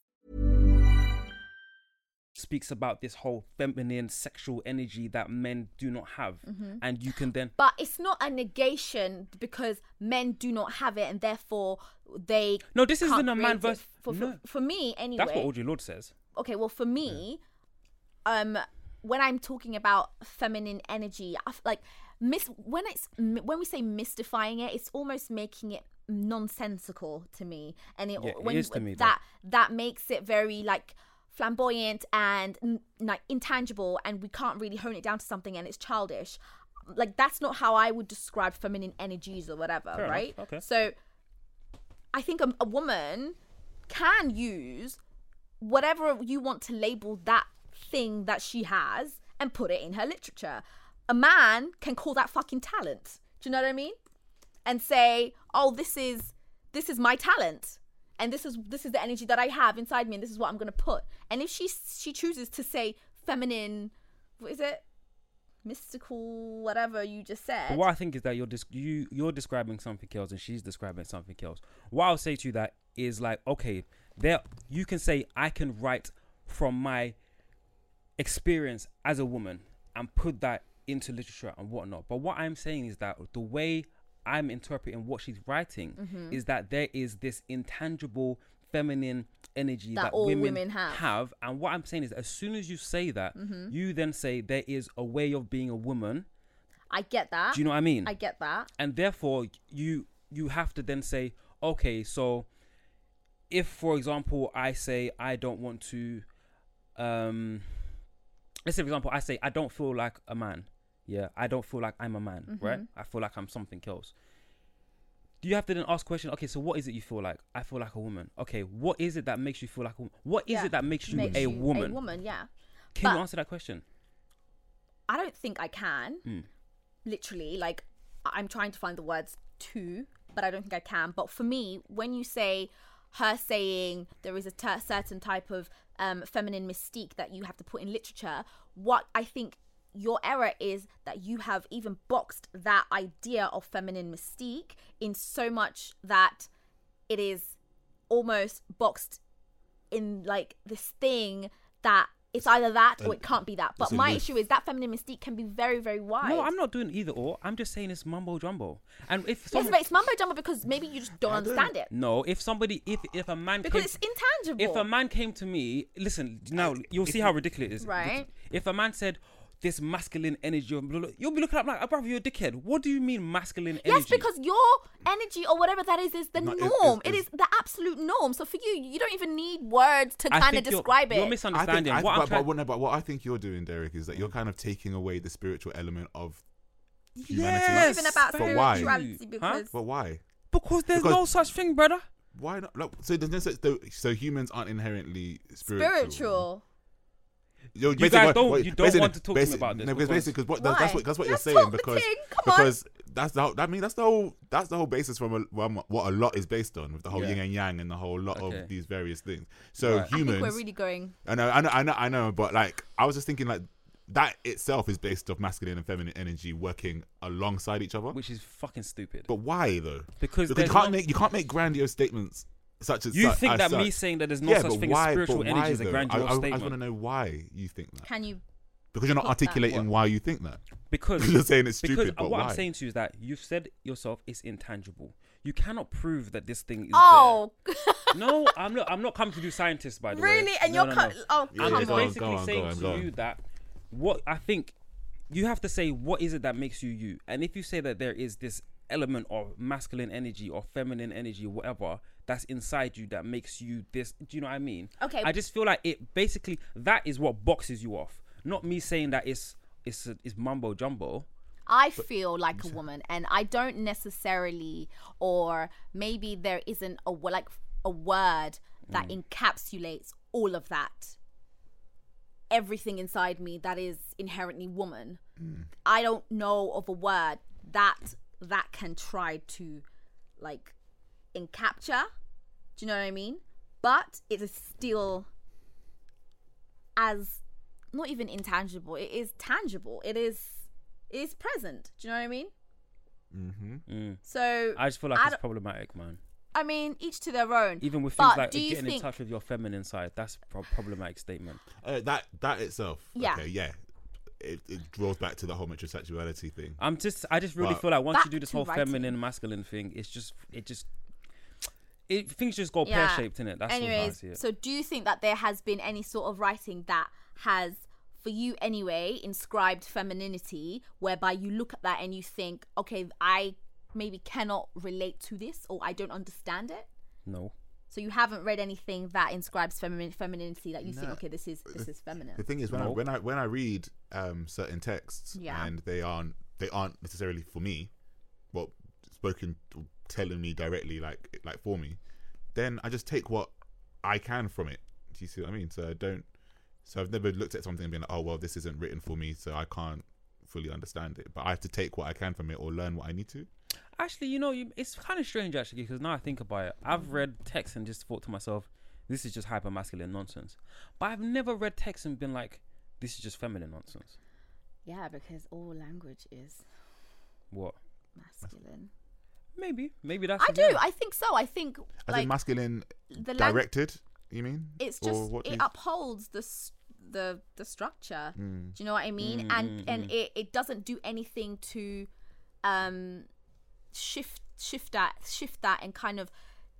S1: speaks about this whole feminine sexual energy that men do not have, and you can then
S2: but it's not a negation because men do not have it and therefore they
S1: No, this
S2: can't
S1: isn't a man
S2: create it.
S1: versus-
S2: for, for,
S1: no.
S2: for me anyway
S1: That's what Audrey Lorde says.
S2: okay well for me um when i'm talking about feminine energy I f- like miss when it's m- when we say mystifying it it's almost making it nonsensical to me and it,
S1: Yeah, it
S2: when you-
S1: is to me, though.
S2: that that makes it very like flamboyant and n- like intangible and we can't really hone it down to something and it's childish like that's not how i would describe feminine energies or whatever
S1: Fair enough,
S2: right
S1: okay.
S2: so I think a, a woman can use whatever you want to label that thing that she has and put it in her literature. A man can call that fucking talent. Do you know what I mean? And say, "Oh, this is this is my talent." And this is this is the energy that I have inside me and this is what I'm going to put. And if she she chooses to say feminine what is it? mystical whatever you just said.
S1: But what I think is that you're dis- you you're describing something else and she's describing something else. What I'll say to you that is like, okay, there you can say I can write from my experience as a woman and put that into literature and whatnot. But what I'm saying is that the way I'm interpreting what she's writing
S2: Mm-hmm.
S1: is that there is this intangible feminine energy
S2: That
S1: that,
S2: all
S1: women,
S2: women have. Mm-hmm.
S1: have. And what I'm saying is as soon as you say that, you then say there is a way of being a woman
S2: I get that.
S1: Do you know what I mean?
S2: Ah, I get that.
S1: and therefore you you have to then say okay so if for example i say i don't want to um let's say for example i say i don't feel like a man yeah i don't feel like i'm a man
S2: Mm-hmm.
S1: right i feel like i'm something else do you have to then ask question okay so what is it you feel like i feel like a woman okay what is it that makes you feel like a woman what is
S2: Yeah.
S1: it that makes you,
S2: Makes
S1: a,
S2: you
S1: woman?
S2: A woman, yeah.
S1: can you
S2: But-
S1: answer that question
S2: I don't think I can.
S3: Hmm.
S2: Literally, like I- I'm trying to find the words to, but I don't think I can. But for me, when you say her saying there is a ter- certain type of um, feminine mystique that you have to put in literature, what I think your error is that you have even boxed that idea of feminine mystique in so much that it is almost boxed in like this thing that it's either that or it can't be that. But
S3: it's a
S2: my
S3: myth.
S2: issue is that feminine mystique can be very, very wide.
S1: no i'm not doing either or i'm just saying it's mumbo jumbo and if
S2: Yes,
S1: someone,
S2: but it's mumbo jumbo because maybe you just don't understand it
S1: no if somebody if if a man
S2: because
S1: came-
S2: it's intangible.
S1: If a man came to me, listen, now you'll see how ridiculous it is.
S2: Right.
S1: If a man said this masculine energy, of blah, blah, you'll be looking up like, oh, brother, you're a dickhead. What do you mean masculine energy?
S2: Yes, because your energy or whatever that is is the
S3: No, it- it's-
S2: norm. it
S3: it's-
S2: is the absolute norm. So for you, you don't even need words to
S1: I
S2: kind of
S1: think you're-
S2: describe
S1: You're
S2: it.
S3: I think,
S1: misunderstanding.
S3: I,
S1: what
S3: but,
S1: I'm trying-
S3: but, what- no, but what I think you're doing, Derek, is that you're kind of taking away the spiritual element of humanity.
S1: Yes,
S2: even about
S3: But why?
S2: spirituality
S1: Huh?
S2: because
S3: But why?
S1: because there's
S3: because-
S1: no such thing, brother.
S3: Why not? Like, so there's no such. though- So humans aren't inherently spiritual.
S2: spiritual.
S3: You're
S1: You
S3: basically-
S1: guys don't-
S3: wait,
S1: you don't
S3: basically-
S1: want to talk to me
S3: basically-
S1: about this
S3: No, because
S1: because-
S3: basically, because what, that's, that's
S2: Why?
S3: what that's what
S2: Let's
S3: you're saying
S2: talk the
S3: because
S2: thing, come on.
S3: because that's the whole, I mean that's the whole that's the whole basis from a, from what a lot is based on with the whole
S1: Yeah.
S3: yin and yang and the whole lot
S1: Okay.
S3: of these various things.
S1: Right.
S3: So
S1: I
S2: I
S3: humans,
S2: think we're really going.
S3: I know, I know, I know, I know, but like, I was just thinking like that itself is based off masculine and feminine energy working alongside each other.
S1: Which is fucking stupid.
S3: but why though?
S1: Because
S3: you
S1: there's
S3: can't
S1: one-
S3: make you can't make grandiose statements such as
S1: You
S3: such-
S1: think
S3: as
S1: that
S3: such.
S1: me saying that there's no such
S3: but
S1: thing as spiritual
S3: but
S1: energy is a
S3: though?
S1: grandiose
S3: I, I, I just
S1: statement.
S3: want to know why you think that
S2: Can you?
S3: because you're not
S2: put that-
S3: articulating why you think that.
S1: because
S3: You're saying it's
S1: because
S3: stupid, but
S1: what
S3: why?
S1: I'm saying to you is that you've said yourself it's intangible. You cannot prove that this thing is. there.
S2: Oh,
S1: no, I'm not. I'm not coming to do scientists, by the way.
S2: Really? And
S1: No,
S2: you're
S1: no, no.
S2: cut- oh,
S3: Yeah,
S1: I'm
S3: yeah,
S1: just
S3: go on,
S1: basically
S3: go on,
S1: saying
S3: go on,
S1: to
S3: go on.
S1: you that what I think you have to say. What is it that makes you you? And if you say that there is this element of masculine energy or feminine energy, whatever that's inside you that makes you this. Do you know what I mean?
S2: Okay.
S1: I just feel like it. Basically, that is what boxes you off. Not me saying that it's it's it's mumbo jumbo.
S2: I feel like a woman, and I don't necessarily, or maybe there isn't a wo- like a word that encapsulates all of that, everything inside me that is inherently woman. I don't know of a word that that can try to, like, encapture. Do you know what I mean? But it is still as not even intangible. It is tangible. It is it is present. Do you know what I mean? Mm-hmm. So
S1: Mm. I just feel like
S2: I,
S1: it's
S2: don't-
S1: problematic, man.
S2: I mean, each to their own.
S1: Even with things
S2: but
S1: like
S2: do you
S1: getting in
S2: think
S1: touch with your feminine side, that's a problematic statement.
S3: Uh, that that itself.
S2: Yeah.
S3: Okay, yeah. It, it draws back to the whole metrosexuality thing.
S1: I'm just, I just really
S3: But-
S1: feel like once
S2: Back
S1: you do this
S2: to
S1: whole
S2: writing.
S1: feminine masculine thing, it's just, it just, it things just go
S2: Yeah.
S1: pear shaped in it. That's all I
S2: Anyways,
S1: see it.
S2: so do you think that there has been any sort of writing that has, for you anyway, inscribed femininity, whereby you look at that and you think, okay, I maybe cannot relate to this, or I don't understand it.
S1: no,
S2: So you haven't read anything that inscribes feminine femininity that you think,
S3: No.
S2: okay, this is this is feminine.
S3: The thing is, when I
S1: No.
S3: when I when I read um, certain texts
S2: Yeah.
S3: and they aren't they aren't necessarily for me, well, spoken telling me directly, like like for me, then I just take what I can from it. Do you see what I mean? So I don't. So I've never looked at something and been like, oh well, this isn't written for me, so I can't fully understand it. But I have to take what I can from it or learn what I need to.
S1: Actually, you know, you, it's kind of strange actually because now I think about it,
S2: Mm-hmm.
S1: I've read text and just thought to myself, this is just hyper masculine nonsense. But I've never read text and been like, this is just feminine nonsense.
S2: Yeah, because all language is
S1: What?
S2: masculine.
S1: Maybe, maybe that's.
S2: I
S1: it,
S2: do.
S1: yeah.
S2: I think so. I think
S3: As
S2: like
S3: in masculine
S2: the lang-
S3: directed, you mean?
S2: it's
S3: Or
S2: just
S3: what do
S2: it
S3: you-
S2: upholds the s- the the structure.
S3: Mm.
S2: Do you know what I mean? and and it, it doesn't do anything to um shift shift that shift that and kind of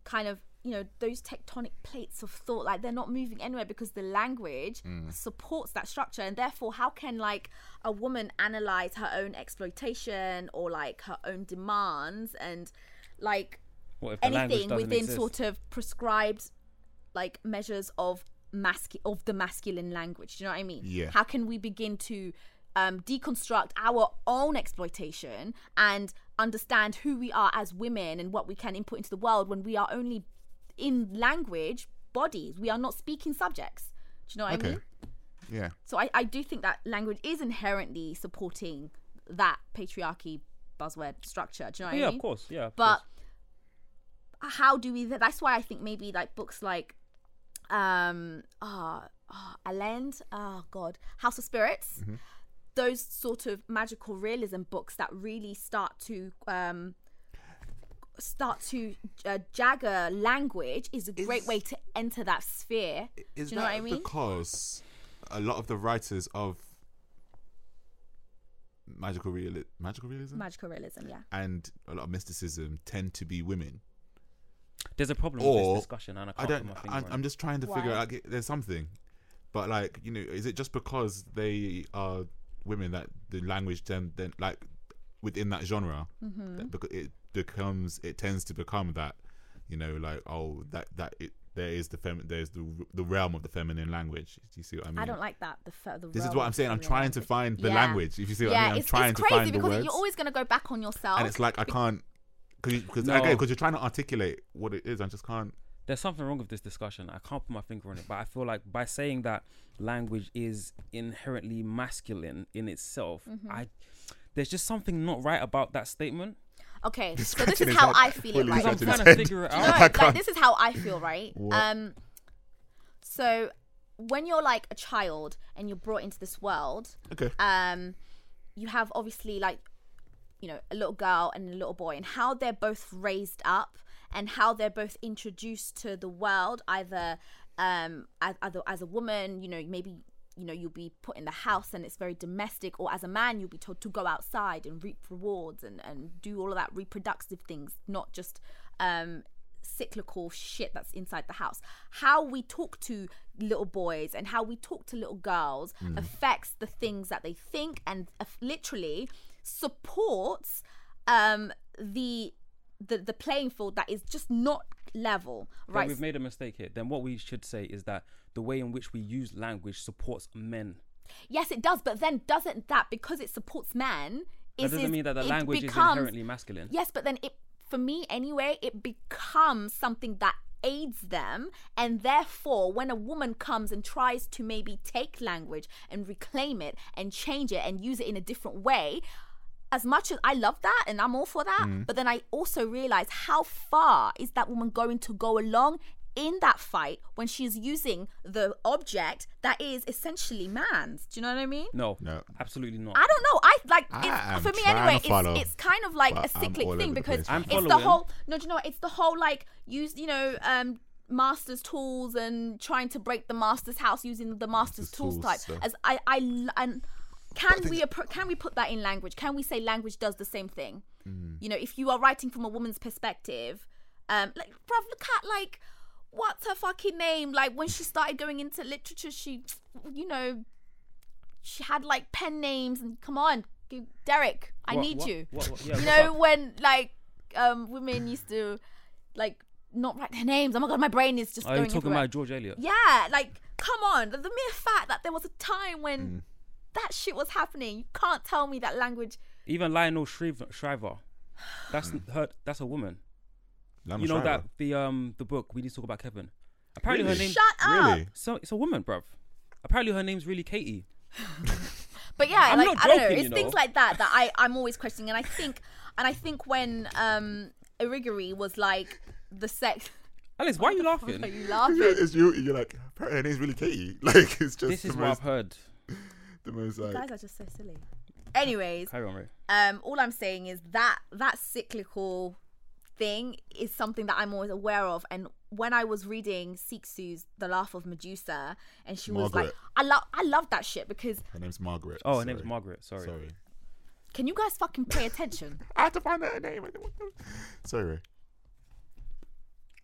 S2: kind of you know those tectonic plates of thought like they're not moving anywhere because the language
S3: Mm.
S2: supports that structure and therefore how can like a woman analyze her own exploitation or like her own demands and like
S1: What if the language
S2: anything
S1: doesn't
S2: within
S1: exist?
S2: sort of prescribed like measures of mascu- of the masculine language. Do you know what I mean?
S3: Yeah.
S2: How can we begin to um, deconstruct our own exploitation and understand who we are as women and what we can input into the world when we are only in language bodies? We are not speaking subjects. Do you know what I
S3: Okay.
S2: mean?
S3: Yeah.
S2: So I, I do think that language is inherently supporting that patriarchy buzzword structure. Do you know what
S1: yeah,
S2: I mean?
S1: of course. Yeah, of
S2: but
S1: course.
S2: how do we that's why i think maybe like books like um ah ah, Allende, oh god house of spirits
S3: Mm-hmm.
S2: those sort of magical realism books that really start to um start to uh, jagger language is a great
S3: Is-
S2: way to enter that sphere
S3: Is
S2: do you know
S3: that
S2: what i mean
S3: because a lot of the writers of magical reali- magical realism
S2: magical realism yeah
S3: and a lot of mysticism tend to be women.
S1: there's a problem with
S3: or
S1: this discussion, and I can't put
S3: don't.
S1: my finger
S3: I,
S1: on
S3: I'm
S1: it.
S3: just trying to figure
S2: Why?
S3: out. like, There's something, but like you know, is it just because they are women that the language then then like within that genre
S2: Mm-hmm.
S3: that beca- it becomes it tends to become that you know like oh that that it there is the fem there's the the realm of the feminine language. Do you see what I mean?
S2: I don't like that. The, fe- the
S3: This is
S2: realm
S3: what I'm
S2: of
S3: saying. I'm
S2: feminine
S3: trying to find the language, if you see what I mean. I'm
S2: it's,
S3: trying
S2: it's
S3: to
S2: crazy
S3: find the
S2: because
S3: words.
S2: You're always going to go back on yourself.
S3: and it's like I can't because
S1: No.
S3: again because you're trying to articulate what it is. I just can't.
S1: there's something wrong with this discussion. I can't put my finger on it, but I feel like by saying that language is inherently masculine in itself,
S2: Mm-hmm.
S1: I there's just something not right about that statement.
S2: Okay, so this
S3: scratching
S2: is
S3: his
S2: how
S3: head.
S2: I feel it
S3: Fully
S2: right
S1: Because I'm
S3: scratching his
S1: trying to
S3: head.
S1: figure it
S2: Do you
S1: out.
S2: know,
S3: I
S2: like,
S3: can't-
S2: this is how I feel, right?
S3: What?
S2: Um, so when you're like a child and you're brought into this world,
S3: Okay.
S2: um, you have obviously like, you know, a little girl and a little boy, and how they're both raised up and how they're both introduced to the world, either um, as, as, a, as a woman, you know, maybe you know you'll be put in the house and it's very domestic or as a man you'll be told to go outside and reap rewards and and do all of that reproductive things not just um cyclical shit that's inside the house. How we talk to little boys and how we talk to little girls
S1: Mm.
S2: affects the things that they think and aff- literally supports um the the the playing field that is just not level,
S1: Right.
S2: right?
S1: We've made a mistake here. Then what we should say is that the way in which we use language supports men.
S2: yes, it does, but then doesn't that because it supports men
S1: That
S2: is
S1: doesn't
S2: is-
S1: mean that the
S2: it
S1: language is
S2: becomes-
S1: inherently masculine.
S2: Yes, but then it for me anyway, it becomes something that aids them and therefore when a woman comes and tries to maybe take language and reclaim it and change it and use it in a different way as much as I love that and I'm all for that but then I also realize how far is that woman going to go along in that fight when she's using the object that is essentially man's do you know what I mean
S1: No,
S3: No.
S1: absolutely not.
S2: I don't know. I like
S3: I
S2: it's,
S3: am
S2: for me
S3: trying
S2: anyway.
S3: to
S2: It's,
S3: follow,
S2: it's kind of like
S3: but
S2: a
S3: I'm
S2: cyclic
S3: all
S2: thing
S3: over the
S2: because
S3: place. I'm
S2: it's the
S1: following.
S2: whole. No, do you know what? It's the whole like use you know um master's tools and trying to break the master's house using the master's,
S3: Master's
S2: tools,
S3: tools
S2: type.
S3: stuff.
S2: As I I l- and can we appro- can we put that in language? Can we say language does the same thing?
S3: Mm.
S2: You know, if you are writing from a woman's perspective, um, like bruv, look at like what's her fucking name? Like when she started going into literature, she you know she had like pen names and come on g- derek i
S1: What-
S2: need
S1: what-
S2: you
S1: what- what- yeah, what's
S2: you know
S1: up?
S2: when like um women used to like not write their names oh my god my brain is just
S1: Are
S2: going
S1: you talking
S2: everywhere.
S1: about George Eliot?
S2: yeah like come on the, the mere fact that there was a time when
S1: Mm.
S2: that shit was happening you can't tell me that language
S1: Even Lionel Shriver, Shriver that's her. That's a woman.
S3: Lama
S1: you know
S3: Schreiber.
S1: that the um the book we need to talk about Kevin. Apparently her
S3: Really?
S1: name.
S2: Shut up.
S3: Really?
S1: So it's a woman, bruv. Apparently her name's really Katie.
S2: But yeah,
S1: I'm
S2: like
S1: not
S2: I
S1: joking,
S2: don't know, it's
S1: you
S2: things
S1: know.
S2: like that that I I'm always questioning, and I think and I think when um Irigiri was like the sex,
S1: Alice, why are you
S2: are
S1: laughing?
S2: you
S3: Yeah,
S2: laughing?
S3: it's you. You're like apparently her name's really Katie. Like it's just
S1: This
S3: the,
S1: is what I've
S3: most,
S1: heard.
S3: the most like
S2: Guys are just so silly. Anyways,
S1: Carry on, Ray.
S2: um, all I'm saying is that that cyclical thing is something that I'm always aware of. And when I was reading Siksu's The Laugh of Medusa, and she was like,
S3: Margaret.
S2: I love, I love that shit because
S3: her name's Margaret.
S1: Oh, her
S3: sorry.
S1: name's Margaret. Sorry.
S3: Sorry,
S2: can you guys fucking pay attention?
S3: I had to find out her name. I didn't want to- Sorry, Ray.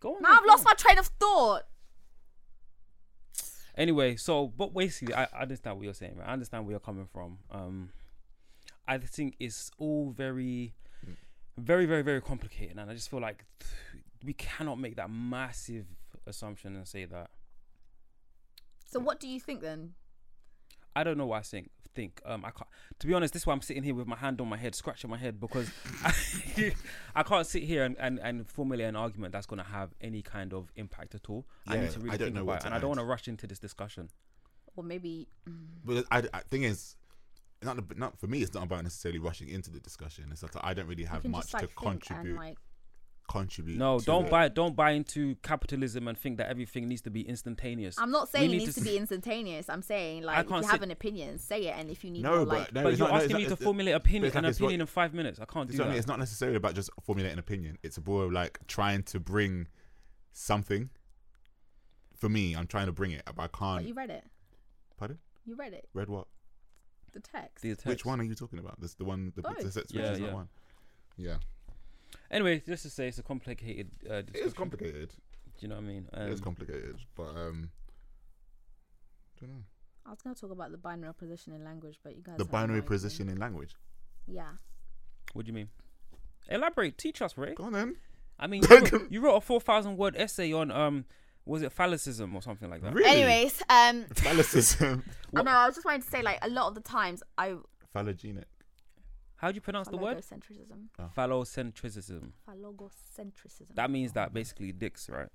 S1: Go on.
S2: now I've
S1: go
S2: lost
S1: on.
S2: my train of thought.
S1: Anyway, so but basically, I, I understand what you're saying. Right? I understand where you're coming from. Um, I think it's all very, very, very, very complicated, and I just feel like th- we cannot make that massive assumption and say that.
S2: So what do you think then?
S1: I don't know what I think. Think um, I can't. To be honest, this is why I'm sitting here with my hand on my head, scratching my head because I, I can't sit here and, and, and formulate an argument that's going to have any kind of impact at all. I
S3: Yeah,
S1: need to really
S3: I don't
S1: think
S3: know
S1: about
S3: what
S1: it,
S3: to
S1: and I don't
S3: add.
S1: want to rush into this discussion.
S2: Or maybe
S3: But I, I thing is, not not for me. It's not about necessarily rushing into the discussion. It's like I don't really
S2: you
S3: have
S2: can
S3: much
S2: just like
S3: to
S2: think
S3: contribute.
S2: and like
S3: contribute.
S1: No,
S3: Mm, to
S1: don't
S3: it.
S1: buy don't buy into capitalism and think that everything needs to be instantaneous.
S2: I'm not
S1: We
S2: saying it
S1: need
S2: needs to,
S1: s-
S2: be instantaneous. I'm saying like if you
S1: can't
S2: have
S1: sit-
S2: an opinion, say it, and if you need
S3: No,
S2: more,
S3: but
S2: like,
S3: no,
S1: but
S3: it's
S1: you're
S3: not- no,
S1: asking
S3: it's
S1: me
S3: not-
S1: to
S3: it's-
S1: formulate
S3: but
S1: opinion,
S3: it's like
S1: an
S3: it's what-
S1: opinion in five minutes. I can't
S3: It's,
S1: do
S3: not,
S1: that.
S3: it's not necessarily about just formulating an opinion. It's more of like trying to bring something. For me, I'm trying to bring it, but I
S2: but
S3: can't.
S2: you read it.
S3: Pardon?
S2: You read it.
S3: Read what?
S2: The text.
S1: The
S3: Which
S1: attacks.
S3: one are you talking about? This the one the,
S2: Both.
S3: the set switch
S1: Yeah,
S3: is that
S1: yeah.
S3: one. Yeah,
S1: Anyway, just to say, it's a complicated. Uh,
S3: it is
S1: discussion,
S3: complicated.
S1: Do you know what I mean?
S3: it is
S1: Um,
S3: complicated, but um, don't know
S2: I was gonna talk about the binary position in language, but you guys.
S3: the
S2: have
S3: binary
S2: annoyed me.
S3: position in language.
S2: Yeah.
S1: What do you mean? Elaborate. Teach us, Ray.
S3: Go on then.
S1: I mean, you wrote, you wrote a four thousand word essay on um, was it phallicism or something like that?
S3: Really?
S2: Anyways, um,
S3: Phallicism.
S2: I know I was just wanting to say like a lot of the times I
S3: Phallogenic.
S1: How do you pronounce the word?
S2: phallogocentrism,
S1: Phallocentrism.
S2: phallogocentrism.
S1: That means that basically dicks, right?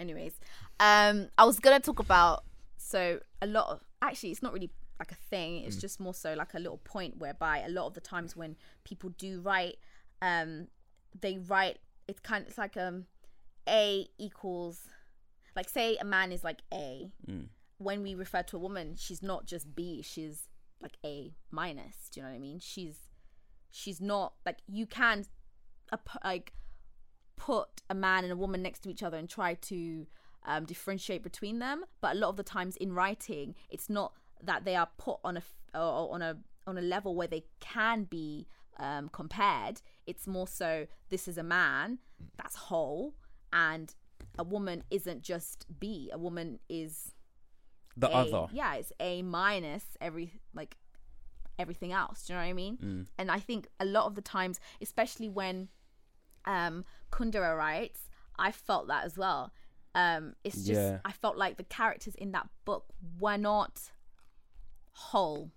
S2: Anyways, um, I was gonna talk about so a lot of actually it's not really like a thing. It's just more so like a little point whereby a lot of the times when people do write, um, they write it's kind of it's like um, a equals like say a man is like a. When we refer to a woman, she's not just B. She's like a minus. Do you know what I mean? She's she's not like you can up- like put a man and a woman next to each other and try to um, differentiate between them. But a lot of the times in writing, it's not that they are put on a f- or or on a on a level where they can be um, compared. It's more so this is a man that's whole, and a woman isn't just B. A woman is
S1: The
S2: A-
S1: other.
S2: Yeah, it's A minus every like everything else. Do you know what I mean?
S1: Mm.
S2: And I think a lot of the times, especially when um Kundera writes, I felt that as well. Um it's just
S1: Yeah.
S2: I felt like the characters in that book were not whole.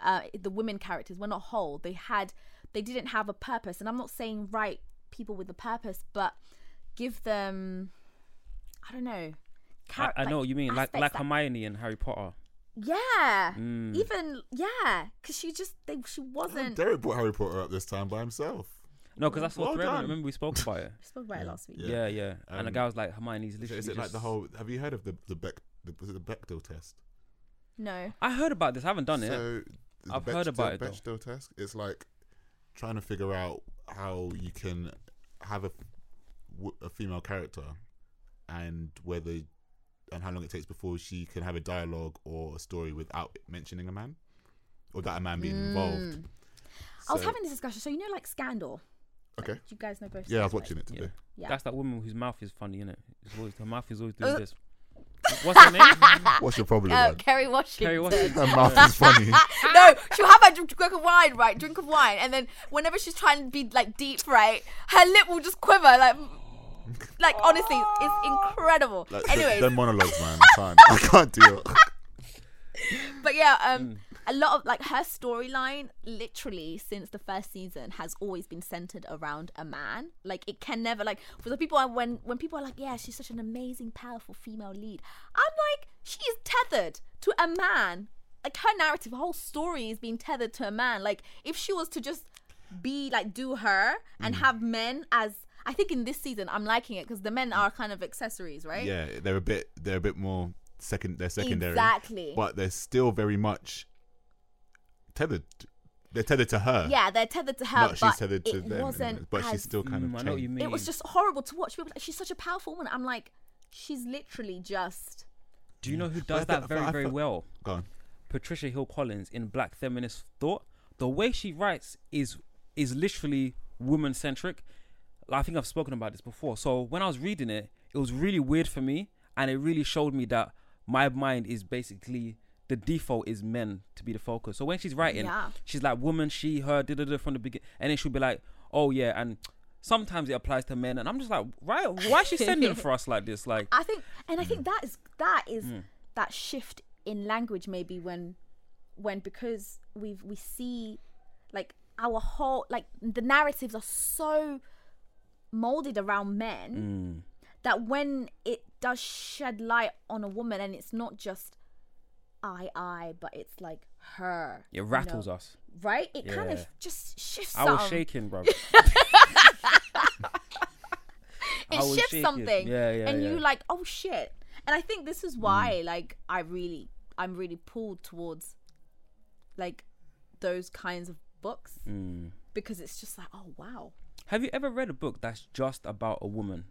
S2: Uh the women characters were not whole. They had they didn't have a purpose. And I'm not saying write people with a purpose, but give them I don't know.
S1: I,
S2: charac-
S1: I know what you mean, like like
S2: aspects that-
S1: Hermione and Harry Potter.
S2: yeah. Even yeah, because she just they, she wasn't.
S3: Derek brought Harry Potter up this time by himself.
S1: No, because that's what
S3: Well
S1: thread.
S3: done.
S1: Remember we spoke about it.
S2: We spoke about it last week.
S1: Yeah, yeah. and the
S3: Um,
S1: guy was like, Hermione's
S3: Is
S1: literally.
S3: it- is it like the
S1: just-
S3: whole? Have you heard of the the Beck? The, was it the Bechdel test?
S2: No.
S1: I heard about this. I haven't done it.
S3: So the
S1: I've heard about it,
S3: the
S1: though.
S3: Bechdel test. It's like trying to figure out how you can have a w- a female character and whether and how long it takes before she can have a dialogue or a story without mentioning a man or that a man being involved.
S2: Hmm. I was
S3: So-
S2: having this discussion. So you know, like Scandal.
S3: okay.
S2: You guys know both.
S3: Yeah, I was
S2: sides,
S3: watching
S2: right?
S3: it today.
S2: Yeah.
S1: That's that woman whose mouth is funny, innit? It's always, her mouth is always doing
S2: Uh.
S1: this. What's her name?
S3: What's your problem?
S2: Uh,
S3: man?
S2: Kerry Washington.
S1: Kerry Washington.
S3: Her mouth is funny.
S2: no, she'll have a drink of wine, right? Drink of wine, and then whenever she's trying to be like deep, right, her lip will just quiver, like, like honestly, it's incredible.
S3: Like,
S2: Anyways,
S3: the, the monologues, man. I can't. I can't do it. Mm.
S2: but yeah, um, a lot of like her storyline literally since the first season has always been centered around a man like it can never like for the people I- when when people are like yeah she's such an amazing powerful female lead i'm like she is tethered to a man like her narrative her whole story is being tethered to a man like if she was to just be like do her
S3: Mm.
S2: and have men as i think in this season i'm liking it because the men are kind of accessories right
S3: Yeah, they're a bit they're a bit more second they're secondary.
S2: Exactly.
S3: But they're still very much tethered. They're tethered to her.
S2: Yeah, they're tethered to her,
S3: Not
S2: but
S3: she's tethered to
S2: it
S3: them.
S2: wasn't.
S3: but she's
S2: as-
S3: still kind
S1: Mm,
S3: of.
S1: I know what
S3: chained.
S1: you mean.
S2: It was just horrible to watch. People, like, she's such a powerful woman. I'm like, she's literally just.
S1: Do you know who
S3: But I
S1: does that
S3: thought-
S1: very,
S3: I
S1: very
S3: thought-
S1: well?
S3: Go on.
S1: Patricia Hill Collins in Black Feminist Thought. The way she writes is is literally woman centric. I think I've spoken about this before. So when I was reading it, it was really weird for me, and it really showed me that my mind is basically the default is men to be the focus. So when she's writing,
S2: Yeah.
S1: she's like woman, she, her, da da da from the beginning, and then she'll be like, oh yeah, and sometimes it applies to men, and I'm just like, right, why is she sending it for us like this? Like,
S2: I think, and I
S1: Mm.
S2: think that is that is that shift in language maybe when, when because we've we see, like our whole like the narratives are so molded around men
S1: Mm.
S2: that when it does shed light on a woman and it's not just I I but it's like her
S1: it rattles
S2: us.
S1: us.
S2: right? It kind
S1: Yeah.
S2: of just shifts.
S1: I was
S2: something.
S1: shaking, bro.
S2: It
S1: I was
S2: shifts
S1: shaking.
S2: something,
S1: Yeah, yeah,
S2: and
S1: yeah. Mm.
S2: you like, oh shit. And I think this is why, like, I really, I'm really pulled towards, like, those kinds of books
S1: Mm.
S2: because it's just like, oh wow,
S1: Have you ever read a book that's just about a woman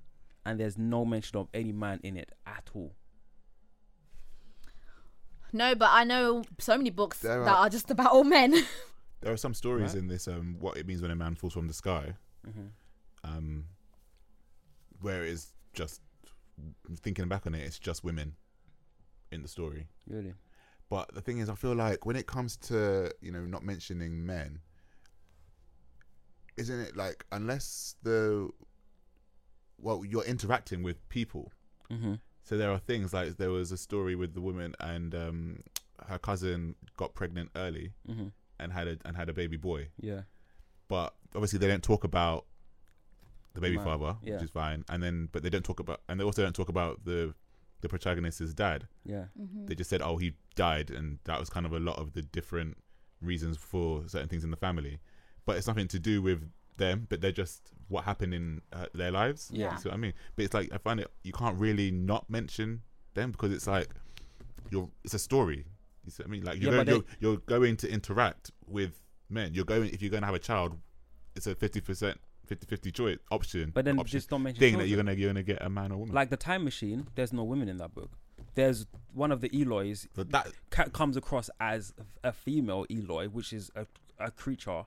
S1: and there's no mention of any man in it at all?
S2: no. But I know so many books
S3: There
S2: that
S3: are-
S2: are just about all men.
S3: There are some stories in this. Um, what it means when a man falls from the sky. Um, where it is just thinking back on it, it's just women in the story.
S1: Really?
S3: But the thing is, I feel like when it comes to you know not mentioning men, isn't it like unless the well you're interacting with people,
S1: Mhm.
S3: so there are things like there was a story with the woman and um, her cousin got pregnant early
S1: Mhm.
S3: and had a and had a baby boy,
S1: Yeah.
S3: but obviously they don't talk about the baby
S1: Man,
S3: father,
S1: yeah.
S3: which is fine, and then but they don't talk about and they also don't talk about the the protagonist's dad
S1: Yeah.
S3: they just said oh he died and that was kind of a lot of the different reasons for certain things in the family but it's nothing to do with them but they're just what happened in uh, their lives
S1: Yeah.
S3: You see what i mean but it's like i find it you can't really not mention them because it's like you're it's a story you see what i mean like you're,
S1: Yeah,
S3: going,
S1: but
S3: you're, you're going to interact with men you're going if you're going to have a child it's a 50% 50-50 choice option
S1: But then
S3: option
S1: just don't mention
S3: thing that you're
S1: children.
S3: gonna you're gonna get a man or woman
S1: Like The Time Machine, there's no women in that book. There's one of the Eloys
S3: but that
S1: ca- comes across as a female Eloy, which is a, a creature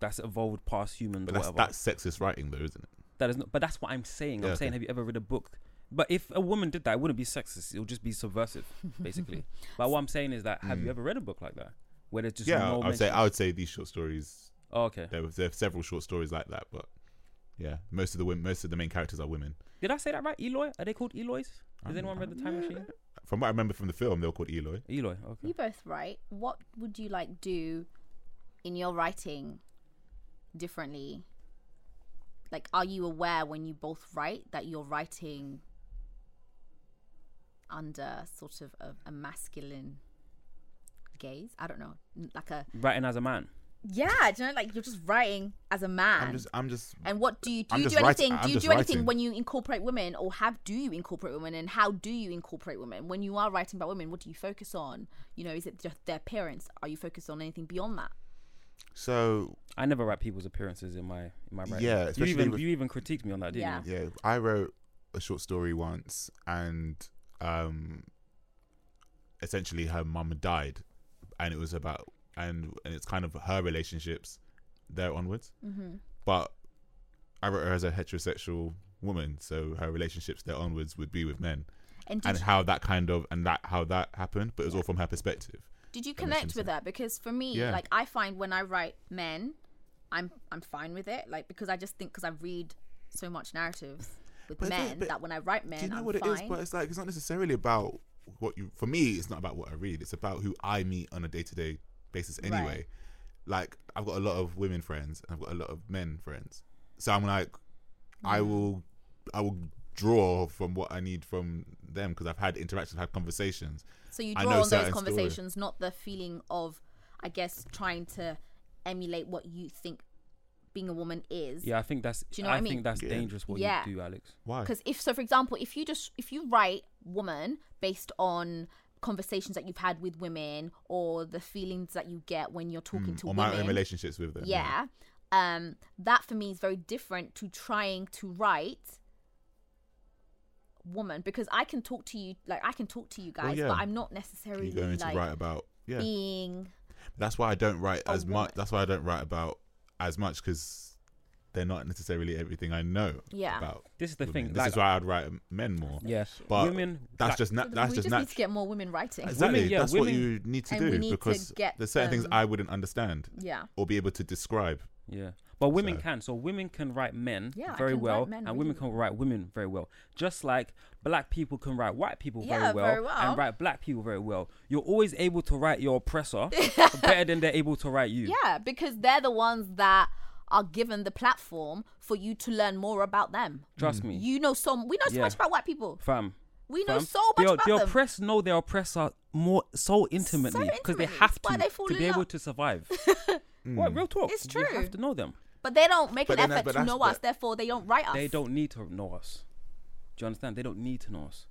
S1: that's evolved past humans,
S3: but
S1: or
S3: that's,
S1: whatever.
S3: that's sexist writing though isn't it
S1: That is not, but that's what I'm saying. I'm
S3: Yeah,
S1: saying,
S3: okay.
S1: have you ever read a book? But if a woman did that, it wouldn't be sexist. It would just be subversive, basically. but what I'm saying is that, have you ever read a book like that, where there's just
S3: Hmm. yeah,
S1: no
S3: I would say
S1: mention-
S3: I would say these short stories.
S1: Oh, okay.
S3: There was there are several short stories like that, but yeah, most of the women, most of the main characters are women.
S1: Did I say that right? Eloy? Are they called Eloys?
S3: Um,
S1: Has anyone read the Time Machine?
S3: From what I remember from the film, they were called Eloy.
S1: Eloy. Okay.
S2: you both right. What would you like do in your writing differently? Like, are you aware when you both write that you're writing under sort of a, a masculine gaze? I don't know, n- like a
S1: Writing as a man.
S2: yeah, do you know, like you're just writing as a man.
S3: I'm just I'm just
S2: and what do you do?
S3: I'm
S2: You
S3: just
S2: do
S3: writing-
S2: anything?
S3: I'm
S2: do you
S3: just
S2: do anything
S3: writing.
S2: when you incorporate women, or have do you incorporate women, and how do you incorporate women when you are writing about women? What do you focus on? You know, is it just their appearance? Are you focused on anything beyond that?
S3: so
S1: I never write people's appearances in my in my writing.
S3: Yeah,
S1: you
S3: especially
S1: even
S3: with-
S1: you even critiqued me on that, didn't
S2: Yeah.
S1: you?
S3: yeah, I wrote a short story once, and um, essentially her mum died, and it was about and and it's kind of her relationships there onwards.
S1: Mm-hmm.
S3: But I wrote her as a heterosexual woman, so her relationships there onwards would be with men.
S2: And did
S3: and
S2: you,
S3: how that kind of and that how that happened, but it was all from her perspective.
S2: did you
S3: that makes
S2: connect
S3: sense,
S2: with
S3: yeah.
S2: that? Because for me,
S3: Yeah.
S2: like I find when I write men, I'm I'm fine with it. Like because I just think because I read so much narratives with
S3: But I think-
S2: men
S3: but
S2: that when I write men,
S3: Do you know
S2: I'm
S3: what it is?
S2: fine.
S3: But it's like it's not necessarily about what you. For me, it's not about what I read. It's about who I meet on a day to day basis
S2: Right.
S3: anyway. Like I've got a lot of women friends and I've got a lot of men friends. So I'm like, I
S2: Mm.
S3: will, I will draw from what I need from them because I've had interactions, had conversations.
S2: So you
S3: I
S2: draw
S3: know
S2: on those
S3: certain
S2: conversations, not the feeling of, I guess, trying to emulate what you think being a woman is.
S1: Yeah, I think that's.
S2: Do you know
S1: I,
S2: what I mean?
S1: think that's
S3: Yeah.
S1: dangerous what
S2: Yeah.
S1: you do, Alex.
S3: Why?
S2: Because if so, for example, if you just if you write woman based on conversations that you've had with women or the feelings that you get when you're talking to
S3: Mm, on
S2: women,
S3: Hmm, my own relationships with them.
S2: yeah, um, that for me is very different to trying to write woman because I can talk to you like I can talk to you guys,
S3: yeah.
S2: but I'm not
S3: you're
S2: necessarily
S3: going to
S2: like
S3: write about. Yeah,
S2: being
S3: that's why I don't write
S2: a
S3: as much.
S2: woman.
S3: That's why I don't write about as much because they're not necessarily everything I know.
S2: Yeah.
S3: about
S1: This is the
S3: women.
S1: thing,
S3: This
S1: like-
S3: is why I'd write men more.
S1: Yeah,
S3: but
S1: women.
S3: That's
S1: like-
S3: just na-
S2: So th-
S3: that's
S2: we
S3: just
S2: just
S3: nat-
S2: need to get more women writing.
S3: Exactly.
S1: Women, yeah,
S3: that's what
S1: women-
S3: you need to
S2: And we
S3: do
S2: need to
S3: because
S2: get
S3: there's certain things
S2: them-
S3: I wouldn't understand
S2: Yeah.
S3: or be able to describe.
S1: Yeah, but women
S3: So-
S1: can. So women can write men
S2: Yeah, I
S1: very
S2: can write
S1: well,
S2: men
S1: and
S2: really
S1: women can write women very well. Just like black people can write white people
S2: Yeah,
S1: very, well,
S2: very well.
S1: and write black people very well. You're always able to write your oppressor better than they're able to write you.
S2: Yeah, because they're the ones that are given the platform for you to learn more about them.
S3: Mm.
S1: Trust me,
S2: You know so we know so
S1: Yeah.
S2: much about white people.
S1: fam.
S2: We know
S1: fam.
S2: so much
S1: the,
S2: about
S1: the
S2: them.
S1: oppressed know their oppressor more so intimately because
S2: intimately.
S1: they have
S2: It's why
S1: to
S2: they fall
S1: to
S2: in
S1: be able
S2: love.
S1: to survive. What
S3: Mm.
S1: real talk?
S2: It's
S1: You
S2: true.
S1: have to know them.
S2: but they don't make
S3: But then
S2: an
S3: that-
S2: effort
S3: but
S2: to
S3: that's-
S2: know us,
S3: but-
S2: therefore they don't write us.
S1: They don't need to know us. Do you understand? They don't need to know us.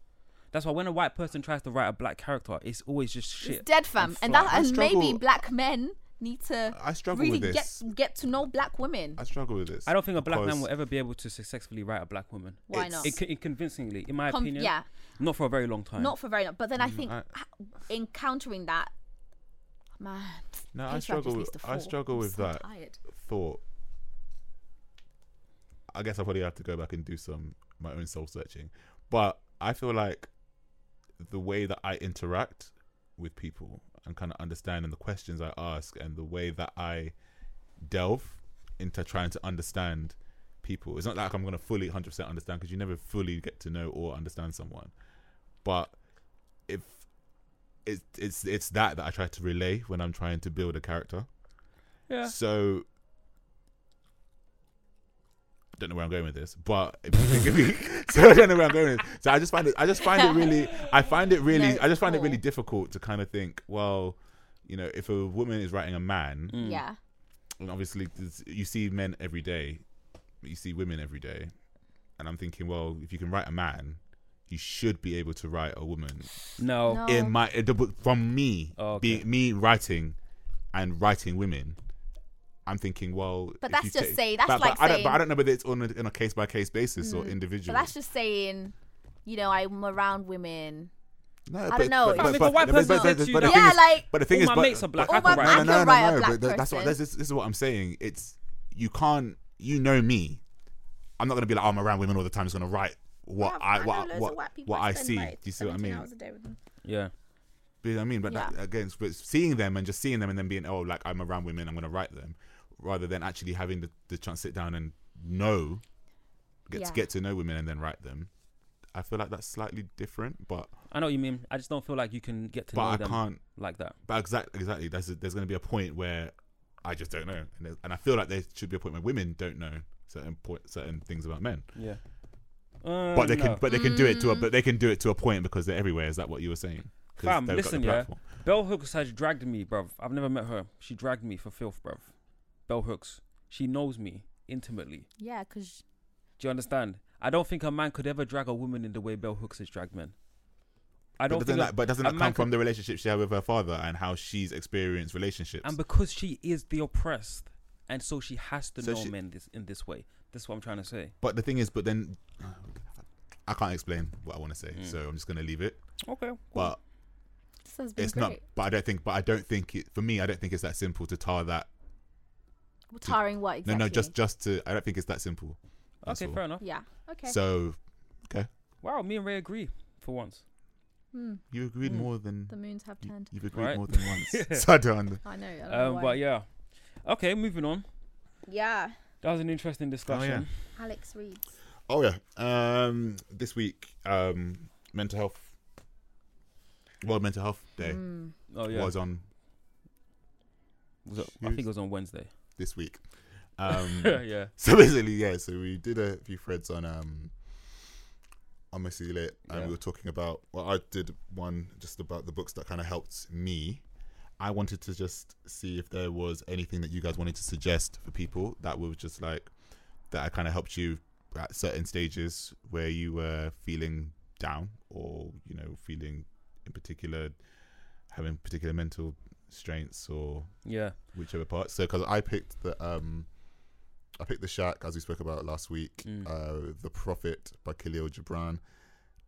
S1: That's why when a white person tries to write a black character, it's always just shit.
S2: It's dead fam. And
S1: flat.
S2: that
S3: I
S2: and maybe
S3: struggle-
S2: black men need to
S3: I struggle
S2: really
S3: with this.
S2: get get to know black women.
S3: I struggle with this.
S1: I don't think a black man
S3: because-
S1: will ever be able to successfully write a black woman.
S2: Why
S3: it's-
S2: not?
S1: It, it convincingly, in my
S2: Con-
S1: opinion,
S2: yeah.
S1: not for a very long time.
S2: Not for very long. But then I think
S3: Mm, I-
S2: ha- encountering that man.
S3: No,
S2: patriarchy
S3: I
S2: just
S3: struggle.
S2: needs
S3: With,
S2: to
S3: I
S2: fall.
S3: struggle
S2: I'm
S3: with
S2: so
S3: that
S2: tired.
S3: thought. I guess I probably have to go back and do some my own soul searching, but I feel like the way that I interact with people and kind of understand and the questions I ask and the way that I delve into trying to understand people. It's not like I'm going to fully 100% understand because you never fully get to know or understand someone. But if it's it's it's that that I try to relay when I'm trying to build a character.
S1: yeah.
S3: So I don't know where I'm going with this, but if you think of me- so I don't know where I'm going. With this. So I just find it. I just find it really. I find it really.
S2: No,
S3: I just find it really
S2: cool.
S3: difficult to kind of think. Well, you know, if a woman is writing a man,
S1: Mm.
S2: Yeah.
S3: and obviously 'cause you see men every day, but you see women every day, and I'm thinking, well, if you can write a man, you should be able to write a woman
S1: No.
S2: No.
S3: in my in the book- from me
S1: Oh,
S3: be-
S1: okay.
S3: me writing and writing women i'm thinking well
S2: But
S3: if
S2: that's
S3: you
S2: just
S3: take-
S2: say- that's
S3: but,
S2: like
S3: but I, don't, but
S2: saying- Mm.
S3: I don't know whether it's on a, on a case-by-case basis or
S2: But
S3: individual
S2: that's just saying, you know, I'm around women.
S3: no,
S2: I don't know. If
S1: a white person
S3: but-
S1: said to you
S3: but the
S1: that-
S3: thing
S2: Yeah,
S3: is-
S2: like-
S3: but the thing
S1: All
S3: is
S1: my
S3: but-
S1: mates are black,
S3: but-
S1: I can
S2: All my-
S1: write
S2: I
S3: no,
S2: can
S3: no, no,
S2: write a
S3: no,
S2: black
S3: but that- that's what
S2: person.
S3: this is, this is what i'm saying it's you can't you know me i'm not gonna be like oh, i'm around women all the time just gonna write
S2: Bruv,
S3: what i
S2: know
S3: what
S2: loads of
S3: what,
S2: white people
S3: what i
S2: spend,
S3: see do
S2: like,
S3: you see what i
S2: 17
S3: mean
S2: hours a day with them.
S1: Yeah.
S3: You know what I mean? But
S2: Yeah.
S3: that, again, it's- but seeing them and just seeing them and then being, oh, like I'm around women, I'm going to write them, rather than actually having the, the chance to sit down and know, get
S2: Yeah.
S3: to get to know women and then write them. I feel like that's slightly different, but
S1: I know what you mean. I just don't feel like you can get to
S3: But
S1: know
S3: I
S1: them
S3: can't-
S1: like that.
S3: but exactly, exactly. There's a, there's going to be a point where I just don't know, and, there's- and I feel like there should be a point where women don't know certain point, certain things about men,
S1: Yeah. Uh,
S3: but they can, but they can do it
S2: Mm.
S3: to a, but they can do it to a point because they're everywhere. Is that what you were saying? 'Cause
S1: Fam,
S3: they've got the
S1: listen, yeah.
S3: platform.
S1: Bell Hooks has dragged me, bruv. I've never met her. She dragged me for filth, bruv. Bell Hooks. She knows me intimately.
S2: Yeah, because
S1: Do you understand? I don't think a man could ever drag a woman in the way Bell Hooks has dragged men. I don't
S3: but
S1: think
S3: doesn't
S1: a-
S3: that, but doesn't
S1: a
S3: that
S1: man
S3: come
S1: could-
S3: from the relationship she had with her father and how she's experienced relationships?
S1: and because she is the oppressed, and so she has to
S3: So
S1: know
S3: she-
S1: men this in this way. That's what I'm trying to say.
S3: but the thing is, but then I can't explain what I want to say, so I'm just gonna leave it.
S1: Okay. Mm. cool.
S3: But
S2: this has been
S3: it's
S2: great.
S3: not. But I don't think. But I don't think it. For me, I don't think it's that simple to tar that.
S2: Well, tiring what exactly?
S3: No, no, just just to. I don't think it's that simple. That's
S1: okay,
S3: all.
S1: fair enough.
S2: yeah. Okay.
S3: So, okay,
S1: Wow, me and Ray agree for once.
S3: you agreed more than
S2: the moons have turned.
S3: you, have agreed
S1: Mm. Right.
S3: more than once. so I don't. under-
S2: I know. I don't know
S1: Um,
S2: Oh, why.
S1: but yeah. Okay, moving on.
S2: yeah.
S1: That was an interesting discussion.
S2: Alex reads.
S3: Oh yeah. Um, this week, um, mental health. World Mental Health Day
S1: Oh Mm. yeah.
S3: was on
S1: Was it- I think it was on Wednesday.
S3: this week. Um,
S1: yeah.
S3: so basically, yeah. So we did a few threads on um on Missy Lit, and
S1: Yeah.
S3: we were talking about. Well, I did one just about the books that kind of helped me. I wanted to just see if there was anything that you guys wanted to suggest for people that was just like that I kind of helped you at certain stages where you were feeling down or you know feeling in particular having particular mental strengths or
S1: Yeah.
S3: whichever part. So because I picked the um, I picked the Shack as we spoke about last week. Uh, the Prophet by Khalil Gibran.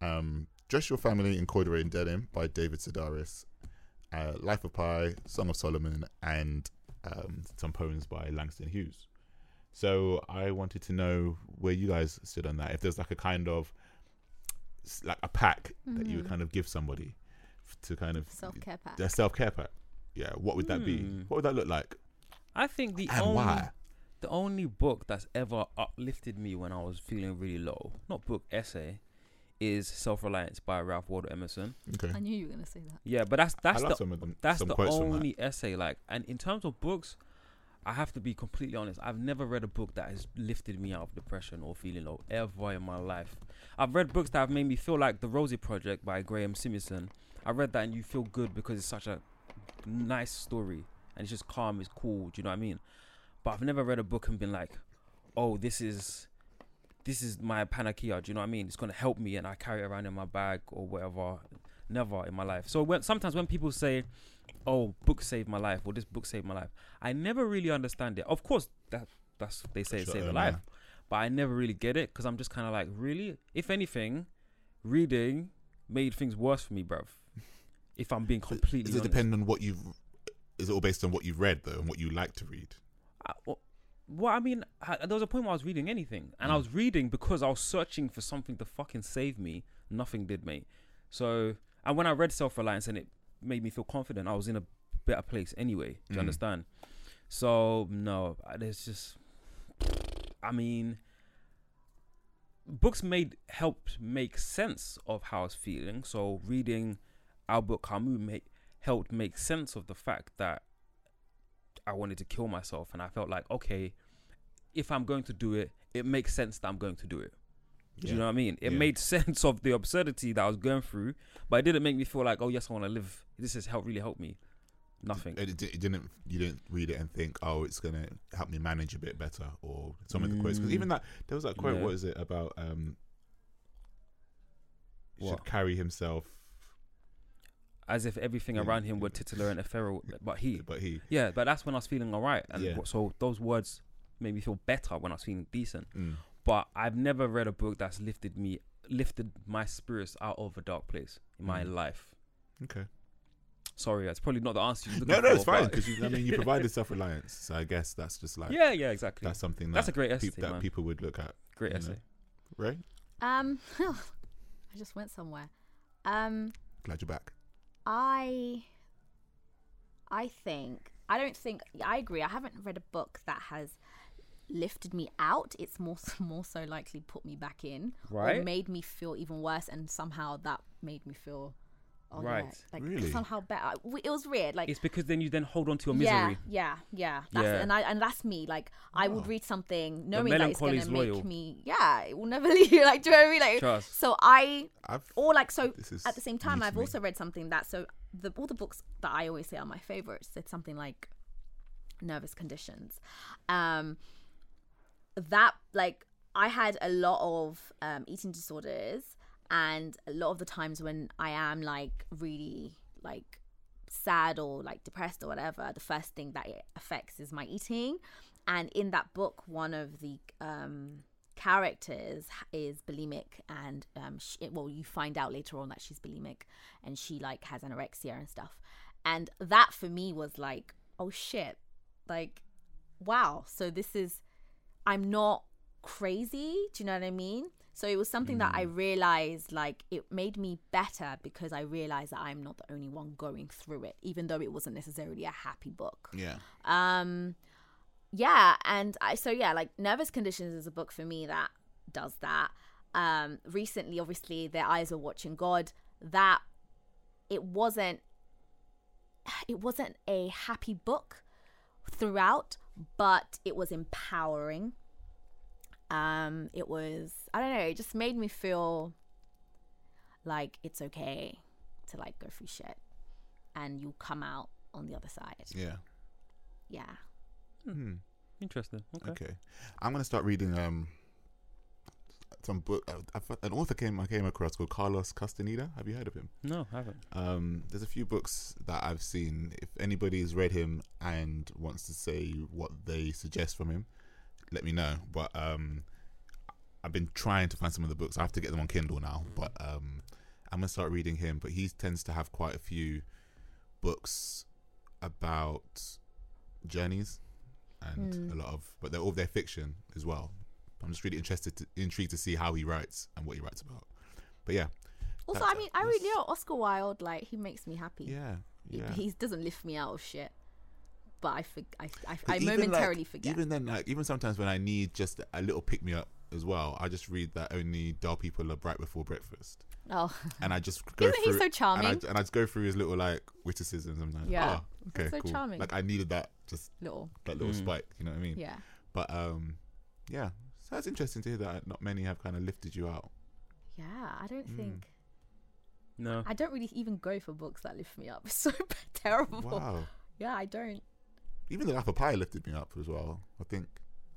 S3: Um, Dress your family in corduroy and denim by David Sedaris. Uh, Life of Pi, Song of Solomon, and um, some poems by Langston Hughes. So I wanted to know where you guys stood on that. If there's like a kind of s- like a pack that you would kind of give somebody f- to kind of
S2: Self-care pack.
S3: their self care pack. Yeah, what would that be? What would that look like?
S1: I think Hmm. the
S3: And
S1: only
S3: why?
S1: the only book that's ever uplifted me when I was feeling really low, not book essay, is Self Reliance by Ralph Waldo Emerson.
S3: Okay.
S2: I knew you were going to say that.
S1: Yeah, but that's that's
S3: like
S1: the
S3: some of them-
S1: that's
S3: some
S1: the
S3: quotes from that.
S1: only essay like. And in terms of books, I have to be completely honest. I've never read a book that has lifted me out of depression or feeling low ever in my life. I've read books that have made me feel like The Rosie Project by Graham Simonson. I read that and you feel good because it's such a nice story and it's just calm, it's cool. Do you know what I mean? But I've never read a book and been like, oh, this is this is my panakia. Do you know what I mean? It's gonna help me, and I carry it around in my bag or whatever. Never in my life. So when sometimes when people say, "Oh, book saved my life," or "This book saved my life," I never really understand it. Of course, that that's they say it
S3: Sure,
S1: saved their
S3: yeah.
S1: life, but I never really get it because I'm just kind of like, really. If anything, reading made things worse for me, bruv. If I'm being completely
S3: Does it
S1: honest.
S3: depend on what you've? Is it all based on what you've read though, and what you like to read?
S1: I- well, well, I mean, I, there was a point where I was reading anything, and I was reading because I was searching for something to fucking save me. Nothing did, mate. So, and when I read Self Reliance and it made me feel confident, I was in a better place anyway. Do you understand? So, no, I- there's just, I mean, books made helped make sense of how I was feeling. So, reading Albert Camus made, helped make sense of the fact that I wanted to kill myself, and I felt like, okay, if I'm going to do it, it makes sense that I'm going to do it. Do you know what I mean? It
S3: Yeah.
S1: made sense of the absurdity that I was going through, but it didn't make me feel like, oh yes, I want to live. This has helped really helped me. Nothing.
S3: It, it, it didn't. You didn't read it and think, oh, it's gonna help me manage a bit better, or some of the quotes. Because even that, there was that quote.
S1: Hmm. Yeah.
S3: What is it about? Um, he
S1: What?
S3: should carry himself,
S1: As if everything
S3: Yeah.
S1: around him were titular and ephemeral, but he.
S3: but he.
S1: Yeah, but that's when I was feeling alright, and
S3: Yeah.
S1: wh- so those words made me feel better when I was feeling decent.
S3: Mm.
S1: But I've never read a book that's lifted me, lifted my spirits out of a dark place in my
S3: Mm.
S1: life.
S3: Okay.
S1: Sorry, that's probably not the answer. You're
S3: No,
S1: looking
S3: no,
S1: for,
S3: it's fine
S1: but-
S3: because you. I mean, you provided self-reliance, so I guess that's just like
S1: yeah, yeah, exactly.
S3: that's something that
S1: That's a great
S3: peop-
S1: essay,
S3: that
S1: man.
S3: people would look at,
S1: Great
S3: you know.
S1: essay.
S3: right?
S2: Um, I just went somewhere. Um,
S3: Glad you're back.
S2: I I think I don't think I agree. I haven't read a book that has lifted me out. It's more s- more so likely put me back in
S1: Right.
S2: or made me feel even worse and somehow that made me feel oh, yeah,
S1: Right.
S2: like
S3: Really?
S2: somehow better. W- It was weird like
S1: It's because then you then hold on to your misery.
S2: yeah, yeah, yeah. That's
S1: Yeah.
S2: It. And I and that's me. Like I would read something knowing that it's
S1: melancholy
S2: gonna
S1: is
S2: make
S1: loyal.
S2: me. Yeah, it will never leave you. Like do you know what I mean? Like
S1: Trust.
S2: so I
S3: I've-
S2: or like so
S3: this is
S2: at the same
S3: new
S2: time
S3: to
S2: I've
S3: me.
S2: also read something that so the all the books that I always say are my favorites. It's something like nervous conditions. Um, that like I had a lot of um, eating disorders, and a lot of the times when I am like really like sad or like depressed or whatever, the first thing that it affects is my eating. And in that book, one of the um, characters is bulimic, and um, she, well, you find out later on that she's bulimic, and she like has anorexia and stuff. And that for me was like, oh shit, like wow so this is i'm not crazy do you know what i mean so it was something that i realized like it made me better because i realized that i'm not the only one going through it even though it wasn't necessarily a happy book
S3: Yeah.
S2: um yeah and i so yeah like nervous conditions is a book for me that does that um recently obviously their eyes are watching god that it wasn't it wasn't a happy book throughout, but it was empowering. Um, it was I don't know, it just made me feel like it's okay to like go through shit and you come out on the other side.
S3: Yeah.
S2: Yeah.
S1: Interesting. Okay.
S3: Okay, I'm gonna start reading um some book. uh, I, fo- an author came I came across called Carlos Castaneda. Have you heard of him?
S1: No, I haven't.
S3: Um, there's a few books that I've seen. If anybody's read him and wants to say what they suggest from him, let me know. But um, I've been trying to find some of the books. I have to get them on Kindle now. But um, I'm gonna start reading him. But he tends to have quite a few books about journeys and a lot of, but they're all they're fiction as well. I'm just really interested, to, intrigued to see how he writes and what he writes about. But yeah,
S2: Also,
S3: That's
S2: I
S3: a-
S2: mean, I really
S3: that's-
S2: know Oscar Wilde. Like, he makes me happy.
S3: yeah,
S2: He-
S3: yeah.
S2: He doesn't lift me out of shit, but I for, I, I, I
S3: But even, like,
S2: momentarily forget.
S3: Even then, like even sometimes when I need just a little pick me up as well, I just read that only dull people are bright before breakfast,
S2: oh,
S3: and I just go
S2: Isn't he
S3: through-
S2: so charming?
S3: And I, and I just go through his little like witticisms. I'm like,
S2: Yeah.
S3: yeah, okay,
S2: He's so
S3: cool.
S2: charming.
S3: Like I needed that just
S2: little.
S3: that little spike. You know what I mean?
S2: Yeah.
S3: But um, yeah. So that's interesting to hear that not many have kind of lifted you out.
S2: Yeah, I don't
S3: Mm.
S2: think.
S1: No.
S2: I don't really even go for books that lift me up. It's so terrible.
S3: Wow.
S2: Yeah, I don't.
S3: Even the apple pie lifted me up as well. I think,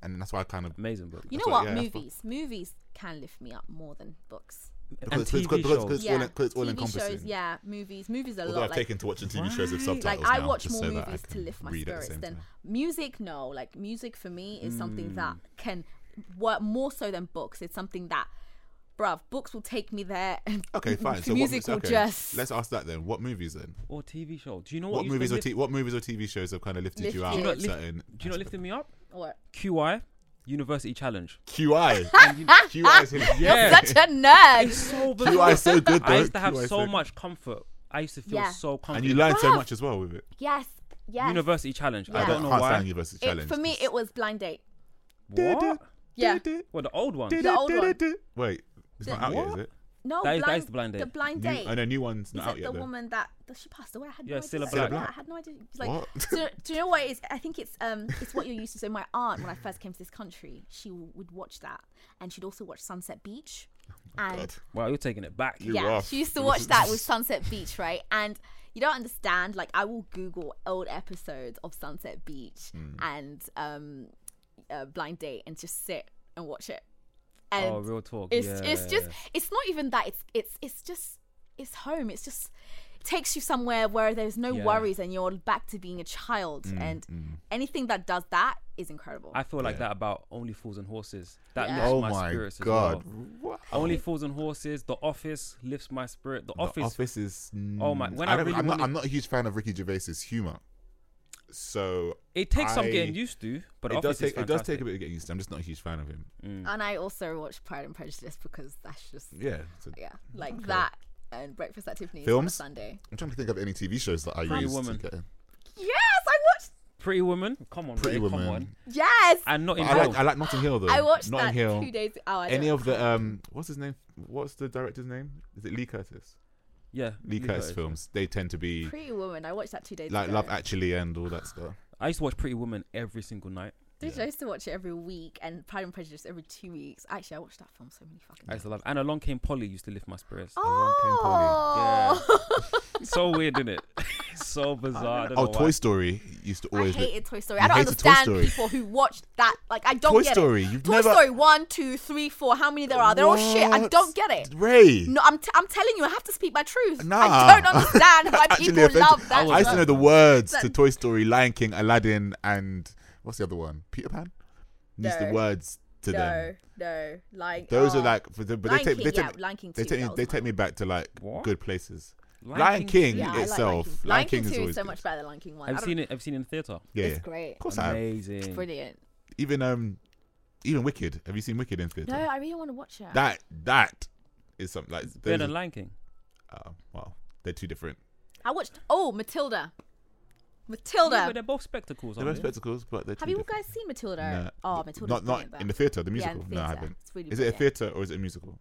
S3: and that's why I kind of
S1: Amazing book.
S2: You
S3: That's
S2: know
S3: what-
S2: what?
S3: yeah, that's what-
S2: Movies. Movies can lift me up more than books.
S1: and
S3: because-
S1: TV
S3: because- because-
S1: shows.
S3: because- It's all
S2: yeah.
S3: en- 'cause it's all
S2: TV shows.
S3: encompassing.
S2: Yeah. Movies. Movies are a
S3: although
S2: lot.
S3: I've
S2: like,
S3: taken to watching TV shows with
S1: Right.
S3: subtitles
S2: like
S3: now,
S2: I watch
S3: just
S2: more
S3: so that I
S2: movies to
S3: can
S2: lift my
S3: read at the
S2: spirits
S3: same
S2: than
S3: time. Mm.
S2: music. No, like music for me is something that can work more so than books. It's something that, bruv, books will take me there. And
S3: Okay, fine. So what
S2: music
S3: movies-
S2: will
S3: okay.
S2: just
S3: let's ask that then. What movies then?
S1: or TV show. Do you know
S3: What,
S1: what, used to
S3: movies or
S1: lift-
S3: t- what movies or TV shows have kind of lifted
S2: Lifted.
S3: you out?
S2: Do
S1: Do
S2: you
S1: you know
S3: of
S1: what lift-
S3: certain
S1: do you know what lifted me up?
S2: What?
S1: QI University Challenge.
S3: QI. QI is hilarious.
S2: Such a nerd.
S1: so
S3: QI is so good. Though.
S1: I used to have
S3: QI is
S1: so
S3: good.
S1: much comfort. I used to feel
S2: Yeah.
S1: so comfortable.
S3: and you learned so
S2: Bruv.
S3: much as well with it.
S2: Yes. Yes.
S1: University Challenge.
S2: Yeah.
S1: I don't know
S3: can't stand
S1: why.
S3: University
S2: It,
S3: Challenge.
S2: for me, it was blind date.
S1: What?
S2: Yeah.
S1: Well, the old one.
S2: The old one.
S3: Wait, it's not out yet, is
S1: What?
S3: it?
S2: No,
S1: That is-
S2: blind,
S1: that is the blind
S2: The
S1: date.
S2: blind
S3: New,
S2: date.
S3: oh no, new one's
S2: Is
S3: not out
S2: it
S3: yet.
S2: the
S3: though.
S2: woman that that she passed away? I had
S1: Yeah,
S2: no
S1: Cilla
S2: idea.
S1: Black.
S2: Yeah, I had no idea. It's Like,
S3: What?
S2: so- do you know what it is? I think it's um, it's what you're used to. So my aunt, when I first came to this country, she w- would watch that, and she'd also watch Sunset Beach, and
S3: Oh God.
S1: Wow, you're taking it back.
S2: yeah,
S3: are.
S2: she used to watch that with Sunset Beach, right? And you don't understand. Like, I will Google old episodes of Sunset Beach
S3: Hmm.
S2: and um, uh, Blind Date, and just sit and watch it. And
S1: Oh, real talk.
S2: it's
S1: yeah.
S2: it's just it's not even that. It's it's it's just it's home. It's just it takes you somewhere where there's no
S1: Yeah.
S2: worries and you're back to being a child. and anything that does that is incredible.
S1: I feel like that about Only Fools and Horses. That
S2: Yeah.
S1: lifts
S3: Oh
S1: my,
S3: my
S1: spirits
S3: God.
S1: as well. Only Fools and Horses, The Office lifts my spirit. The,
S3: The
S1: Office,
S3: Office is.
S1: Oh my- when I
S3: don't-
S1: really
S3: I'm, not,
S1: wanted-
S3: I'm not a huge fan of Ricky Gervais's humor, so
S1: It takes some getting
S3: I-
S1: used to, but The
S3: it does
S1: Office is
S3: take it does take
S1: fantastic.
S3: a bit of getting used to. I'm just not a huge fan of him.
S2: and I also watch Pride and Prejudice because that's just yeah,
S3: Yeah. so-
S2: like that and Breakfast at Tiffany's on a
S3: Films?
S2: Sunday.
S3: I'm trying to think of any TV shows that I
S1: Pretty
S3: used
S1: Woman.
S3: to get. in.
S2: Yes, I watched.
S1: Pretty Woman. Come on,
S3: Pretty
S1: babe,
S3: Woman.
S1: Come on.
S2: Yes,
S1: And not
S3: But
S1: in
S3: I like I like Notting Hill though.
S2: I watched
S3: Notting
S2: that
S3: Hill.
S2: two days. Oh, I
S3: Any
S2: don't-
S3: of the um, what's his name? What's the director's name? Is it Lee Curtis?
S1: Yeah.
S3: Lee,
S1: Lee
S3: Curtis,
S1: Curtis.
S3: films. They tend to be
S2: Pretty Woman. I watched that two days.
S3: like
S2: ago.
S3: Love Actually and all that stuff.
S1: I used to watch Pretty Woman every single night.
S2: Did I used to watch it every week and Pride and Prejudice every two weeks? Actually, I watched that film so many fucking
S1: I
S2: times.
S1: used to love. And Along Came Polly used to lift my spirits.
S2: Oh,
S1: so weird, isn't it? so bizarre. I don't
S3: Oh,
S1: know
S3: Toy
S1: why.
S3: Story used to
S2: I
S3: always. be-
S2: hated Toy Story.
S3: You
S2: I don't
S3: hated Toy
S2: understand
S3: Story.
S2: people who watch that. Like, I don't
S3: Toy
S2: get
S3: Story,
S2: it.
S3: you've
S2: Toy
S3: never-
S2: Story one, two, three, four. How many there are? They're all shit. I
S3: What?
S2: don't get it.
S3: Ray.
S2: No, I'm, t- I'm telling you, I have to speak my truth.
S3: Nah.
S2: I don't understand why
S3: Actually
S2: people
S3: offended-
S2: love that.
S3: I used to
S2: show.
S3: know the words to
S2: That-
S3: Toy Story, Lion King, Aladdin, and what's the other one? Peter Pan. Used the
S2: No.
S3: words to
S2: No,
S3: them.
S2: no, like
S3: Those
S2: oh.
S3: are like, for the, but
S2: Lion
S3: they take
S2: King,
S3: they take
S2: yeah, Lion King
S3: they
S2: too,
S3: take me,
S2: that was
S3: they
S2: mine.
S3: take me back to like
S1: What?
S3: good places.
S1: Lion
S3: Lion,
S1: King-
S3: King
S2: Yeah, I like Lion
S3: itself,
S2: King.
S3: Lion, King, is
S2: two
S3: always
S2: so
S3: good.
S2: much better than Lion King one. I
S1: I've
S2: don't-
S1: seen it. I've seen it in theater.
S3: Yeah,
S2: It's
S3: yeah.
S2: great.
S3: Of course, I have.
S1: Amazing.
S2: Brilliant.
S3: even um even Wicked. Have you seen Wicked in theater?
S2: No, I really want to watch it.
S3: That that is something like
S1: Better
S3: those
S1: than
S3: are,
S1: Lion King.
S3: uh, well, they're two different.
S2: I watched. Oh, Matilda.
S1: Yeah, but uh,
S2: Matilda.
S1: they're both spectacles.
S3: They're
S1: Aren't
S3: both
S1: they?
S3: spectacles, but they're two
S2: Have you
S3: different.
S2: guys seen Matilda? Oh, Matilda.
S3: Not not in the theater, the
S2: Yeah, in
S3: musical.
S2: the
S3: no, I
S2: theatre.
S3: haven't.
S2: It's really
S3: is it a
S2: brilliant.
S3: theater or is it a musical?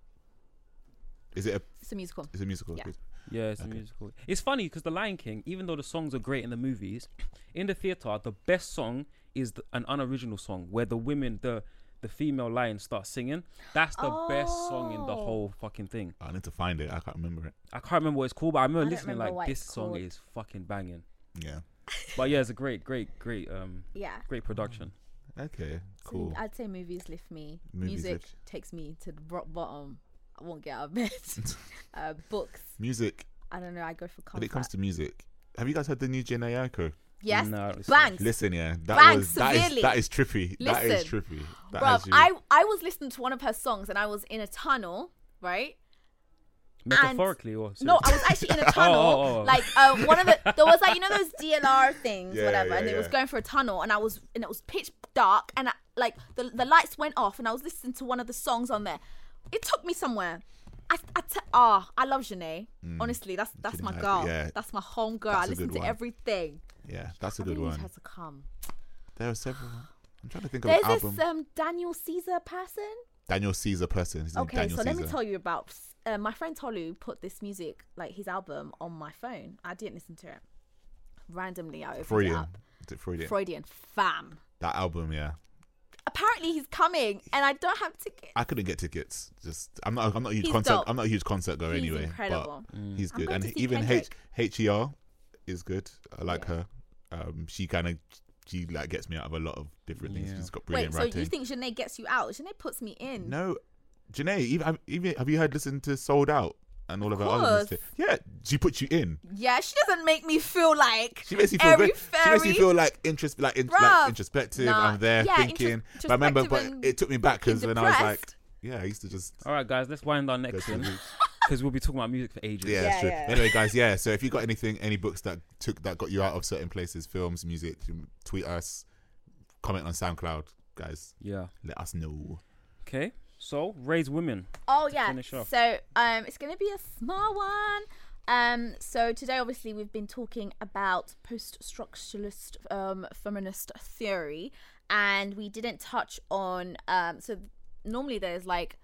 S3: Is it a?
S2: It's a musical.
S3: It's a musical.
S2: Yeah.
S1: Yeah, it's a musical. It's funny because The Lion King, even though the songs are great in the movies, in the theater, the best song is th- an unoriginal song where the women, the the female lions start singing. That's the best song in the
S2: Oh.
S1: whole fucking thing.
S3: I need to find it. I can't remember it.
S1: I can't remember what it's called, but I remember
S2: don't
S1: listening
S2: remember
S1: like
S2: what
S1: this
S2: it's
S1: song
S2: called."
S1: is fucking banging.
S3: Yeah.
S1: But yeah, it's a great, great, great, um,
S2: Yeah.
S1: great production.
S3: Okay.
S2: So
S3: Cool.
S2: I'd say movies lift me.
S3: Movies
S2: Music
S3: lift you.
S2: takes me to the rock bottom. I won't get out of bed. uh, books.
S3: Music.
S2: I don't know. I go for comfort.
S3: When it comes to music, have you guys heard the new Jhené Aiko?
S2: yes,
S1: No, I don't listen to
S2: blanks.
S3: Listen, yeah, that
S2: Bang,
S3: was that is,
S2: severely.
S3: that is trippy. That is
S2: Listen.
S3: trippy. That
S2: Bruv,
S3: has you-
S2: I I was listening to one of her songs and I was in a tunnel, right?
S1: Metaphorically, or
S2: No, I
S1: seriously?
S2: was actually in a tunnel.
S1: oh, oh.
S2: Like uh, one of the there was like you know those DLR things,
S3: Yeah,
S2: whatever,
S3: yeah,
S2: and it was
S3: yeah.
S2: going for a tunnel, and I was and it was pitch dark, and I, like the the lights went off, and I was listening to one of the songs on there. It took me somewhere. I I t- ah, I love Janae.
S3: Mm.
S2: Honestly, that's that's my
S3: Jhené,
S2: girl.
S3: yeah.
S2: That's my home girl. I
S3: That's a
S2: listen
S3: good
S2: to
S3: one.
S2: everything.
S3: yeah, that's a
S2: I
S3: good
S2: really need her
S3: one.
S2: to come.
S3: There are several. I'm trying to think of
S2: There's
S3: an album.
S2: this um, Daniel Caesar person.
S3: Daniel Caesar person. His name
S2: Okay,
S3: Daniel
S2: so let me
S3: Caesar.
S2: tell you about uh, my friend Tolu put this music, like his album, on my phone. I didn't listen to it. Randomly, I opened it
S3: Freudian.
S2: up.
S3: Is it Freudian.
S2: Freudian, fam.
S3: That album, yeah.
S2: Apparently, he's coming, and I don't have tickets.
S3: I couldn't get tickets. Just I'm not. I'm not a huge
S2: He's
S3: concert.
S2: dope.
S3: I'm not a huge concert goer
S2: He's
S3: anyway.
S2: incredible.
S3: But he's
S2: I'm
S3: good,
S2: going
S3: and
S2: to see
S3: even H
S2: Kendrick.
S3: H E R is good. I like her. Um, she kind of she like gets me out of a lot of different things.
S1: Yeah.
S3: She's got
S2: Wait,
S3: brilliant
S2: so
S3: writing.
S2: you think Janae gets you out? Janae puts me in.
S3: No, Janae, even, I've- even have you heard listen to Sold Out and all of, her other
S2: course.
S3: music? Yeah, she puts you in.
S2: Yeah, she doesn't make me feel like
S3: She makes you feel
S2: airy
S3: good. She makes you
S2: fairy.
S3: feel like interest, like, in, like
S2: Bruv.
S3: introspective.
S2: Nah.
S3: I'm there
S2: Yeah,
S3: thinking.
S2: intros-
S3: But I remember, but
S2: introspective and
S3: it took me back because
S2: fucking
S3: when I was like,
S2: depressed.
S3: yeah, I used to just.
S1: All right, guys, let's wind down next
S3: to
S1: one
S3: the
S1: because we'll be talking about music for ages.
S3: Yeah, that's
S2: Yeah,
S3: true.
S2: yeah.
S3: Anyway, guys, yeah. So if you got anything, any books that took that got you out of certain places, films, music, tweet us, comment on SoundCloud, guys.
S1: Yeah.
S3: Let us know.
S1: Okay. So raise women.
S2: Oh yeah.
S1: finish off.
S2: So um, it's gonna be a small one. Um, so today, obviously, we've been talking about post-structuralist um, feminist theory, and we didn't touch on. Um, so normally, there's like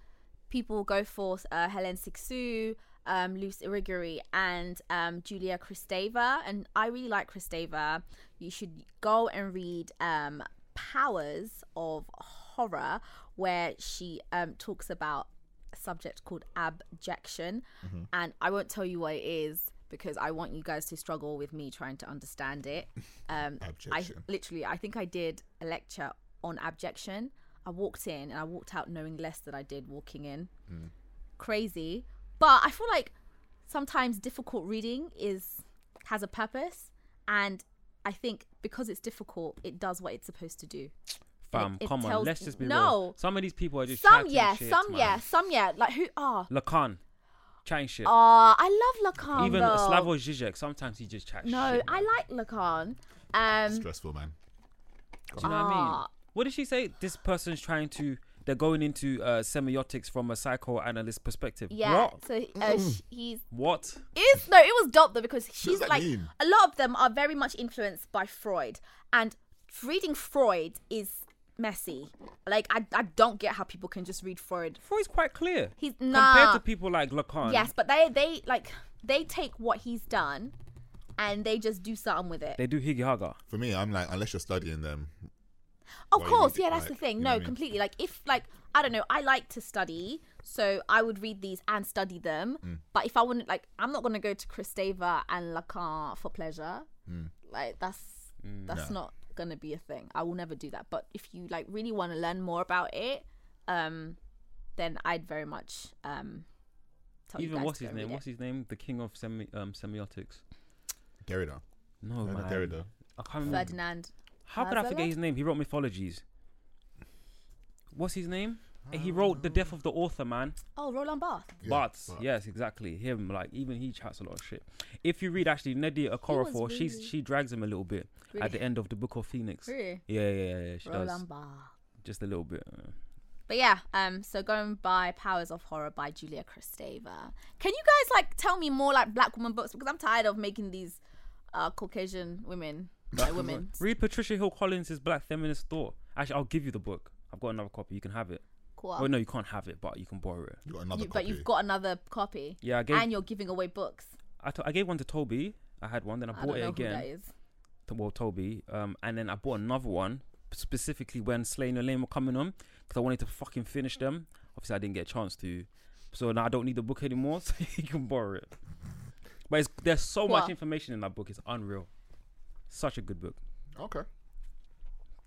S2: people go for uh, Helen Sixou, um, Luce Irigaray, and um, Julia Kristeva. And I really like Kristeva. You should go and read um, Powers of Horror, where she um, talks about a subject called abjection.
S1: Mm-hmm.
S2: And I won't tell you what it is because I want you guys to struggle with me trying to understand it. Um,
S3: Abjection.
S2: I literally, I think I did a lecture on abjection. I walked in and I walked out knowing less than I did walking in.
S1: Hmm.
S2: Crazy, but I feel like sometimes difficult reading is has a purpose, and I think because it's difficult, it does what it's supposed to do.
S1: Fam,
S2: it
S1: come on,
S2: tells-
S1: let's just be real.
S2: No.
S1: Some of these people are just
S2: some
S1: chatting
S2: yeah,
S1: shit,
S2: some
S1: man.
S2: yeah, some yeah. Like who? Ah,
S1: Lacan, chatting shit.
S2: ah, I love Lacan.
S1: Even
S2: though.
S1: Slavoj Žižek, sometimes he just chats
S2: No,
S1: shit.
S2: I like Lacan. Um,
S3: Stressful man.
S1: Do you know what I mean?
S2: Ah.
S1: What did she say? This person's trying to. They're going into uh, semiotics from a psychoanalyst perspective.
S2: yeah.
S1: What?
S2: So uh, sh- he's
S1: What?
S2: is no, it was dope though because she's
S3: that
S2: like
S3: mean?
S2: a lot of them are very much influenced by Freud, and reading Freud is messy. Like I, I don't get how people can just read Freud.
S1: Freud's quite clear.
S2: He's-
S1: compared
S2: nah.
S1: to people like Lacan.
S2: Yes, but they they like they take what he's done, and they just do something with it.
S1: They do Higgy Haga.
S3: For me, I'm like, unless you're studying them,
S2: Of
S3: why you
S2: course,
S3: read it,
S2: yeah, that's the
S3: like,
S2: thing.
S3: you know what I
S2: No,
S3: mean?
S2: completely. Like if like I don't know, I like to study, so I would read these and study them.
S3: Hmm.
S2: But if I wouldn't like I'm not gonna go to Kristeva and Lacan for pleasure.
S3: Hmm.
S2: Like that's
S1: Hmm.
S2: that's not gonna be a thing. I will never do that. But if you like really wanna learn more about it, um then I'd very much um tell you
S1: Even
S2: guys
S1: what's
S2: to
S1: his
S2: go read
S1: name?
S2: it.
S1: What's his name? The king of semi um, semiotics.
S3: Derrida.
S1: No,
S3: No,
S1: man.
S3: not Derrida.
S1: I can't remember.
S2: Ferdinand
S1: How could I
S2: Magellan?
S1: forget his name? He wrote mythologies. What's his name? He wrote The Death of the Author, man.
S2: Oh, Roland Barthes.
S1: Barthes. yes, exactly. Him, like even he chats a lot of shit. If you read actually Nnedi Okorafor,
S2: was
S1: she's
S2: really-
S1: she drags him a little bit at
S2: Really?
S1: the end of the Book of Phoenix.
S2: Really?
S1: Yeah, yeah, yeah, yeah. She does
S2: Roland Barthes.
S1: just a little bit. uh,
S2: But yeah, um, so going by Powers of Horror by Julia Kristeva. Can you guys like tell me more like black woman books because I'm tired of making these uh, Caucasian women
S1: Uh,
S2: like women.
S1: Read Patricia Hill Collins's Black Feminist Thought. Actually, I'll give you the book. I've got another copy. You can have it.
S2: sequel.
S1: Oh no, you can't have it, but you can borrow it.
S4: You got another
S2: You-
S4: copy.
S2: but you've got another copy.
S1: Yeah, I gave-
S2: and you're giving away books.
S1: I, to- I gave one to Toby. I had one, then I
S2: I,
S1: bought
S2: don't
S1: it
S2: know who
S1: again.
S2: that is.
S1: to- well, Toby. Um, and then I bought another one specifically when Slay and Lane were coming on because I wanted to fucking finish them. Obviously, I didn't get a chance to, so now I don't need the book anymore. So you can borrow it. But it's, there's so
S2: Cool.
S1: much information in that book. It's unreal. Such a good book.
S4: okay.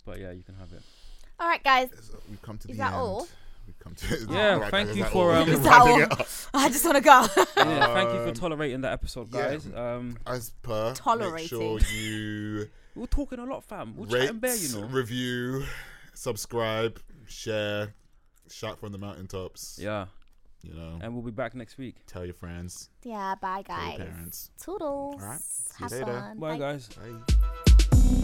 S1: But yeah, you can have it.
S2: All right, guys.
S4: So we've come to
S2: Is
S4: the
S2: that
S4: end.
S2: all?
S4: We've come to
S1: Yeah,
S4: All right,
S1: thank
S4: guys,
S1: you
S4: is that
S1: for,
S4: all?
S1: um,
S4: We're
S1: Is
S2: that
S3: Oh.
S4: wrapping
S2: all?
S4: it up.
S2: I just want to go.
S1: Yeah, thank you for
S4: Um,
S1: tolerating that episode,
S4: yeah.
S1: guys. Um,
S4: As per,
S2: Tolerating.
S4: make sure you
S1: we we're talking a lot, fam. We're
S4: rate,
S1: chatting bare, you know.
S4: review, subscribe, share, shout from the mountaintops.
S1: Yeah,
S4: You know,
S1: and we'll be back next week.
S4: tell your friends,
S2: yeah, bye,
S4: tell
S2: guys.
S4: your parents.
S2: Toodles.
S4: All right, see you
S2: Have
S4: later.
S2: fun.
S1: Bye, guys.
S4: Bye.